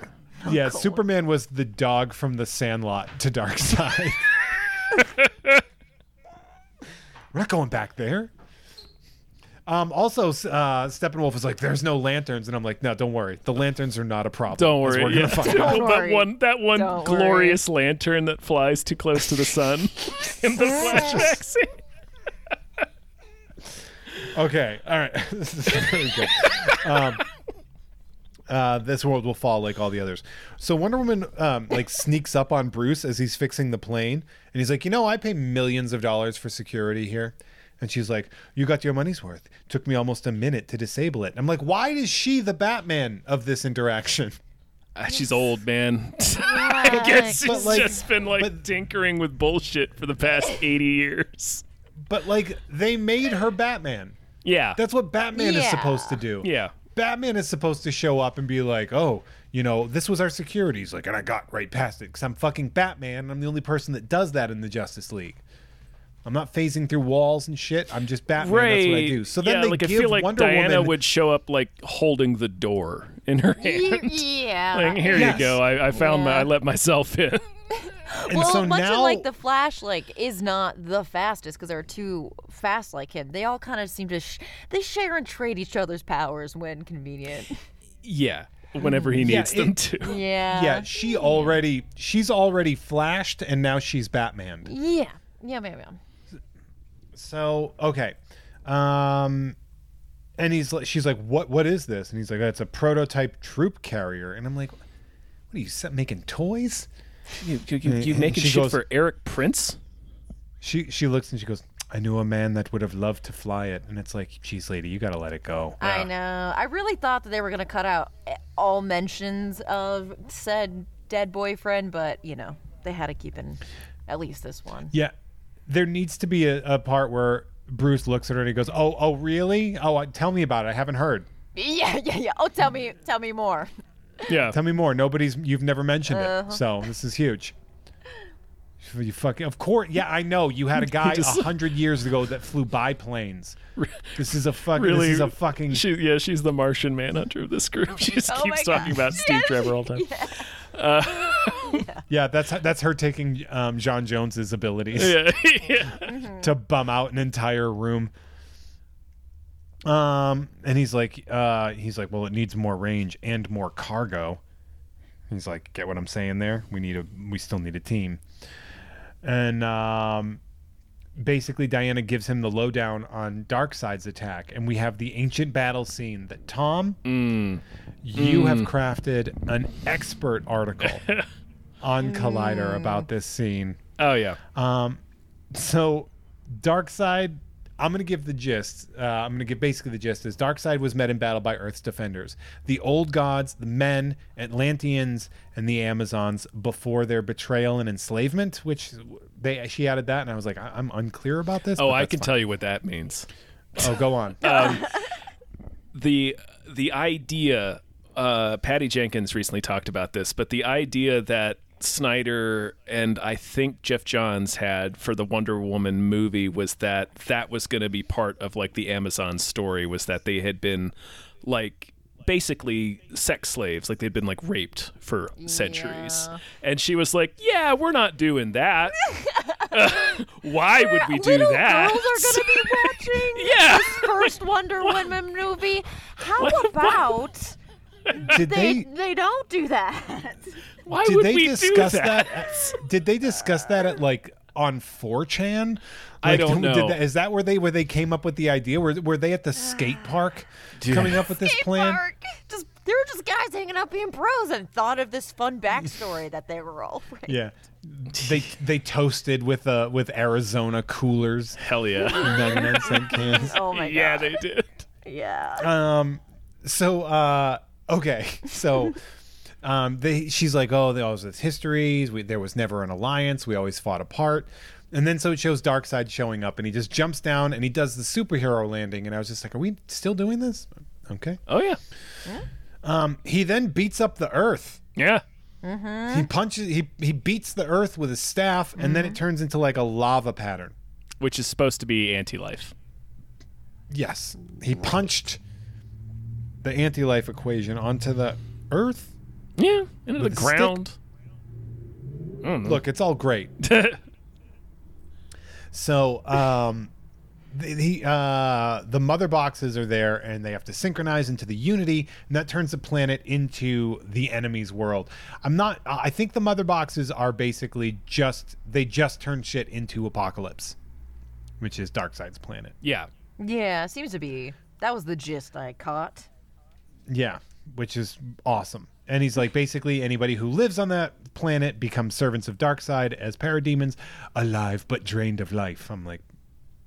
Speaker 4: Yeah, Superman was the dog from the Sandlot to Darkseid. *laughs* We're not going back there. Um, also, uh, Steppenwolf is like, "There's no lanterns," and I'm like, "No, don't worry. The lanterns are not a problem.
Speaker 3: Don't
Speaker 4: As
Speaker 3: worry.
Speaker 4: We're gonna
Speaker 3: *laughs* yeah.
Speaker 4: find out.
Speaker 3: Well, that
Speaker 5: worry.
Speaker 3: one that one
Speaker 5: Don't worry.
Speaker 3: glorious lantern that flies too close to the
Speaker 5: *laughs*
Speaker 3: sun in the flashback scene.
Speaker 4: Okay, all right. *laughs* this is really good. Um, uh, this world will fall like all the others. So Wonder Woman um, like sneaks up on Bruce as he's fixing the plane, and he's like, "You know, I pay millions of dollars for security here." And she's like, "You got your money's worth. Took me almost a minute to disable it." I'm like, "Why is she the Batman of this interaction?" *laughs*
Speaker 3: Ah, She's old, man. *laughs* I guess
Speaker 4: But,
Speaker 3: she's
Speaker 4: like-
Speaker 3: just been like
Speaker 4: but-
Speaker 3: tinkering with bullshit for the past
Speaker 5: *laughs*
Speaker 3: 80 years.
Speaker 4: But like, they made her Batman.
Speaker 3: Yeah.
Speaker 4: That's what Batman is
Speaker 5: Yeah.
Speaker 4: supposed to do.
Speaker 3: Yeah.
Speaker 4: Batman is supposed to show up and be like, oh, you know, this was our security. He's like, and I got right past it because I'm fucking Batman. I'm the only person that does that in the Justice League. I'm not phasing through walls and shit. I'm just Batman. That's what I do. So then
Speaker 3: yeah,
Speaker 4: they
Speaker 3: like
Speaker 4: give
Speaker 3: I feel like
Speaker 4: Wonder
Speaker 3: Diana
Speaker 4: Woman.
Speaker 3: would show up like holding the door in her
Speaker 5: *laughs*
Speaker 3: hand.
Speaker 5: Yeah.
Speaker 3: Like, here
Speaker 4: Yes.
Speaker 3: you go. I, I found my,
Speaker 5: Yeah.
Speaker 3: I let myself in. *laughs*
Speaker 4: and
Speaker 5: well,
Speaker 4: so
Speaker 5: much
Speaker 4: now,
Speaker 5: of, like the Flash, like is not the fastest because there are two fast like him. They all kind of seem to sh- they share and trade each other's powers when
Speaker 3: *laughs*
Speaker 5: convenient.
Speaker 3: yeah. Whenever he needs them
Speaker 4: it-
Speaker 3: to.
Speaker 5: Yeah.
Speaker 4: yeah, she already she's already flashed, and now she's Batman.
Speaker 5: Yeah. Yeah. Yeah. yeah.
Speaker 4: So okay, um, and he's like, she's like, what what is this? And he's like, it's a prototype troop carrier. And I'm like, what are you se- making toys?
Speaker 3: You, you, you, you
Speaker 4: And
Speaker 3: making
Speaker 4: she
Speaker 3: shit
Speaker 4: goes-
Speaker 3: for Eric Prince?
Speaker 4: She she looks and she goes, I knew a man that would have loved to fly it. And it's like, geez, lady, you gotta let it go.
Speaker 5: I know. I really thought that they were gonna cut out eh, all mentions of said dead boyfriend, but you know they had to keep in at least this one.
Speaker 4: Yeah, there needs to be a, a part where Bruce looks at her and he goes, Oh oh really? Oh I- tell me about it. I haven't heard.
Speaker 5: Yeah. Yeah. Yeah. Oh, tell me, tell me more.
Speaker 3: Yeah.
Speaker 4: Tell me more. Nobody's you've never mentioned
Speaker 5: Uh-huh.
Speaker 4: it. So this is huge. You fucking of course. Yeah, I know.
Speaker 3: *laughs*
Speaker 4: You had a guy a
Speaker 3: Just-
Speaker 4: hundred years ago that flew biplanes. This is a fucking.
Speaker 3: Really,
Speaker 4: this is a fucking.
Speaker 3: She, yeah, she's the Martian Manhunter of this group. *laughs* She just
Speaker 5: Oh
Speaker 3: keeps
Speaker 5: my
Speaker 3: talking about Steve Trevor all the time.
Speaker 4: yeah, that's that's her taking um, John Jones's
Speaker 3: *laughs*
Speaker 4: abilities.
Speaker 3: Yeah. yeah.
Speaker 4: to bum out an entire room. Um, and he's like, uh, he's like, well, it needs more range and more cargo. He's like, get what I'm saying there? We need a, we still need a team. And um, basically, Diana gives him the lowdown on Darkseid's attack, and we have the ancient battle scene that Tom, you have crafted an expert article on Oh, Collider about this scene.
Speaker 3: Oh, yeah.
Speaker 4: So, Darkseid I'm going to give the gist. Uh, I'm going to give basically the gist is Darkseid was met in battle by Earth's defenders, the old gods, the men, Atlanteans, and the Amazons before their betrayal and enslavement. Which they she added that, and I was like, I- I'm unclear about this.
Speaker 3: Oh,
Speaker 4: but
Speaker 3: I
Speaker 4: that's
Speaker 3: can Uh, tell you what that means.
Speaker 4: fine. Oh,
Speaker 3: *laughs*
Speaker 4: go on.
Speaker 3: the the idea uh Patty Jenkins recently talked about this, but the idea that Snyder and I think Jeff Johns had for the Wonder Woman movie was that that was going to be part of like the Amazon story was that they had been like basically sex slaves like they'd been like raped for centuries and she was like yeah we're not doing
Speaker 5: *laughs*
Speaker 3: that *laughs* why would we do
Speaker 5: Little
Speaker 3: that
Speaker 5: girls are gonna be watching
Speaker 3: yeah
Speaker 5: first Wonder Woman movie. How
Speaker 3: What?
Speaker 5: about
Speaker 4: Did
Speaker 5: they they don't do that?
Speaker 3: *laughs* *laughs* why
Speaker 4: did
Speaker 3: would
Speaker 4: they
Speaker 3: we
Speaker 4: discuss
Speaker 3: do
Speaker 4: that? at- did they discuss that at like on 4chan?
Speaker 3: I
Speaker 4: Like,
Speaker 3: don't know.
Speaker 4: Did that, is that where they where they came up with the idea? Were were they at the skate park coming up with this plan?
Speaker 5: Park. Just they were just guys hanging out being pros and thought of this fun backstory that they
Speaker 3: *laughs*
Speaker 5: were all.
Speaker 4: Yeah, they they toasted with uh with Arizona coolers.
Speaker 3: hell yeah
Speaker 4: *laughs* and 99 cent cans.
Speaker 5: *laughs* Oh my
Speaker 3: yeah
Speaker 5: god.
Speaker 3: they did
Speaker 5: Yeah.
Speaker 4: Uh, So uh okay, so. Um, they, she's like, oh, there was this histories. We, there was never an alliance. We always fought apart. And then so it shows Darkseid showing up, and he just jumps down and he does the superhero landing. And I was just like, are we still doing this? Okay.
Speaker 3: oh yeah
Speaker 4: He then beats up the Earth.
Speaker 3: yeah
Speaker 4: He punches. He he beats the Earth with his staff, and then it turns into like a lava pattern.
Speaker 3: which is supposed to be anti-life.
Speaker 4: Yes, he punched the anti-life equation onto the Earth.
Speaker 3: Yeah, into the
Speaker 4: With a stick.
Speaker 3: ground. *laughs*
Speaker 4: Look, it's all great. So, um, the the, uh, the mother boxes are there, and they have to synchronize into the Unity, and that turns the planet into the enemy's world. I'm not. I think the mother boxes are basically just they just turn shit into apocalypse, which is Darkseid's planet.
Speaker 3: yeah,
Speaker 7: Yeah, seems to be.
Speaker 5: that was the gist I caught.
Speaker 4: Yeah, which is awesome. And he's like, basically, anybody who lives on that planet becomes servants of Darkseid as parademons, alive but drained of life. I'm like,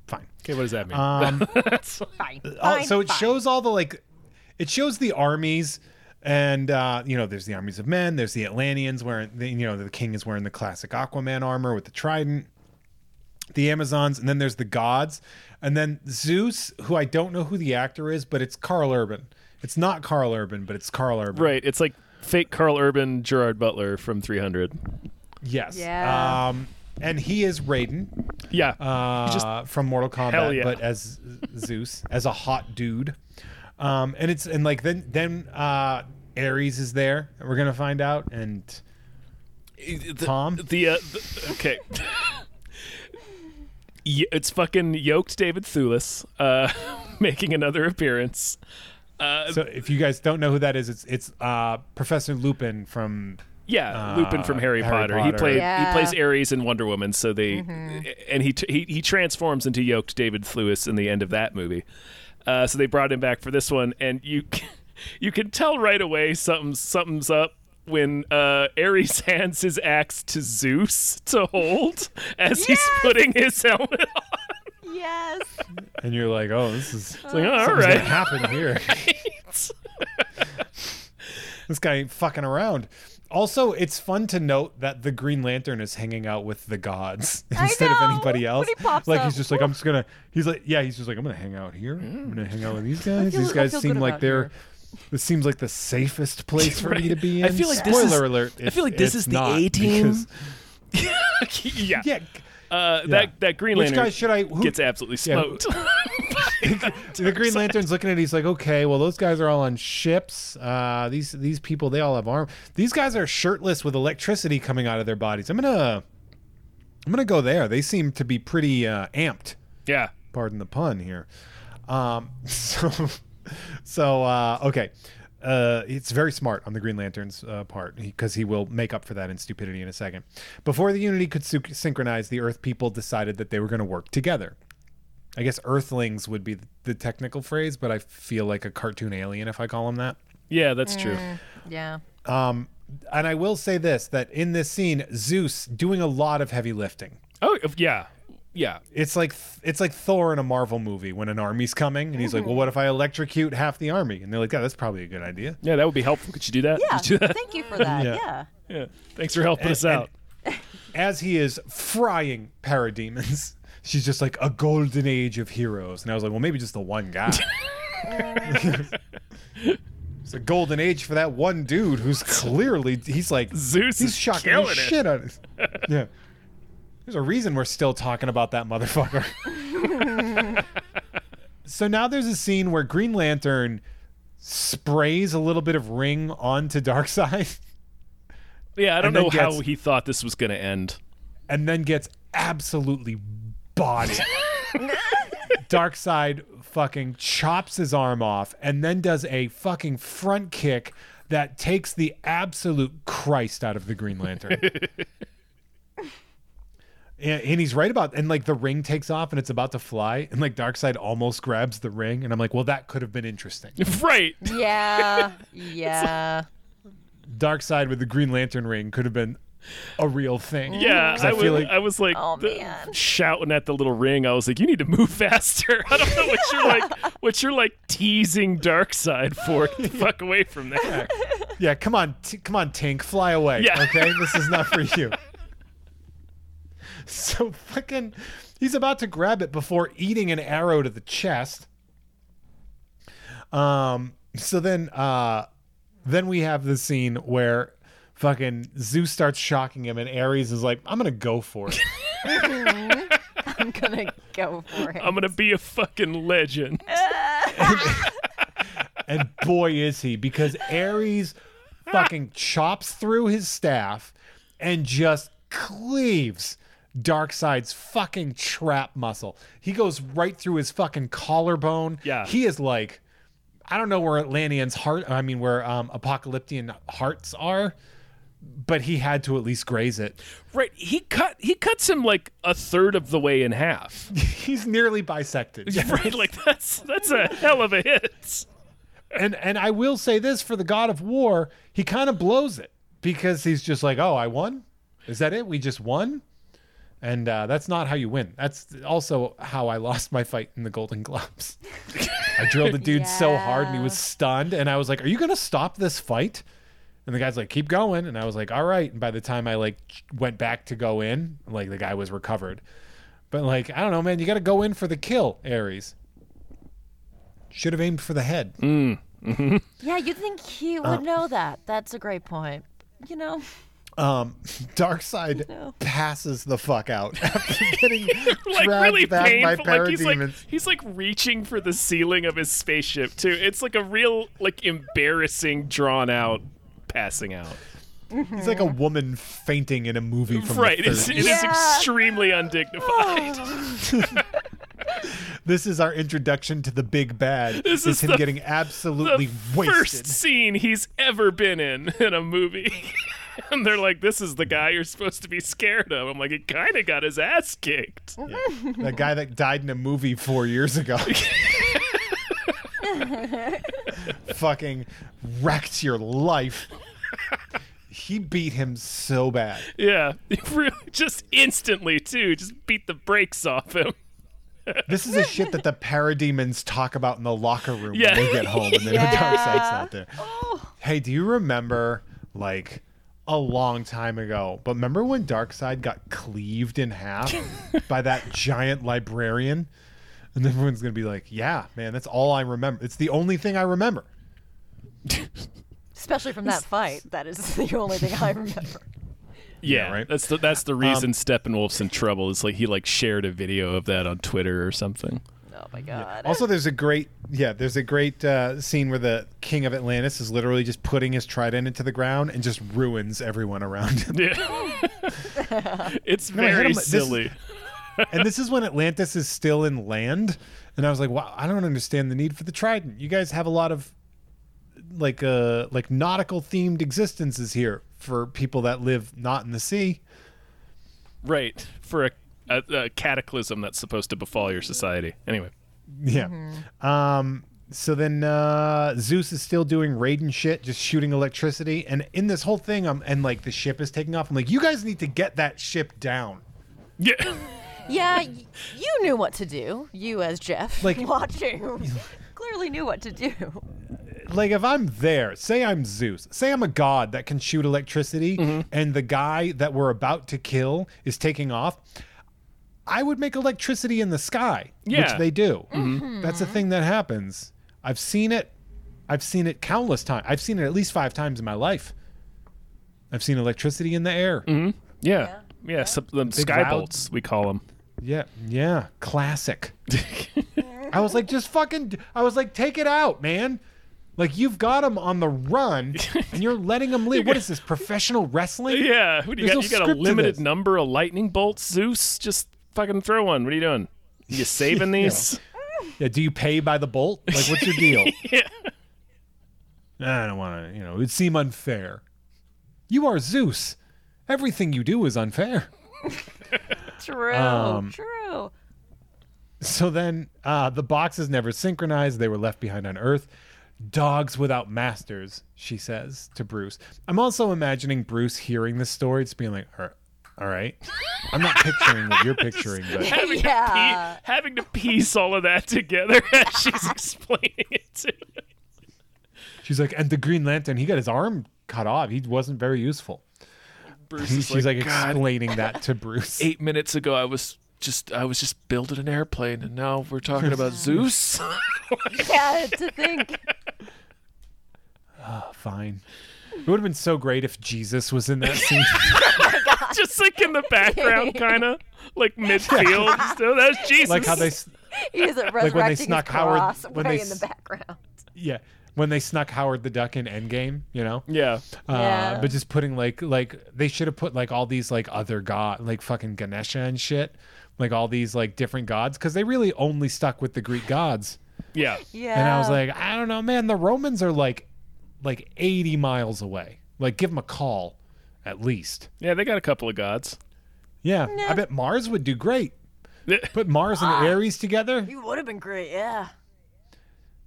Speaker 4: fine.
Speaker 3: okay. What does that mean?
Speaker 4: Uh,
Speaker 5: Fine.
Speaker 4: Oh,
Speaker 5: fine,
Speaker 4: so it
Speaker 5: fine.
Speaker 4: shows all the like, it shows the armies, and uh, you know, there's the armies of men. There's the Atlanteans wearing, the, you know, the king is wearing the classic Aquaman armor with the trident. The Amazons, and then there's the gods, and then Zeus, who I don't know who the actor is, but it's Carl Urban. It's not Carl Urban, but it's Carl Urban.
Speaker 3: right. It's like fake Carl Urban, Gerard Butler from 300.
Speaker 4: Yes.
Speaker 5: Yeah.
Speaker 4: Um, and he is Raiden
Speaker 3: Yeah,
Speaker 4: uh, from Mortal
Speaker 3: Hell
Speaker 4: Kombat,
Speaker 3: yeah.
Speaker 4: but as Zeus, as a hot dude. Um, and it's and like then then uh, Ares is there. We're gonna find out, and Tom?
Speaker 3: The, uh, the okay. *laughs* Y- it's fucking yoked David Thewlis uh, *laughs* making another appearance. Uh,
Speaker 4: so if you guys don't know who that is, it's it's uh, Professor Lupin from
Speaker 3: Yeah, Lupin from
Speaker 4: Uh,
Speaker 3: Harry,
Speaker 4: Harry
Speaker 3: Potter. He
Speaker 4: Potter.
Speaker 3: played he
Speaker 5: Yeah.
Speaker 3: plays Ares in Wonder Woman, so they and he, t- he he transforms into yoked David Thewlis in the end of that movie. Uh, so they brought him back for this one, and you *laughs* you can tell right away something something's up when uh, Ares *laughs* hands his axe to Zeus to hold as he's putting his helmet on. *laughs*
Speaker 5: Yes.
Speaker 4: and you're like, oh, this is
Speaker 3: It's
Speaker 5: Uh,
Speaker 3: like, all
Speaker 4: what's gonna
Speaker 3: right, *laughs*
Speaker 4: happen here. this guy ain't fucking around. Also, it's fun to note that the Green Lantern is hanging out with the gods *laughs* instead
Speaker 5: know,
Speaker 4: of anybody else.
Speaker 5: when he pops
Speaker 4: like
Speaker 5: up.
Speaker 4: he's just like I'm just gonna. He's like yeah, he's just like I'm gonna hang out here. I'm gonna hang out with these guys.
Speaker 5: feel-
Speaker 4: these
Speaker 5: I
Speaker 4: guys
Speaker 5: feel
Speaker 4: seem
Speaker 5: good
Speaker 4: like
Speaker 5: about
Speaker 4: they're. This seems like the safest place for me to be in.
Speaker 3: I feel like this
Speaker 4: spoiler
Speaker 3: is-
Speaker 4: alert.
Speaker 3: I feel
Speaker 4: it's-
Speaker 3: like this
Speaker 4: it's
Speaker 3: is the
Speaker 4: not,
Speaker 3: A-team.
Speaker 4: because-
Speaker 3: yeah.
Speaker 4: Yeah,
Speaker 3: Uh, That that Green
Speaker 4: Which
Speaker 3: Lantern
Speaker 4: guy should I- who-
Speaker 3: gets absolutely
Speaker 4: Yeah,
Speaker 3: smoked.
Speaker 4: *laughs* the
Speaker 3: *laughs*
Speaker 4: Green Lantern's looking at. it, He's like, okay, well, those guys are all on ships. Uh, these these people, they all have arm. These guys are shirtless with electricity coming out of their bodies. I'm gonna, I'm gonna go there. They seem to be pretty uh, amped.
Speaker 3: yeah,
Speaker 4: Pardon the pun here. Um, *laughs* so, so uh, okay. Uh, it's very smart on the Green Lantern's uh, part because he will make up for that in stupidity in a second. Before the Unity could sync- synchronize, the Earth people decided that they were going to work together. I guess Earthlings would be the technical phrase, but I feel like a cartoon alien if I call them that.
Speaker 3: yeah, that's true.
Speaker 5: Yeah.
Speaker 4: And I will say this that in this scene, Zeus doing a lot of heavy lifting.
Speaker 3: Oh yeah, yeah.
Speaker 4: It's like it's like Thor in a Marvel movie when an army's coming and he's like, "Well, what if I electrocute half the army?" And they're like, "Yeah, that's probably a good idea."
Speaker 3: Yeah, that would be helpful. Could you do that?
Speaker 5: Yeah.
Speaker 3: Could you do that? *laughs*
Speaker 5: Thank you for that.
Speaker 4: *laughs* Yeah.
Speaker 5: Yeah.
Speaker 3: Yeah. Thanks for helping us out.
Speaker 4: As he is frying parademons, *laughs* she's just like a golden age of heroes. And I was like, "Well, maybe just the one guy." *laughs* it's a golden age for that one dude who's clearly he's like
Speaker 3: Zeus
Speaker 4: he's
Speaker 3: is
Speaker 4: shocking the
Speaker 3: killing it.
Speaker 4: shit on
Speaker 3: *laughs*
Speaker 4: us. Yeah. There's a reason we're still talking about that
Speaker 3: *laughs*
Speaker 4: motherfucker. so now there's a scene where Green Lantern sprays a little bit of ring onto Darkseid
Speaker 3: Yeah, I don't
Speaker 4: And then
Speaker 3: know how
Speaker 4: gets-
Speaker 3: he thought this was going to end.
Speaker 4: and then gets absolutely bodied. Darkseid fucking chops his arm off and then does a fucking front kick that takes the absolute Christ out of the Green Lantern. And, and he's right about and like the ring takes off and it's about to fly and like Darkseid almost grabs the ring and I'm like, well, that could have been interesting.
Speaker 3: *laughs* Right.
Speaker 5: Yeah. Yeah.
Speaker 4: Darkseid with the Green Lantern ring could have been a real
Speaker 3: *laughs*
Speaker 4: thing.
Speaker 3: Yeah,
Speaker 4: 'Cause
Speaker 3: I, was,
Speaker 4: feel like
Speaker 3: I was like
Speaker 5: Oh,
Speaker 3: the-
Speaker 5: man.
Speaker 3: shouting at the little ring. I was like, "You need to move *laughs* faster." I don't know what you're
Speaker 5: *laughs*
Speaker 3: like, what you're like teasing Dark Side for. Get *laughs* the fuck away from there.
Speaker 4: Yeah, come on, t- come on, Tink, fly away.
Speaker 3: Yeah.
Speaker 4: Okay, this is not for you. *laughs* so fucking, he's about to grab it before eating an arrow to the chest. Um. So then, uh, then we have the scene where fucking Zeus starts shocking him, and Ares is like, "I'm gonna go for it."
Speaker 5: I'm gonna go for it.
Speaker 3: I'm gonna be a fucking
Speaker 5: *laughs*
Speaker 3: legend.
Speaker 4: and boy is he because Ares fucking chops through his staff and just cleaves Darkseid's fucking trap muscle. He goes right through his fucking collarbone.
Speaker 3: Yeah.
Speaker 4: He is like I don't know where Atlantean's heart I mean where um apocalyptian hearts are, but he had to at least graze it.
Speaker 3: Right? He cut he cuts him like a third of the way in *laughs* half.
Speaker 4: He's nearly bisected.
Speaker 3: *laughs* Right? Like that's that's a hell of a hit.
Speaker 4: and and I will say this for the God of War, he kind of blows it because he's just like, oh, I won. Is that it? We just won. And uh, that's not how you win. That's also how I lost my fight in the Golden Globes. I drilled the dude so hard and he was stunned. And I was like, Are you going to stop this fight? And the guy's like, Keep going. And I was like, All right. And by the time I like went back to go in, like the guy was recovered. But like, I don't know, man. You got to go in for the kill, Ares. Should have aimed for the head.
Speaker 5: Yeah, you'd think he would know that. That's a great point. You know,
Speaker 4: Um, Darkseid passes the fuck out
Speaker 3: *laughs*
Speaker 4: *laughs* after getting
Speaker 3: Like
Speaker 4: dragged
Speaker 3: really
Speaker 4: back
Speaker 3: painful.
Speaker 4: by
Speaker 3: Like he's like
Speaker 4: parademons.
Speaker 3: he's like reaching for the ceiling of his spaceship too. It's like a real like embarrassing, drawn out passing out.
Speaker 4: It's like a woman fainting in a movie from
Speaker 3: Right.
Speaker 4: the
Speaker 3: It's,
Speaker 4: 30s.
Speaker 3: it is
Speaker 5: Yeah.
Speaker 3: extremely undignified.
Speaker 4: This is our introduction to the big bad.
Speaker 3: This
Speaker 4: is
Speaker 3: is
Speaker 4: him
Speaker 3: the-
Speaker 4: getting absolutely
Speaker 3: the
Speaker 4: wasted.
Speaker 3: first scene he's ever been in in a movie. *laughs* and they're like, this is the guy you're supposed to be scared of. I'm like, it kind of got his ass kicked.
Speaker 4: The guy that died in a movie four years ago.
Speaker 3: *laughs*
Speaker 4: *laughs* Fucking wrecked your life. He beat him so bad.
Speaker 3: Yeah. *laughs* Really, just instantly, too. Just beat the brakes off him.
Speaker 4: This is the shit that the parademons talk about in the locker room
Speaker 3: Yeah.
Speaker 4: when they get home and then the dark side's out there. Hey, do you remember like a long time ago, but remember when Darkseid got cleaved in half by that giant librarian? And everyone's gonna be like, Yeah, man, that's all I remember. It's the only thing I remember.
Speaker 5: especially from *laughs* that fight. That is the only thing I remember.
Speaker 3: Yeah,
Speaker 4: right.
Speaker 3: That's the that's the reason Steppenwolf's in trouble. Is like he like shared a video of that on Twitter or something.
Speaker 5: Oh my god.
Speaker 4: Also, there's a great yeah, there's a great uh, scene where the king of Atlantis is literally just putting his trident into the ground and just ruins everyone around him.
Speaker 3: Yeah. *laughs* it's
Speaker 4: I hit
Speaker 3: very
Speaker 4: him- this-
Speaker 3: silly.
Speaker 4: and this is when Atlantis is still in land. And I was like, wow, I don't understand the need for the trident. You guys have a lot of like uh like nautical themed existences here for people that live not in the sea. *laughs*
Speaker 3: Right. For a, a, a cataclysm that's supposed to befall your society. Anyway.
Speaker 4: Yeah. Um so then uh Zeus is still doing Raiden shit, just shooting electricity. And in this whole thing, I'm and like the ship is taking off. I'm like, you guys need to get that ship down.
Speaker 3: *laughs* Yeah.
Speaker 5: Yeah, y- you knew what to do. You as Jeff,
Speaker 4: Like-
Speaker 3: *laughs*
Speaker 5: *laughs* watching, clearly knew what to do.
Speaker 4: like if I'm there, say I'm Zeus, say I'm a god that can shoot electricity, and the guy that we're about to kill is taking off. I would make electricity in the sky,
Speaker 3: Yeah.
Speaker 4: which they do. That's a thing that happens. I've seen it. I've seen it countless times. I've seen it at least five times in my life. I've seen electricity in the air.
Speaker 3: Yeah. Yeah. some- them sky
Speaker 4: loud-
Speaker 3: bolts, we call them.
Speaker 4: Yeah, yeah, classic. I was like, just fucking. I was like, take it out, man. Like you've got him on the run, and you're letting him live. What is this professional wrestling?
Speaker 3: Yeah. What do you
Speaker 4: There's
Speaker 3: got? You got
Speaker 4: no
Speaker 3: a
Speaker 4: script to
Speaker 3: limited
Speaker 4: this.
Speaker 3: number of lightning bolts, Zeus? Just fucking throw one. What are you doing? *laughs* You saving
Speaker 4: Yeah.
Speaker 3: these?
Speaker 4: Yeah, do you pay by the bolt? Like, what's your deal? I don't want to. You know, it'd seem unfair. You are Zeus. Everything you do is unfair.
Speaker 5: *laughs* True,
Speaker 3: Um,
Speaker 5: true.
Speaker 4: So then uh, the boxes never synchronized. They were left behind on Earth. Dogs without masters, she says to Bruce. I'm also imagining Bruce hearing this story. It's being like, all right. All right. I'm not picturing what you're picturing, but
Speaker 3: Having,
Speaker 5: *laughs* Yeah.
Speaker 3: to pie- having to piece all of that *laughs* together as *laughs* she's explaining it to
Speaker 4: she's like, and the Green Lantern, he got his arm cut off. He wasn't very useful.
Speaker 3: Bruce.
Speaker 4: He-
Speaker 3: is
Speaker 4: *laughs* she's like,
Speaker 3: God,
Speaker 4: explaining that to Bruce.
Speaker 3: eight minutes ago I was just I was just building an airplane and now we're talking about Zeus. *laughs*
Speaker 5: Yeah, to think.
Speaker 4: Fine. It would have been so great if Jesus was in that scene.
Speaker 3: just like in the background kinda. Like midfield. So that's Jesus.
Speaker 4: like how they s-
Speaker 3: *laughs*
Speaker 5: He's a resurrecting
Speaker 4: when they
Speaker 5: his
Speaker 4: snuck Howard-
Speaker 5: cross
Speaker 4: when
Speaker 5: way
Speaker 4: they
Speaker 5: in the
Speaker 4: s-
Speaker 5: background.
Speaker 4: yeah, when they snuck Howard the Duck in Endgame, you know?
Speaker 3: Yeah.
Speaker 4: Uh
Speaker 5: Yeah.
Speaker 4: but just putting like like they should have put like all these like other god like fucking Ganesha and shit, like all these like different gods because they really only stuck with the Greek gods.
Speaker 3: Yeah.
Speaker 5: Yeah.
Speaker 4: And I was like, I don't know, man. The Romans are like like eighty miles away. Like, give them a call, at least.
Speaker 3: Yeah, they got a couple of gods.
Speaker 4: Yeah, I bet Mars would do great. Put Mars
Speaker 5: Ah.
Speaker 4: and Aries together.
Speaker 5: you would have been great. Yeah.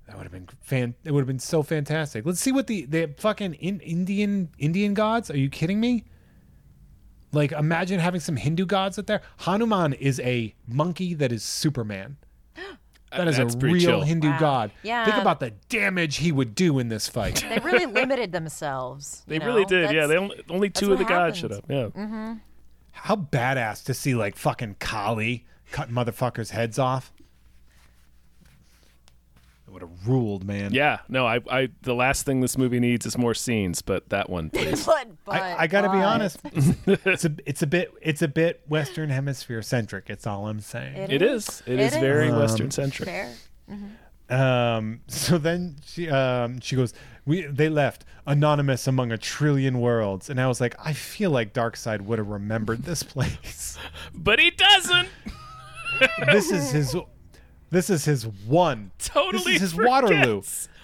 Speaker 4: That would have been fan. It would have been so fantastic. Let's see what the the fucking in, Indian Indian gods. Are you kidding me? Like imagine having some Hindu gods up there. Hanuman is a monkey that is
Speaker 3: *gasps*
Speaker 4: Superman. That is
Speaker 3: That's
Speaker 4: a
Speaker 3: pretty
Speaker 4: real
Speaker 3: chill.
Speaker 4: Hindu god.
Speaker 5: Yeah.
Speaker 4: Think about the damage he would do in this fight.
Speaker 5: They really limited themselves.
Speaker 3: They
Speaker 5: you
Speaker 3: really
Speaker 5: know?
Speaker 3: did. yeah,
Speaker 5: That's-
Speaker 3: they only, only two of
Speaker 5: what
Speaker 3: the gods showed up.
Speaker 5: happened.
Speaker 3: Yeah.
Speaker 4: How badass to see like fucking Kali cut motherfuckers' heads off. That would have ruled, man.
Speaker 3: Yeah. No, I I the last thing this movie needs is more scenes, but that one please.
Speaker 5: *laughs* But, but
Speaker 4: I, I gotta be
Speaker 5: but-
Speaker 4: honest. *laughs* It's a,
Speaker 3: *laughs*
Speaker 4: it's a bit it's a bit Western Hemisphere centric. It's all I'm saying.
Speaker 3: it is.
Speaker 5: It
Speaker 3: it is,
Speaker 5: is.
Speaker 3: very western centric.
Speaker 5: Fair.
Speaker 4: Um, so then she um, she goes. We they left anonymous among a trillion worlds, and I was like, I feel like Darkseid would have
Speaker 3: *laughs*
Speaker 4: remembered this place.
Speaker 3: But he doesn't.
Speaker 4: this is his. This is his one.
Speaker 3: totally
Speaker 4: This is his
Speaker 3: forgets
Speaker 4: Waterloo.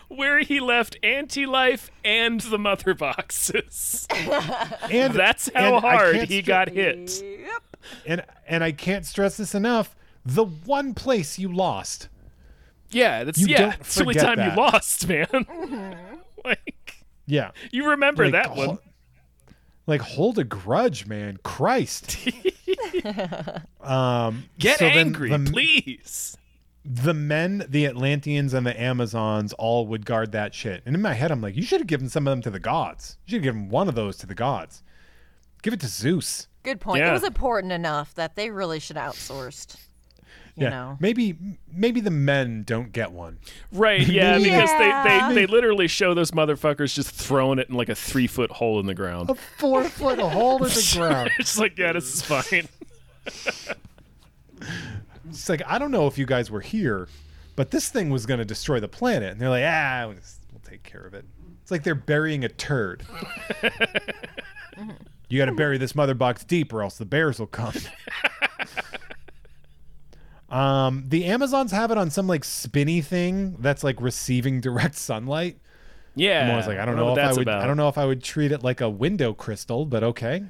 Speaker 3: Where he left anti-life and the mother boxes.
Speaker 4: And
Speaker 3: That's how
Speaker 4: and I
Speaker 3: hard
Speaker 4: can't
Speaker 3: he
Speaker 4: stre-
Speaker 3: got hit.
Speaker 4: And and I can't stress this enough. The one place you lost.
Speaker 3: Yeah, that's
Speaker 4: You
Speaker 3: yeah.
Speaker 4: don't
Speaker 3: It's the only
Speaker 4: forget
Speaker 3: time you
Speaker 4: that.
Speaker 3: lost, man. *laughs* like
Speaker 4: Yeah.
Speaker 3: you remember
Speaker 4: Like,
Speaker 3: that
Speaker 4: hol-
Speaker 3: one.
Speaker 4: Like hold a grudge, man. Christ.
Speaker 3: *laughs*
Speaker 4: um,
Speaker 3: Get
Speaker 4: so then
Speaker 3: angry,
Speaker 4: the-
Speaker 3: please.
Speaker 4: the men, the Atlanteans, and the Amazons all would guard that shit. And in my head, I'm like, you should have given some of them to the gods. You should have given one of those to the gods. Give it to Zeus.
Speaker 5: Good point.
Speaker 3: Yeah.
Speaker 5: It was important enough that they really should outsourced. You know.
Speaker 4: Maybe maybe the men don't get one. *laughs*
Speaker 3: Right, yeah, because
Speaker 5: Yeah.
Speaker 3: they, they, they literally show those motherfuckers just throwing it in like a three foot hole in the ground.
Speaker 4: Four foot hole in the ground.
Speaker 3: *laughs* it's like, yeah, this is fine. *laughs*
Speaker 4: It's like, I don't know if you guys were here, but this thing was going to destroy the planet. And they're like, ah, we'll, just- we'll take care of it. It's like they're burying a turd. you got to bury this mother box deep or else the bears will come. *laughs* um, the Amazons have it on some like spinny thing that's like receiving direct sunlight.
Speaker 3: Yeah,
Speaker 4: I was like, I don't know,
Speaker 3: what
Speaker 4: if I
Speaker 3: that's
Speaker 4: would.
Speaker 3: about.
Speaker 4: I don't know if I would treat it like a window crystal, but okay.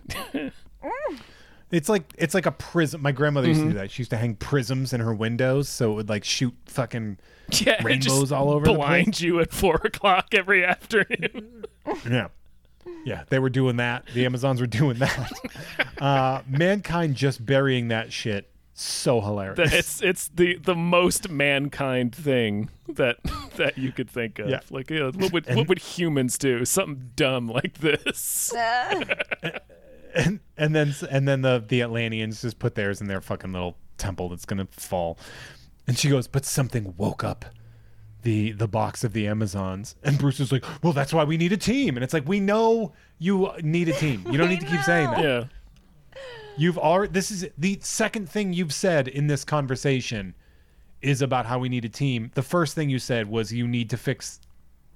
Speaker 4: it's like it's like a prism. My grandmother used to do that. She used to hang prisms in her windows, so it would like shoot fucking.
Speaker 3: *laughs* yeah, it just
Speaker 4: rainbows all over the
Speaker 3: blind you at *laughs* four o'clock every afternoon. *laughs*
Speaker 4: Yeah, yeah, they were doing that. The Amazons were doing that. uh, mankind just burying that shit so hilarious.
Speaker 3: That it's it's the the most mankind thing that *laughs* that you could think of.
Speaker 4: Yeah.
Speaker 3: Like, yeah, what would what would humans do? Something dumb like this.
Speaker 4: and then and then the the Atlanteans just put theirs in their fucking little temple that's gonna fall. And she goes, but something woke up the the box of the Amazons. And Bruce is like, well, that's why we need a team. And it's like, we know you uh, need a team. You don't need to keep saying that.
Speaker 3: yeah.
Speaker 4: You've already. This is the second thing you've said in this conversation is about how we need a team. The first thing you said was you need to fix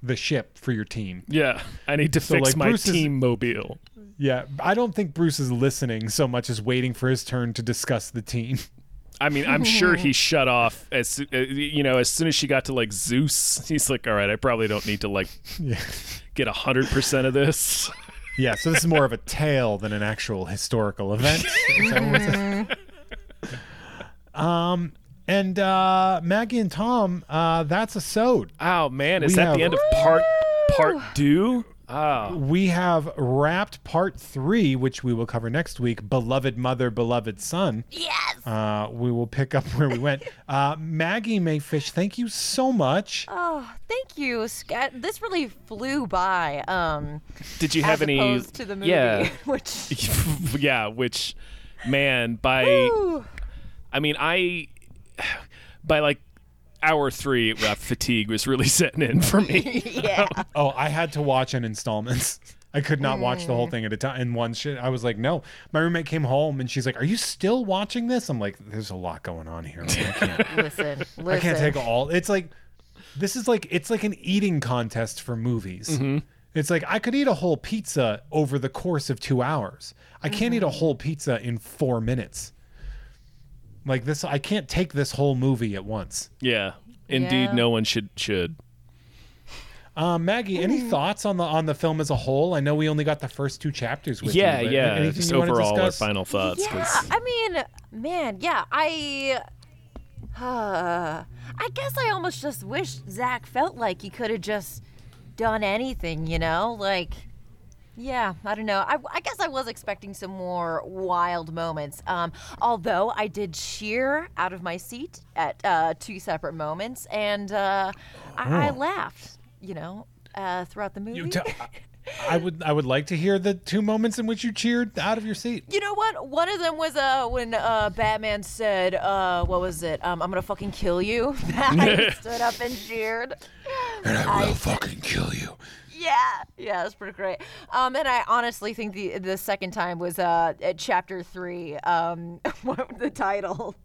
Speaker 4: the ship for your team.
Speaker 3: Yeah. I need to fix
Speaker 4: like,
Speaker 3: my
Speaker 4: Bruce is-
Speaker 3: team mobile.
Speaker 4: Yeah, I don't think Bruce is listening so much as waiting for his turn to discuss the team.
Speaker 3: I mean, I'm sure
Speaker 5: *laughs*
Speaker 3: he shut off as soo- uh, you know, as soon as she got to like Zeus, *laughs* he's like, "All right, I probably don't need to like get a hundred percent of this."
Speaker 4: Yeah, so this is more of a tale than an actual historical event. *laughs* Is that what *laughs* it's- um, and uh, Maggie and Tom, uh, that's a sode.
Speaker 3: *laughs* Oh man, is
Speaker 4: We
Speaker 3: that
Speaker 4: have-
Speaker 3: the end of part part two? Oh,
Speaker 4: We have wrapped part three, which we will cover next week. Beloved mother, beloved son.
Speaker 5: Yes.
Speaker 4: Uh, we will pick up where we *laughs* went. Uh, Maggie Mayfish, thank you so much.
Speaker 5: Oh, thank you. Sca- This really flew by. Um,
Speaker 3: did you
Speaker 5: as
Speaker 3: have any?
Speaker 5: opposed to the movie,
Speaker 3: Yeah,
Speaker 5: *laughs*
Speaker 4: *laughs*
Speaker 5: which
Speaker 3: *laughs* yeah. Which, man, by
Speaker 5: Ooh.
Speaker 3: I mean, I *sighs* by like hour three, uh, fatigue was really *laughs* setting in for me.
Speaker 5: *laughs* yeah,
Speaker 4: Oh, I had to watch in installments. *laughs* I could not watch the whole thing at a time in one shit. I was like, no. My roommate came home and she's like, "Are you still watching this?" I'm like, "There's a lot going on here. Like, I, can't,
Speaker 5: listen, listen.
Speaker 4: I can't take all." It's like this is like it's like an eating contest for movies. It's like I could eat a whole pizza over the course of two hours. I can't eat a whole pizza in four minutes. Like this, I can't take this whole movie at once.
Speaker 3: yeah, indeed,
Speaker 5: Yeah.
Speaker 3: no one should should.
Speaker 4: Uh, Maggie, any thoughts on the on the film as a whole? I know we only got the first two chapters with
Speaker 3: Yeah,
Speaker 4: you. but
Speaker 3: yeah.
Speaker 4: anything
Speaker 3: Just
Speaker 4: you wanna
Speaker 3: overall, our
Speaker 4: discuss?
Speaker 3: final thoughts.
Speaker 5: Yeah,
Speaker 3: 'cause-
Speaker 5: I mean, man, yeah, I. Uh, I guess I almost just wish Zach felt like he could have just done anything, you know? Like, yeah, I don't know. I, I guess I was expecting some more wild moments. Um, although I did cheer out of my seat at uh, two separate moments, and uh, I, I laughed, you know, uh, throughout the movie.
Speaker 4: Oh.
Speaker 5: *laughs*
Speaker 4: You tell- *laughs* I would I would like to hear the two moments in which you cheered out of your seat.
Speaker 5: You know what? One of them was uh when uh Batman said, uh what was it? Um I'm gonna fucking kill you. *laughs* I stood up and cheered.
Speaker 1: I will fucking kill you.
Speaker 5: Yeah, yeah, that's pretty great. Um, and I honestly think the the second time was uh at chapter three. Um, *laughs* what the title?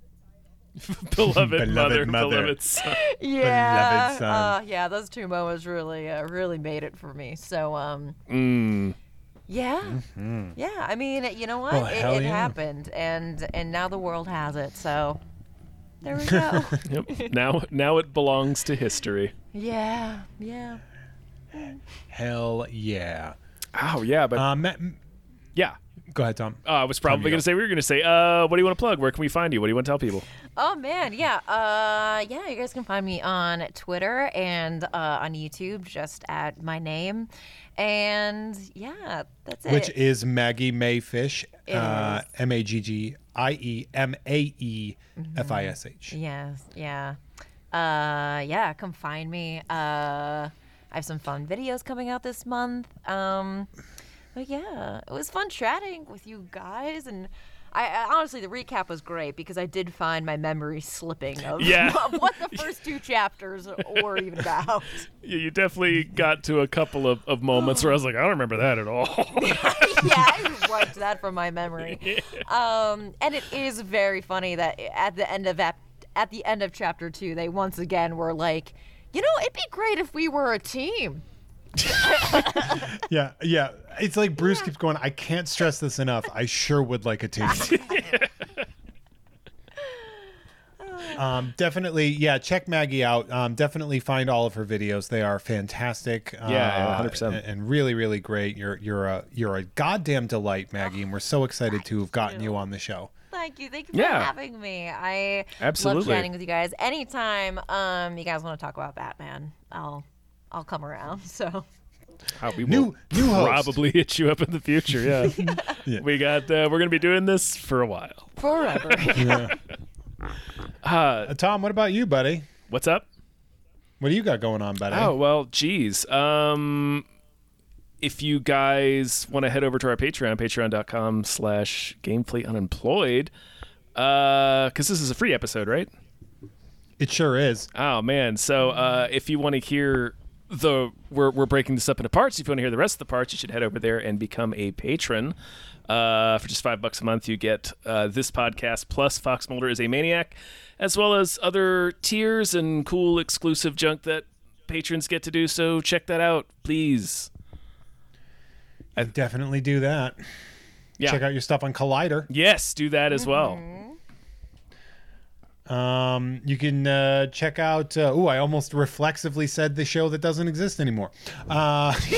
Speaker 3: *laughs* beloved,
Speaker 4: Beloved
Speaker 3: mother,
Speaker 4: mother.
Speaker 3: beloved son.
Speaker 5: Yeah,
Speaker 4: Beloved son.
Speaker 5: uh, yeah, those two moments really uh, really made it for me. So um, yeah, yeah. I mean, you know what?
Speaker 4: Well,
Speaker 5: it
Speaker 4: Mm-hmm. Oh, hell
Speaker 5: it
Speaker 4: yeah.
Speaker 5: happened, and and now the world has it. So there we
Speaker 4: *laughs*
Speaker 5: go. *laughs*
Speaker 3: Yep. Now, now it belongs to history.
Speaker 5: Yeah, yeah.
Speaker 4: Hell yeah.
Speaker 3: Oh yeah, but
Speaker 4: Um,
Speaker 3: yeah.
Speaker 4: go ahead, Tom.
Speaker 3: Uh, I was probably going to say we were going to say, uh, what do you want to plug? Where can we find you? What do you want to tell people?
Speaker 5: Oh man, yeah. Uh yeah, you guys can find me on Twitter and uh on YouTube just at my name. And yeah, that's
Speaker 4: Which
Speaker 5: it.
Speaker 4: is Maggie Mayfish, uh,
Speaker 5: is.
Speaker 4: M A G G I E M A E F I S H.
Speaker 5: Yes, yeah. Uh yeah, come find me. Uh I have some fun videos coming out this month. Um but yeah, it was fun chatting with you guys and I, I honestly the recap was great because I did find my memory slipping of,
Speaker 3: Yeah.
Speaker 5: *laughs* of what the first two chapters were even about.
Speaker 3: You, you definitely got to a couple of, of moments where I was like, I don't remember that at all. *laughs*
Speaker 5: yeah, I wiped that from my memory. Um, and it is very funny that at the end of ap- at the end of chapter two, they once again were like, you know, it'd be great if we were a team.
Speaker 4: Yeah, yeah. It's like Bruce keeps going. I can't stress this enough. I sure would like a team. um, definitely, yeah. Check Maggie out. Um, definitely find all of her videos. They are fantastic. Yeah,
Speaker 3: yeah, 100%.
Speaker 4: And, and really, really great. You're you're a you're a goddamn delight, Maggie. And we're so excited to have gotten you on the show.
Speaker 5: Thank you, thank you
Speaker 3: Yeah.
Speaker 5: for having me. I love
Speaker 3: Absolutely.
Speaker 5: chatting with you guys. Anytime um, you guys want to talk about Batman, I'll I'll come around. *laughs* So
Speaker 3: Uh, we
Speaker 4: New
Speaker 3: will
Speaker 4: new host.
Speaker 3: probably hit you up in the
Speaker 5: *laughs*
Speaker 4: *laughs*
Speaker 3: future. Yeah, we got. Uh, we're going to be doing this for a while.
Speaker 5: forever.
Speaker 4: *laughs* Uh, Tom, what about you, buddy?
Speaker 3: What's up?
Speaker 4: What do you got going on, buddy?
Speaker 3: Oh well, geez. Um, if you guys want to head over to our Patreon, patreon.com slash gamefleet unemployed, because this is a free episode, right?
Speaker 4: It sure is.
Speaker 3: Oh man! So uh, if you want to hear the we're we're breaking this up into parts. If you want to hear the rest of the parts, you should head over there and become a patron. Uh, for just five bucks a month, you get uh, this podcast plus Fox Mulder is a maniac, as well as other tiers and cool exclusive junk that patrons get to do. So check that out, please.
Speaker 4: I definitely do that.
Speaker 3: Yeah.
Speaker 4: Check out your stuff on Collider.
Speaker 3: Yes, do that as well.
Speaker 4: Um, you can uh, check out. Uh, oh, I almost reflexively said the show that doesn't exist anymore. Uh, *laughs*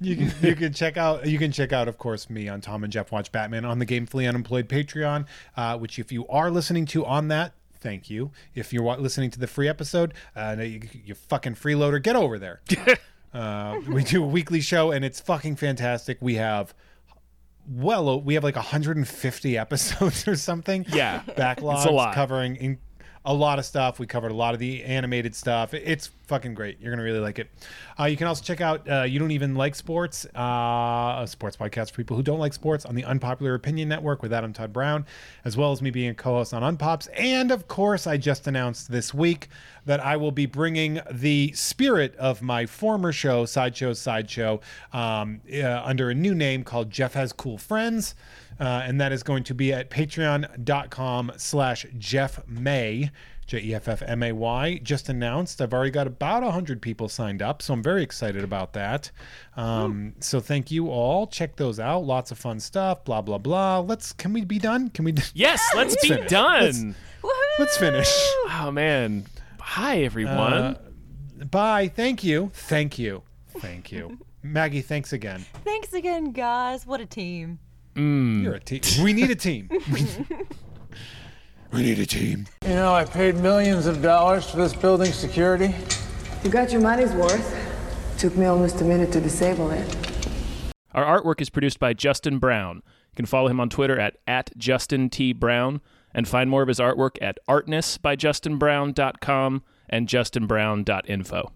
Speaker 4: you can you can check out you can check out of course me on Tom and Jeff Watch Batman on the Gamefully Unemployed Patreon, uh, which if you are listening to on that. Thank you. If you're wa- listening to the free episode, uh, you, you fucking freeloader, get over there. uh, we do a weekly show, and it's fucking fantastic. We have well, we have like 150 episodes *laughs* or something.
Speaker 3: Yeah.
Speaker 4: backlogs
Speaker 3: It's a lot.
Speaker 4: covering in, a lot of stuff. We covered a lot of the animated stuff. It- It's fucking great. You're gonna really like it. Uh, you can also check out uh, "You Don't Even Like Sports," uh, a sports podcast for people who don't like sports on the Unpopular Opinion Network with Adam Todd Brown, as well as me being a co-host on Unpops. And of course, I just announced this week that I will be bringing the spirit of my former show, Sideshow Sideshow, um, uh, under a new name called Jeff Has Cool Friends. Uh, and that is going to be at patreon.com slash Jeff May, J E F F M A Y. Just announced. I've already got about 100 people signed up, so I'm very excited about that. Um, so thank you all. Check those out. Lots of fun stuff, blah, blah, blah. Let's, can we be done? Can we, *laughs*
Speaker 3: Yes, let's be
Speaker 4: Finish.
Speaker 3: done.
Speaker 4: let's Uh, finish.
Speaker 3: Oh man! Hi everyone.
Speaker 4: Bye. Thank you. Thank you. Thank you. Maggie, thanks again.
Speaker 5: Thanks again, guys. What a team.
Speaker 4: You're a team. We need a team. we need a team.
Speaker 2: You know, I paid millions of dollars for this building's security.
Speaker 8: You got your money's worth. Took me almost a minute to disable it.
Speaker 3: Our artwork is produced by Justin Brown. You can follow him on Twitter at, at Justin T. Brown and find more of his artwork at artnessbyjustinbrown.com and justinbrown.info.